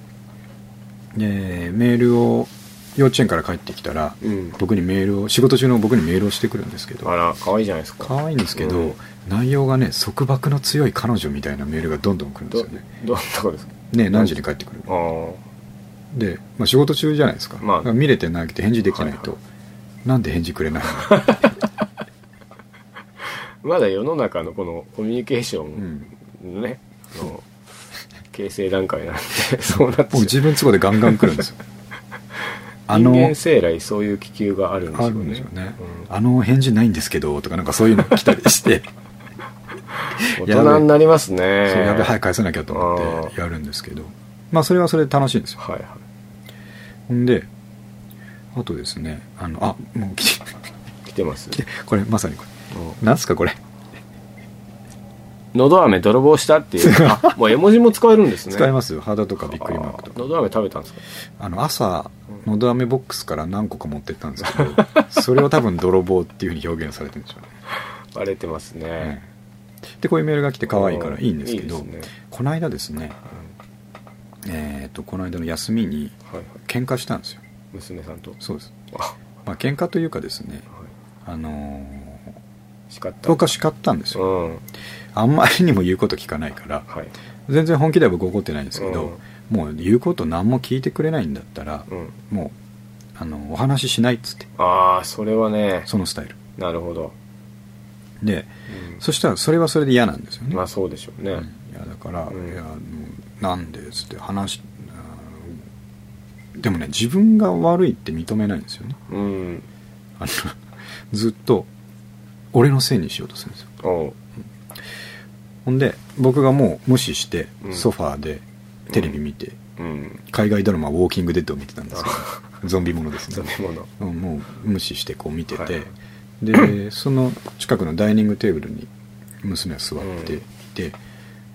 [SPEAKER 1] でメールを幼稚園から帰ってきたら、
[SPEAKER 2] うん
[SPEAKER 1] 僕にメールを仕事中の僕にメールをしてくるんですけど
[SPEAKER 2] あら可愛いじゃないですか
[SPEAKER 1] 可愛いんですけど、
[SPEAKER 2] うん
[SPEAKER 1] 内容がね束縛の強い彼女みたいなメールがどんどん来るんです
[SPEAKER 2] ど
[SPEAKER 1] よね
[SPEAKER 2] どんな とこですか
[SPEAKER 1] ね何時に帰ってくる
[SPEAKER 2] ああ
[SPEAKER 1] で、まあ、仕事中じゃないですか,、
[SPEAKER 2] まあ
[SPEAKER 1] 見れてなくて返事できないと、
[SPEAKER 2] はい
[SPEAKER 1] なんで返事くれない
[SPEAKER 2] まだ世の中のこのコミュニケーショ
[SPEAKER 1] の、うん
[SPEAKER 2] ンのね、あの形成段階なんで そうなっ
[SPEAKER 1] もう
[SPEAKER 2] てし
[SPEAKER 1] 自分都合でガンガン来るんですよ
[SPEAKER 2] ま
[SPEAKER 1] あ
[SPEAKER 2] う 人
[SPEAKER 1] の
[SPEAKER 2] 間生来そういう気球があるんです
[SPEAKER 1] あ
[SPEAKER 2] よ
[SPEAKER 1] るん
[SPEAKER 2] ね
[SPEAKER 1] ですよね、あの返事ないんですけどとかなんかそういうの来たりして
[SPEAKER 2] うん大人になりますね
[SPEAKER 1] そうやべ早く返さなきゃと思ってやるんですけどまあそれはそれで楽しいんですよ
[SPEAKER 2] はいはい
[SPEAKER 1] ほんであとですねあのあもう来て
[SPEAKER 2] 来てます
[SPEAKER 1] 来てこれまさにこ
[SPEAKER 2] うん
[SPEAKER 1] れなんすかこれ
[SPEAKER 2] のど飴泥棒したっていう あもう絵文字も使えるんですね
[SPEAKER 1] 使え
[SPEAKER 2] ま
[SPEAKER 1] ますよ肌とかびっくりマークとか
[SPEAKER 2] のど飴食べたんですか
[SPEAKER 1] あの朝のど飴ボックスから何個か持ってったんですけどそれを多分泥棒っていうふうに表現されてるんでしょうね
[SPEAKER 2] バレてます
[SPEAKER 1] え
[SPEAKER 2] ね
[SPEAKER 1] えでこういうメールが来て可愛いからいいんですけど
[SPEAKER 2] いいですね
[SPEAKER 1] この間ですね
[SPEAKER 2] うん
[SPEAKER 1] えっ、とこの間の休みに
[SPEAKER 2] はいはい
[SPEAKER 1] 喧嘩したんですよ
[SPEAKER 2] 娘さんと
[SPEAKER 1] そうです
[SPEAKER 2] あは
[SPEAKER 1] まあ喧嘩というかですね
[SPEAKER 2] い
[SPEAKER 1] あのー
[SPEAKER 2] 叱った
[SPEAKER 1] 僕は叱ったんですよ
[SPEAKER 2] うん
[SPEAKER 1] あんまりにも言うこと聞かないから
[SPEAKER 2] はい
[SPEAKER 1] 全然本気では僕怒ってないんですけど、もう言うこと何も聞いてくれないんだったら、
[SPEAKER 2] うん
[SPEAKER 1] もうあのお話ししないっつって
[SPEAKER 2] ああそれはね
[SPEAKER 1] そのスタイル
[SPEAKER 2] なるほど、
[SPEAKER 1] で
[SPEAKER 2] うん
[SPEAKER 1] そしたらそれはそれで嫌なんですよね、
[SPEAKER 2] まあそうでしょうね、
[SPEAKER 1] うんいやだから、
[SPEAKER 2] うん
[SPEAKER 1] いやもうなんでっつって話あーでもね自分が悪いって認めないんですよね
[SPEAKER 2] うん
[SPEAKER 1] あのずっと俺のせいにしようとするんですよ
[SPEAKER 2] おう
[SPEAKER 1] ほんで僕がもう無視して
[SPEAKER 2] うん
[SPEAKER 1] ソファーでテレビ見て、
[SPEAKER 2] うん
[SPEAKER 1] 海外ドラマ「ウォーキングデッド」を見てたんですよゾンビものです
[SPEAKER 2] 食
[SPEAKER 1] ね、
[SPEAKER 2] べ物
[SPEAKER 1] うんもう無視してこう見てて、
[SPEAKER 2] はい
[SPEAKER 1] でその近くのダイニングテーブルに娘は座っていて、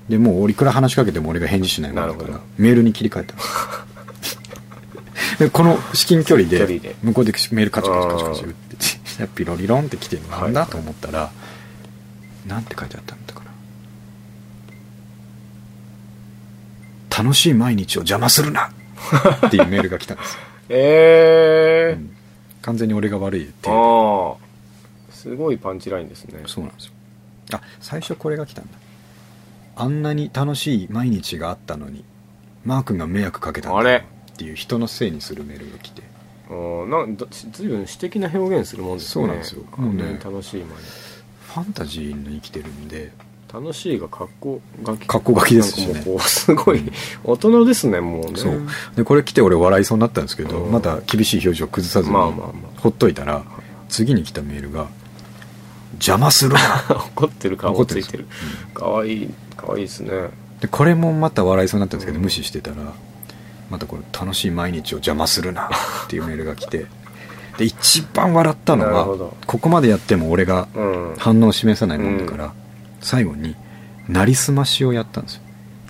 [SPEAKER 1] でもう俺いくら話しかけても俺が返事しないもんだか
[SPEAKER 2] な
[SPEAKER 1] ら
[SPEAKER 2] るほど
[SPEAKER 1] メールに切り替えたんですでこの至近距離
[SPEAKER 2] 距
[SPEAKER 1] で
[SPEAKER 2] 離で
[SPEAKER 1] 向こうでメールカチカチカチカチ打っててピロリロンって来てるなんだ
[SPEAKER 2] はい
[SPEAKER 1] と思ったら、なんて書いてあったんだかな楽しい毎日を邪魔するなっていうメールが来たんですよ
[SPEAKER 2] ええ
[SPEAKER 1] うん完全に俺が悪いっていう
[SPEAKER 2] ああすごいパンチラインですね
[SPEAKER 1] そうなんですよあ最初これが来たんだあんなに楽しい毎日があったのにマー君が迷惑かけたんだ
[SPEAKER 2] あれ
[SPEAKER 1] っていう人のせいにするメールが来て
[SPEAKER 2] うんなんだずいぶん詩的な表現するもんですね
[SPEAKER 1] そうなんですよ
[SPEAKER 2] あんなに
[SPEAKER 1] もうね
[SPEAKER 2] 楽しい毎日
[SPEAKER 1] ファンタジーに生きてるんで
[SPEAKER 2] 楽しいが格好書き
[SPEAKER 1] 格好書きですしね
[SPEAKER 2] なんかもうこうすごい大人ですねもうね
[SPEAKER 1] そうでこれ来て俺笑いそうになったんですけど
[SPEAKER 2] うん
[SPEAKER 1] また厳しい表情を崩さずに
[SPEAKER 2] まあまあまあ
[SPEAKER 1] ほっといたら次に来たメールが「邪魔する な
[SPEAKER 2] 怒ってる顔
[SPEAKER 1] 怒
[SPEAKER 2] も
[SPEAKER 1] って
[SPEAKER 2] つ
[SPEAKER 1] る
[SPEAKER 2] いてるかわいいかわいいですね」
[SPEAKER 1] でこれもまた笑いそうになったんですけど
[SPEAKER 2] うん
[SPEAKER 1] 無視してたらまたこれ「楽しい毎日を邪魔するな」っていうメールが来てで一番笑ったの
[SPEAKER 2] なる
[SPEAKER 1] は
[SPEAKER 2] ほど
[SPEAKER 1] ここまでやっても俺が
[SPEAKER 2] うん
[SPEAKER 1] 反応を示さないもんだから最後になりすましをやったんですよ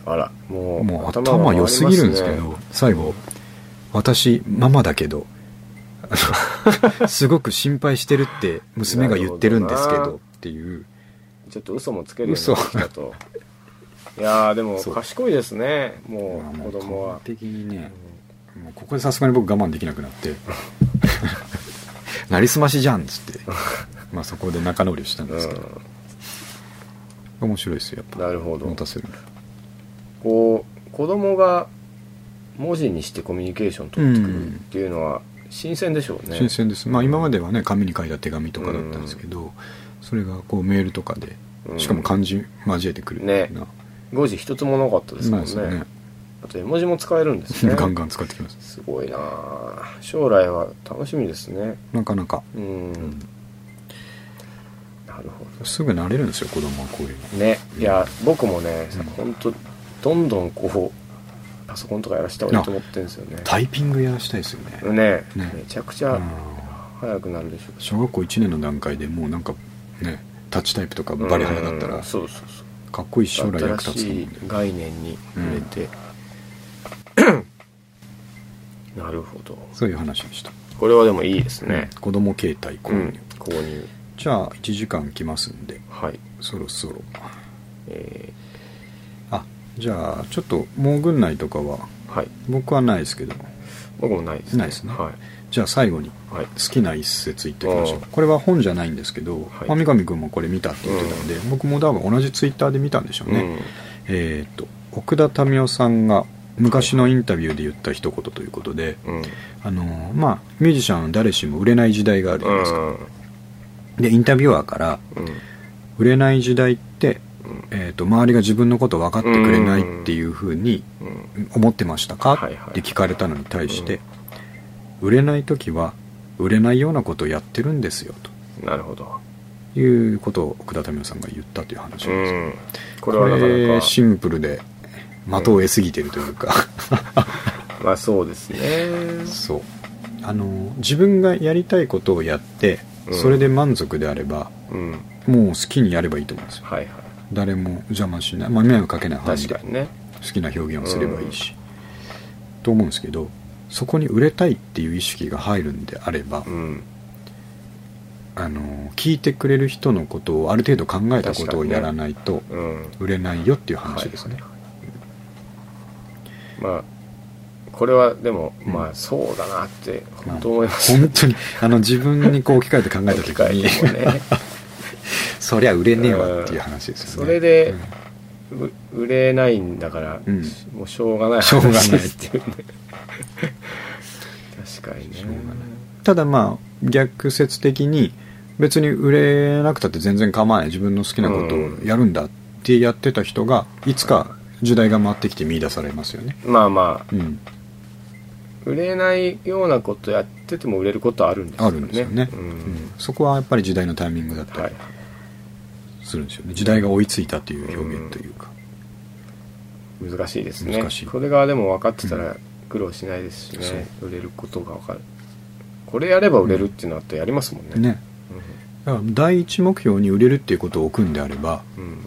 [SPEAKER 2] あらもう
[SPEAKER 1] もう
[SPEAKER 2] が
[SPEAKER 1] 頭
[SPEAKER 2] 回り
[SPEAKER 1] 良
[SPEAKER 2] ます
[SPEAKER 1] す
[SPEAKER 2] ね
[SPEAKER 1] ぎるんですけど最後「私ママだけどあの すごく心配してるって娘が言ってるんですけ
[SPEAKER 2] なる
[SPEAKER 1] ど
[SPEAKER 2] ほど」
[SPEAKER 1] って いう
[SPEAKER 2] ちょっと嘘もつけるようになってきたと。いやーでも
[SPEAKER 1] そう
[SPEAKER 2] 賢いですね、も
[SPEAKER 1] まあ
[SPEAKER 2] う
[SPEAKER 1] も
[SPEAKER 2] 子
[SPEAKER 1] う
[SPEAKER 2] 供は
[SPEAKER 1] 完。璧にねもうここでさすがに僕我慢できなくなって「 なりすましじゃん」っつって まあそこで仲直りをしたん
[SPEAKER 2] う
[SPEAKER 1] ですけど
[SPEAKER 2] ん、
[SPEAKER 1] 面白いですよやっぱ
[SPEAKER 2] なるほど
[SPEAKER 1] 持。たせるの
[SPEAKER 2] こう、子供が文字にしてコミュニケーション取ってくるっていうのは新鮮でしょうね。
[SPEAKER 1] 新鮮ですまあ今まではね紙に書いた手紙とかだったんですけどそれがこうメールとかで
[SPEAKER 2] うん
[SPEAKER 1] しかも漢字交えてくるっていうのは
[SPEAKER 2] 文字一つもなかったです
[SPEAKER 1] ま
[SPEAKER 2] も
[SPEAKER 1] あ
[SPEAKER 2] ん
[SPEAKER 1] です
[SPEAKER 2] ね。
[SPEAKER 1] よね
[SPEAKER 2] あと絵文字も使えるんですね。
[SPEAKER 1] ガンガン使ってきます
[SPEAKER 2] すごいなー将来は楽しみですね。
[SPEAKER 1] なかなか
[SPEAKER 2] うん。
[SPEAKER 1] ん
[SPEAKER 2] なるほど。
[SPEAKER 1] すぐ慣れるんですよ子供はこういうの
[SPEAKER 2] ねいや僕もね、
[SPEAKER 1] うん
[SPEAKER 2] ほんとどんどんこうパソコンとかやらした方がいいと思ってるんですよね
[SPEAKER 1] タイピングやらしたいですよね
[SPEAKER 2] ね
[SPEAKER 1] ね
[SPEAKER 2] めちゃくち
[SPEAKER 1] う
[SPEAKER 2] ゃ
[SPEAKER 1] ん
[SPEAKER 2] 早くなるでしょうし
[SPEAKER 1] 小学校1年の段階でもうなんかねタッチタイプとかバリ早かったら
[SPEAKER 2] うんそうそうそう
[SPEAKER 1] かっこいいし将来役立つと思う
[SPEAKER 2] 新
[SPEAKER 1] ん
[SPEAKER 2] し
[SPEAKER 1] だよ
[SPEAKER 2] い概念に触れて、 なるほど
[SPEAKER 1] そういう話でした、
[SPEAKER 2] これはでもいいですね
[SPEAKER 1] 子供携帯購
[SPEAKER 2] う
[SPEAKER 1] 入、
[SPEAKER 2] ん購入
[SPEAKER 1] じゃあ1時間来ますんで
[SPEAKER 2] はい
[SPEAKER 1] そろそろ
[SPEAKER 2] え
[SPEAKER 1] あじゃあちょっともう軍内とかは
[SPEAKER 2] ーはい
[SPEAKER 1] 僕はないですけど
[SPEAKER 2] 僕もないですね
[SPEAKER 1] ないですね
[SPEAKER 2] は
[SPEAKER 1] じゃあ最後に
[SPEAKER 2] い、はい、
[SPEAKER 1] 好きな一節言っておきましょう
[SPEAKER 2] あー
[SPEAKER 1] これは本じゃないんですけど、
[SPEAKER 2] はい
[SPEAKER 1] まあ三上君もこれ見たって言ってたんで、僕も多分同じツイッターで見たんでしょうね、えっ、と奥田民生さんが昔のインタビューで言った一言ということで、
[SPEAKER 2] うんうん
[SPEAKER 1] あのーまあミュージシャンは誰しも売れない時代があるじゃないですか、
[SPEAKER 2] う
[SPEAKER 1] でインタビュアーから
[SPEAKER 2] んうん
[SPEAKER 1] 売れない時代って、
[SPEAKER 2] うん
[SPEAKER 1] えー、と周りが自分のこと分かってくれないっていうふうに
[SPEAKER 2] うん
[SPEAKER 1] 思ってましたか、
[SPEAKER 2] はいはい
[SPEAKER 1] って聞かれたのに対して、売れない時は売れないようなことをやってるんですよ
[SPEAKER 2] なるほど
[SPEAKER 1] ということを奥田民生さんが言ったという話
[SPEAKER 2] う
[SPEAKER 1] なんです、
[SPEAKER 2] んこれはなか
[SPEAKER 1] こ
[SPEAKER 2] な
[SPEAKER 1] れ
[SPEAKER 2] か
[SPEAKER 1] シンプルで的を得すぎてるというか、
[SPEAKER 2] まあそうですね
[SPEAKER 1] そうあの自分がやりたいことをやって
[SPEAKER 2] うん
[SPEAKER 1] それで満足であれば、
[SPEAKER 2] うんはい
[SPEAKER 1] もう好きにやればいいと思うんですよ
[SPEAKER 2] はい
[SPEAKER 1] 誰も邪魔しない、まあ、迷惑かけない範囲
[SPEAKER 2] 確
[SPEAKER 1] で
[SPEAKER 2] か
[SPEAKER 1] 好
[SPEAKER 2] にね
[SPEAKER 1] きな表現をすればいいし、と思うんですけどそこに売れたいっていう意識が入るんであれば、
[SPEAKER 2] うん
[SPEAKER 1] あの聞いてくれる人のことをある程度考えたことをやらないと
[SPEAKER 2] うん
[SPEAKER 1] 売れないよっていう話ですね、
[SPEAKER 2] はいまあこれはでも、
[SPEAKER 1] うん
[SPEAKER 2] まあそうだなって
[SPEAKER 1] まあ
[SPEAKER 2] 本当思います、
[SPEAKER 1] 本当にあの自分 にこう置き換えて考えた
[SPEAKER 2] 機
[SPEAKER 1] 時
[SPEAKER 2] 会
[SPEAKER 1] に
[SPEAKER 2] でもね
[SPEAKER 1] そりゃ売れねえわっていう話ですよ
[SPEAKER 2] そ
[SPEAKER 1] ね
[SPEAKER 2] れで
[SPEAKER 1] うん、
[SPEAKER 2] う売れないんだから、
[SPEAKER 1] うん
[SPEAKER 2] もうしょうがない
[SPEAKER 1] しょうがない
[SPEAKER 2] 話ですよね 確かにね
[SPEAKER 1] しょうがないただまあ逆説的に別に売れなくたって全然構わない自分の好きなことをやるんだってやってた人がいつか時代が回ってきて見出されますよね
[SPEAKER 2] まあまあ
[SPEAKER 1] うん
[SPEAKER 2] 売れないようなことやってても売れることあるんです
[SPEAKER 1] あ
[SPEAKER 2] よね
[SPEAKER 1] るんですよね、
[SPEAKER 2] うん
[SPEAKER 1] うんそこはやっぱり時代のタイミングだった
[SPEAKER 2] は
[SPEAKER 1] り
[SPEAKER 2] い
[SPEAKER 1] するんですよね時代が追いついたという表現というか、
[SPEAKER 2] 難しいですね
[SPEAKER 1] 難しい
[SPEAKER 2] これがでも分かってた
[SPEAKER 1] う
[SPEAKER 2] ら苦労しないですしね、売れることが分かるこれやれば売れるっていうのはやりますもんね
[SPEAKER 1] ねだから第一目標に売れるっていうことを置くんであれば
[SPEAKER 2] うん、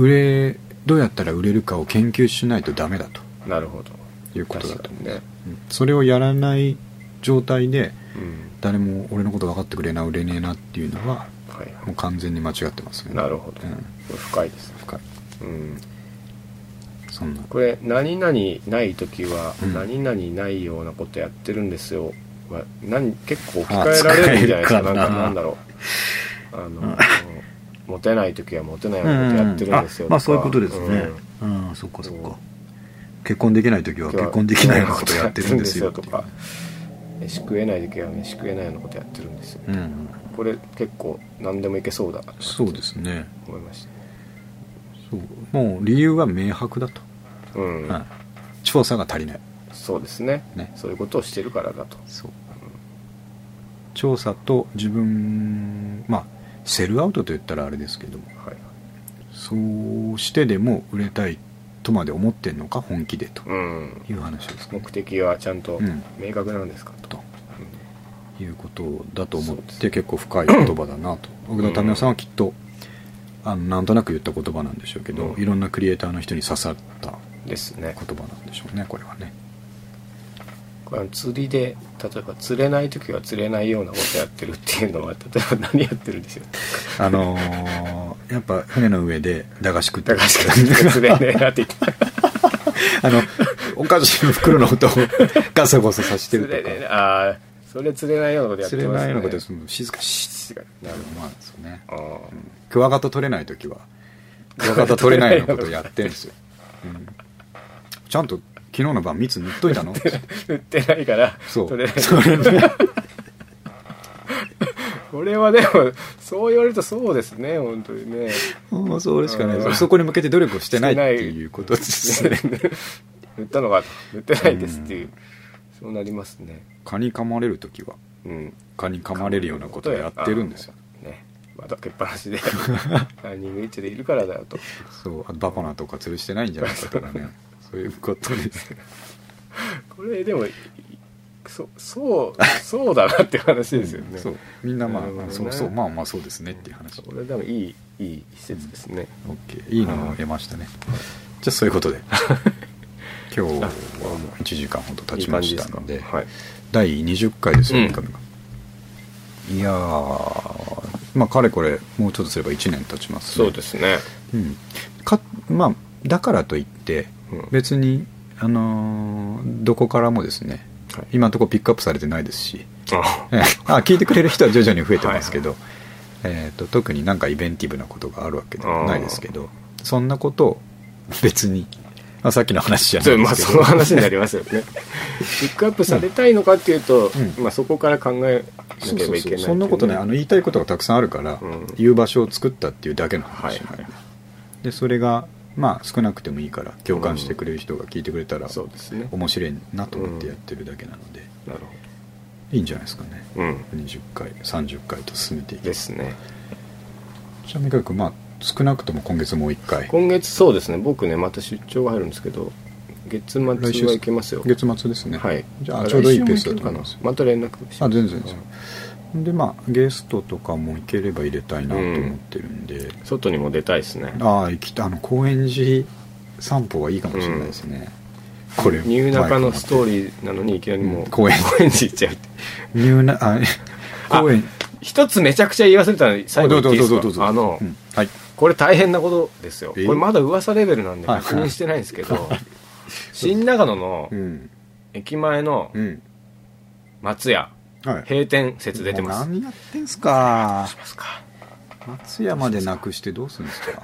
[SPEAKER 1] 売れどうやったら売れるかを研究しないとダメだと
[SPEAKER 2] うんなるほど
[SPEAKER 1] いうことだと思うんです
[SPEAKER 2] 確か
[SPEAKER 1] うんそれをやらない状態で
[SPEAKER 2] にねうん
[SPEAKER 1] 誰も俺のこと分かってくれな売れねえなっていうのは
[SPEAKER 2] はいは
[SPEAKER 1] もう完全に間違ってますね
[SPEAKER 2] いなるほど、
[SPEAKER 1] うん
[SPEAKER 2] これ深いですね
[SPEAKER 1] 深い
[SPEAKER 2] うん
[SPEAKER 1] そんな
[SPEAKER 2] これ「何々ない時は
[SPEAKER 1] うん
[SPEAKER 2] 何々ないようなことやってるんですよ」は何結構置き換えられるんじゃないです
[SPEAKER 1] あ使
[SPEAKER 2] か
[SPEAKER 1] え
[SPEAKER 2] なん
[SPEAKER 1] るかな
[SPEAKER 2] かなんだろうあ のモテない時はモテないようなことやってるんですよ
[SPEAKER 1] まあ
[SPEAKER 2] か
[SPEAKER 1] そういうことですね
[SPEAKER 2] うん
[SPEAKER 1] うん、そっかそっ
[SPEAKER 2] そう
[SPEAKER 1] か結婚できない時は結婚できないようなことやってるんですよ
[SPEAKER 2] とか飯食えない時は飯食えないようなことやってるんですよ、
[SPEAKER 1] うん
[SPEAKER 2] これ結構何でもいけそうだなと
[SPEAKER 1] そうですね
[SPEAKER 2] 思いましたね
[SPEAKER 1] そうもう理由は明白だと、
[SPEAKER 2] うん、
[SPEAKER 1] うん調査が足りない
[SPEAKER 2] そうですね
[SPEAKER 1] ね
[SPEAKER 2] そういうことをしてるからだと
[SPEAKER 1] そう調査と自分まあセルアウトと言ったらあれですけども
[SPEAKER 2] はい
[SPEAKER 1] そうしてでも売れたいとまで思ってんのか本気でと
[SPEAKER 2] うん
[SPEAKER 1] いう話ですね
[SPEAKER 2] 目的はちゃんと
[SPEAKER 1] うん
[SPEAKER 2] 明確なんですかと、
[SPEAKER 1] と
[SPEAKER 2] うん
[SPEAKER 1] いうことだと思っ
[SPEAKER 2] そうです
[SPEAKER 1] て結構深い言葉だ なと奥田民生さんはきっとあのなんとなく言った言葉なんでしょうけど、
[SPEAKER 2] うん
[SPEAKER 1] いろんなクリエイターの人に刺さった
[SPEAKER 2] ですね
[SPEAKER 1] 言葉なんでしょうねこれはね
[SPEAKER 2] これあの釣りで例えば釣れない時は釣れないようなことやってるっていうのは例えば何やってるんですよ
[SPEAKER 1] あの ーやっぱ船の上で駄菓子食って
[SPEAKER 2] だ
[SPEAKER 1] る
[SPEAKER 2] からしか釣 れねえなって言って
[SPEAKER 1] あの、お菓子の袋の音を ガサゴサさせて
[SPEAKER 2] 釣
[SPEAKER 1] る
[SPEAKER 2] れ
[SPEAKER 1] と
[SPEAKER 2] ねえ
[SPEAKER 1] か。
[SPEAKER 2] なああそれ釣れないようなことやって
[SPEAKER 1] 釣
[SPEAKER 2] ます
[SPEAKER 1] れな
[SPEAKER 2] ね
[SPEAKER 1] いようなことです。もう静かにシーッ
[SPEAKER 2] 静かになる
[SPEAKER 1] まあですよね。
[SPEAKER 2] ほどあ
[SPEAKER 1] クワガタ取れないときは、クワガタ取れないようなことやってるんですよ。うんちゃんと昨日の晩蜜塗っといた の
[SPEAKER 2] あ売ってないから
[SPEAKER 1] そう。
[SPEAKER 2] 取れな い
[SPEAKER 1] それね
[SPEAKER 2] これはでもそう言われるとそうですね本当 にね
[SPEAKER 1] もうそれしかないうで
[SPEAKER 2] ん
[SPEAKER 1] す。そこに向けて努力をしてないっていうことで
[SPEAKER 2] し
[SPEAKER 1] す
[SPEAKER 2] て
[SPEAKER 1] ね
[SPEAKER 2] ない。 塗ったのが塗ってないですっていうそうなりますね
[SPEAKER 1] 蚊に噛まれるときは、
[SPEAKER 2] うん
[SPEAKER 1] 蚊に噛まれるようなことをやってるんですよ。
[SPEAKER 2] あーねまだけっぱな しでランニングイッチでいるからだよと
[SPEAKER 1] そう。あとバカナとか吊るしてないんじゃないかとか ね。そういうことです。
[SPEAKER 2] これでもいそそうそうだなっていう話ですよね、
[SPEAKER 1] そうみんなまあ、
[SPEAKER 2] なるほどね
[SPEAKER 1] そうそうまあまあそうですねっていう話
[SPEAKER 2] これでもいいいい一節ですね、
[SPEAKER 1] OK いいのを得ましたねじゃあそういうこと で今日は1時間ほど経
[SPEAKER 2] いい
[SPEAKER 1] ち
[SPEAKER 2] 感
[SPEAKER 1] ま
[SPEAKER 2] じ
[SPEAKER 1] し
[SPEAKER 2] で
[SPEAKER 1] た
[SPEAKER 2] すか
[SPEAKER 1] ので
[SPEAKER 2] はい、
[SPEAKER 1] 第20回ですよ、
[SPEAKER 2] うん
[SPEAKER 1] 三上がいやーまあかれこれもうちょっとすれば1年経ちます、ね、
[SPEAKER 2] そうですね
[SPEAKER 1] うんかまあだからといって、
[SPEAKER 2] うん
[SPEAKER 1] 別にあのーどこからもですね、
[SPEAKER 2] はい
[SPEAKER 1] 今のところピックアップされてないですし、
[SPEAKER 2] あ
[SPEAKER 1] ええあ聞いてくれる人は徐々に増えてますけどえーと特になんかイベンティブなことがあるわけではないですけどそんなことを別に、まあ、さっきの話じゃ
[SPEAKER 2] そ
[SPEAKER 1] な
[SPEAKER 2] う
[SPEAKER 1] いで
[SPEAKER 2] まあ
[SPEAKER 1] すけど、
[SPEAKER 2] その話になりますよね ピックアップされたいのかっていうと、
[SPEAKER 1] うん
[SPEAKER 2] まあ、そこから考えな
[SPEAKER 1] そう
[SPEAKER 2] けれ
[SPEAKER 1] そ
[SPEAKER 2] ば
[SPEAKER 1] う
[SPEAKER 2] い
[SPEAKER 1] そ
[SPEAKER 2] け
[SPEAKER 1] う
[SPEAKER 2] ない
[SPEAKER 1] そんなことねあ
[SPEAKER 2] の
[SPEAKER 1] の言いたいことがたくさんあるから、
[SPEAKER 2] うん
[SPEAKER 1] 言う場所を作ったっていうだけの話、
[SPEAKER 2] はいはい
[SPEAKER 1] でそれがまあ少なくてもいいから共感してくれる人が聞いてくれたら、
[SPEAKER 2] そうですね
[SPEAKER 1] 面白いなと思ってやってるだけなので、
[SPEAKER 2] なる
[SPEAKER 1] いいんじゃないですかね
[SPEAKER 2] ほどうん
[SPEAKER 1] 20回30回と進めていき
[SPEAKER 2] ですね
[SPEAKER 1] じゃあ三上君まあ少なくとも今月もう1回
[SPEAKER 2] 今月そうですね僕ねまた出張が入るんですけど月末は
[SPEAKER 1] 来週
[SPEAKER 2] 行きますよ
[SPEAKER 1] 月末ですね
[SPEAKER 2] はい
[SPEAKER 1] じゃあちょうどいいペースだ
[SPEAKER 2] 来週も行ける
[SPEAKER 1] と
[SPEAKER 2] か
[SPEAKER 1] 思い
[SPEAKER 2] な
[SPEAKER 1] ます
[SPEAKER 2] また連絡し
[SPEAKER 1] あ
[SPEAKER 2] ます
[SPEAKER 1] 全然ですよでまあゲストとかも行ければ入れたいなと
[SPEAKER 2] うん
[SPEAKER 1] 思ってるんで、
[SPEAKER 2] 外にも出たいですね
[SPEAKER 1] ああ行きたあの高円寺散歩はいいかもしれないですね、これ
[SPEAKER 2] ニューナカのスト
[SPEAKER 1] リ
[SPEAKER 2] ーリーなのにいきなりもう
[SPEAKER 1] うん公園
[SPEAKER 2] 公園に行っちゃうって
[SPEAKER 1] ーニューナ あ
[SPEAKER 2] あ
[SPEAKER 1] 高円
[SPEAKER 2] 一つめちゃくちゃ言わせたのに最後に言っていいですかあの、
[SPEAKER 1] うんはい
[SPEAKER 2] これ大変なことですよこ
[SPEAKER 1] え
[SPEAKER 2] れまだ噂レベルなんで
[SPEAKER 1] はい
[SPEAKER 2] 確認してないんですけど新長野の
[SPEAKER 1] うん
[SPEAKER 2] 駅前の
[SPEAKER 1] うん
[SPEAKER 2] 松屋
[SPEAKER 1] はい
[SPEAKER 2] 閉店説出てます
[SPEAKER 1] もう何やってんすか
[SPEAKER 2] しますか
[SPEAKER 1] 松屋までなくしてどうするんです か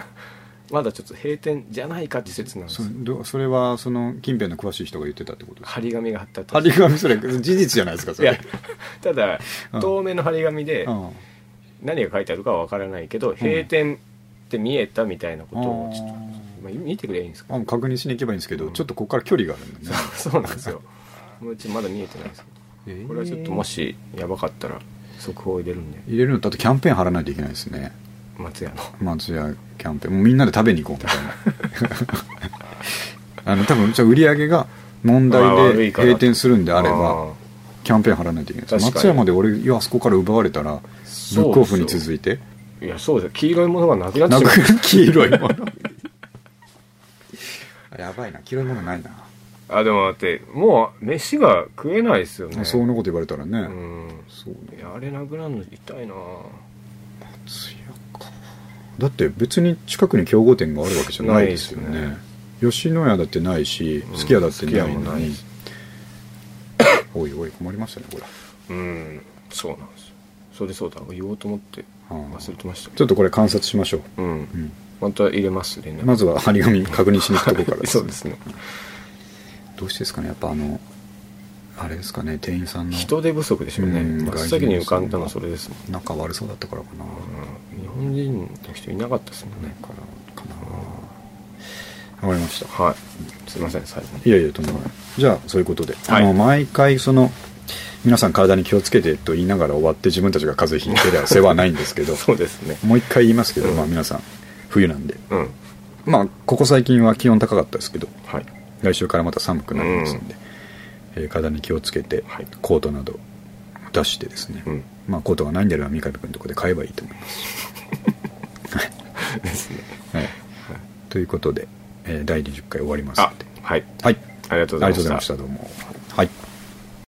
[SPEAKER 2] まだちょっと閉店じゃないかって説なんです
[SPEAKER 1] そどそれはその近辺の詳しい人が言ってたってことですか
[SPEAKER 2] 張り紙が貼ってあった
[SPEAKER 1] 張り紙それ事実じゃないですかそ
[SPEAKER 2] いや
[SPEAKER 1] れ
[SPEAKER 2] ただ
[SPEAKER 1] うん
[SPEAKER 2] 透明の張り紙で
[SPEAKER 1] うんうん
[SPEAKER 2] 何が書いてあるかは分からないけど閉店って見えたみたいなことをちょっと、まあ、見てくればいいんですか
[SPEAKER 1] あの確認しに行けばいいんですけど、ちょっとここから距離があるんでね
[SPEAKER 2] そうなんですよもうちょっとまだ見えてないです これはちょっとも
[SPEAKER 1] え
[SPEAKER 2] しやばかったら速報入れるんで
[SPEAKER 1] ー入れるのだってキャンペーン貼らないといけないですね
[SPEAKER 2] 松屋の
[SPEAKER 1] 松屋キャンペーンもうみんなで食べに行こうみたい なあの多分じゃあ売り上げが問
[SPEAKER 2] まあ
[SPEAKER 1] 題
[SPEAKER 2] 悪
[SPEAKER 1] で
[SPEAKER 2] いから
[SPEAKER 1] 閉店するんであれ
[SPEAKER 2] あ
[SPEAKER 1] ば
[SPEAKER 2] ー
[SPEAKER 1] キャンペーン貼らないといけないです
[SPEAKER 2] 確かに
[SPEAKER 1] 松屋まで俺いやあそこから奪われたらブックオフに続いて
[SPEAKER 2] いやそうですよ黄色いものがなくなって
[SPEAKER 1] な
[SPEAKER 2] し
[SPEAKER 1] ん
[SPEAKER 2] ま
[SPEAKER 1] か
[SPEAKER 2] う
[SPEAKER 1] 黄色い ものやばいな黄色いものないな、
[SPEAKER 2] あでもだってもう飯が食えないですよね
[SPEAKER 1] そんなこと言われたらね、
[SPEAKER 2] うん
[SPEAKER 1] そう
[SPEAKER 2] いやあれなくなるの痛いな
[SPEAKER 1] 松屋かだって別に近くに競合店があるわけじゃないですよ
[SPEAKER 2] ないで
[SPEAKER 1] ね吉野家だってないし
[SPEAKER 2] うん
[SPEAKER 1] すき家だってない
[SPEAKER 2] すき家も
[SPEAKER 1] の
[SPEAKER 2] ない
[SPEAKER 1] に、 おいおい困りましたねこれ
[SPEAKER 2] うんそうなんですよそれそうだ言おうと思って忘れてました
[SPEAKER 1] ちょっとこれ観察しましょう、
[SPEAKER 2] うん
[SPEAKER 1] うん
[SPEAKER 2] また入れます連絡
[SPEAKER 1] まずは張り紙確認しに行くとこから
[SPEAKER 2] そうですね
[SPEAKER 1] どうしてですかねやっぱあのあれですかね店員さんの
[SPEAKER 2] 人手不足でしょうね
[SPEAKER 1] うん
[SPEAKER 2] 真っ先に浮かんだのはそれですもん
[SPEAKER 1] 仲悪そうだったからかな、
[SPEAKER 2] うん日本人の人いなかったですもんね
[SPEAKER 1] からかなわかりました
[SPEAKER 2] はいすいません最後に
[SPEAKER 1] いやいやとんでもないじゃあそういうことで、
[SPEAKER 2] はい
[SPEAKER 1] あの毎回その皆さん体に気をつけてと言いながら終わって自分たちが風邪ひいてりゃ世話ないんですけど
[SPEAKER 2] そうですね
[SPEAKER 1] もう一回言いますけど、
[SPEAKER 2] うん
[SPEAKER 1] まあ皆さん冬なんで
[SPEAKER 2] うん
[SPEAKER 1] まあここ最近は気温高かったですけど
[SPEAKER 2] はい
[SPEAKER 1] 来週からまた寒くなりますんで、えー体に気をつけて、
[SPEAKER 2] はい
[SPEAKER 1] コートなど出してですね、
[SPEAKER 2] うん
[SPEAKER 1] まあコートがないんであれば三上君のとこで買えばいいと思います
[SPEAKER 2] ですね
[SPEAKER 1] はい、ということで、えー第20回終わります
[SPEAKER 2] あ
[SPEAKER 1] ので
[SPEAKER 2] はい
[SPEAKER 1] はい
[SPEAKER 2] ありがとう
[SPEAKER 1] あ
[SPEAKER 2] ご
[SPEAKER 1] りがとうござ
[SPEAKER 2] ざい
[SPEAKER 1] い
[SPEAKER 2] ま
[SPEAKER 1] ま
[SPEAKER 2] し
[SPEAKER 1] したたどうもはい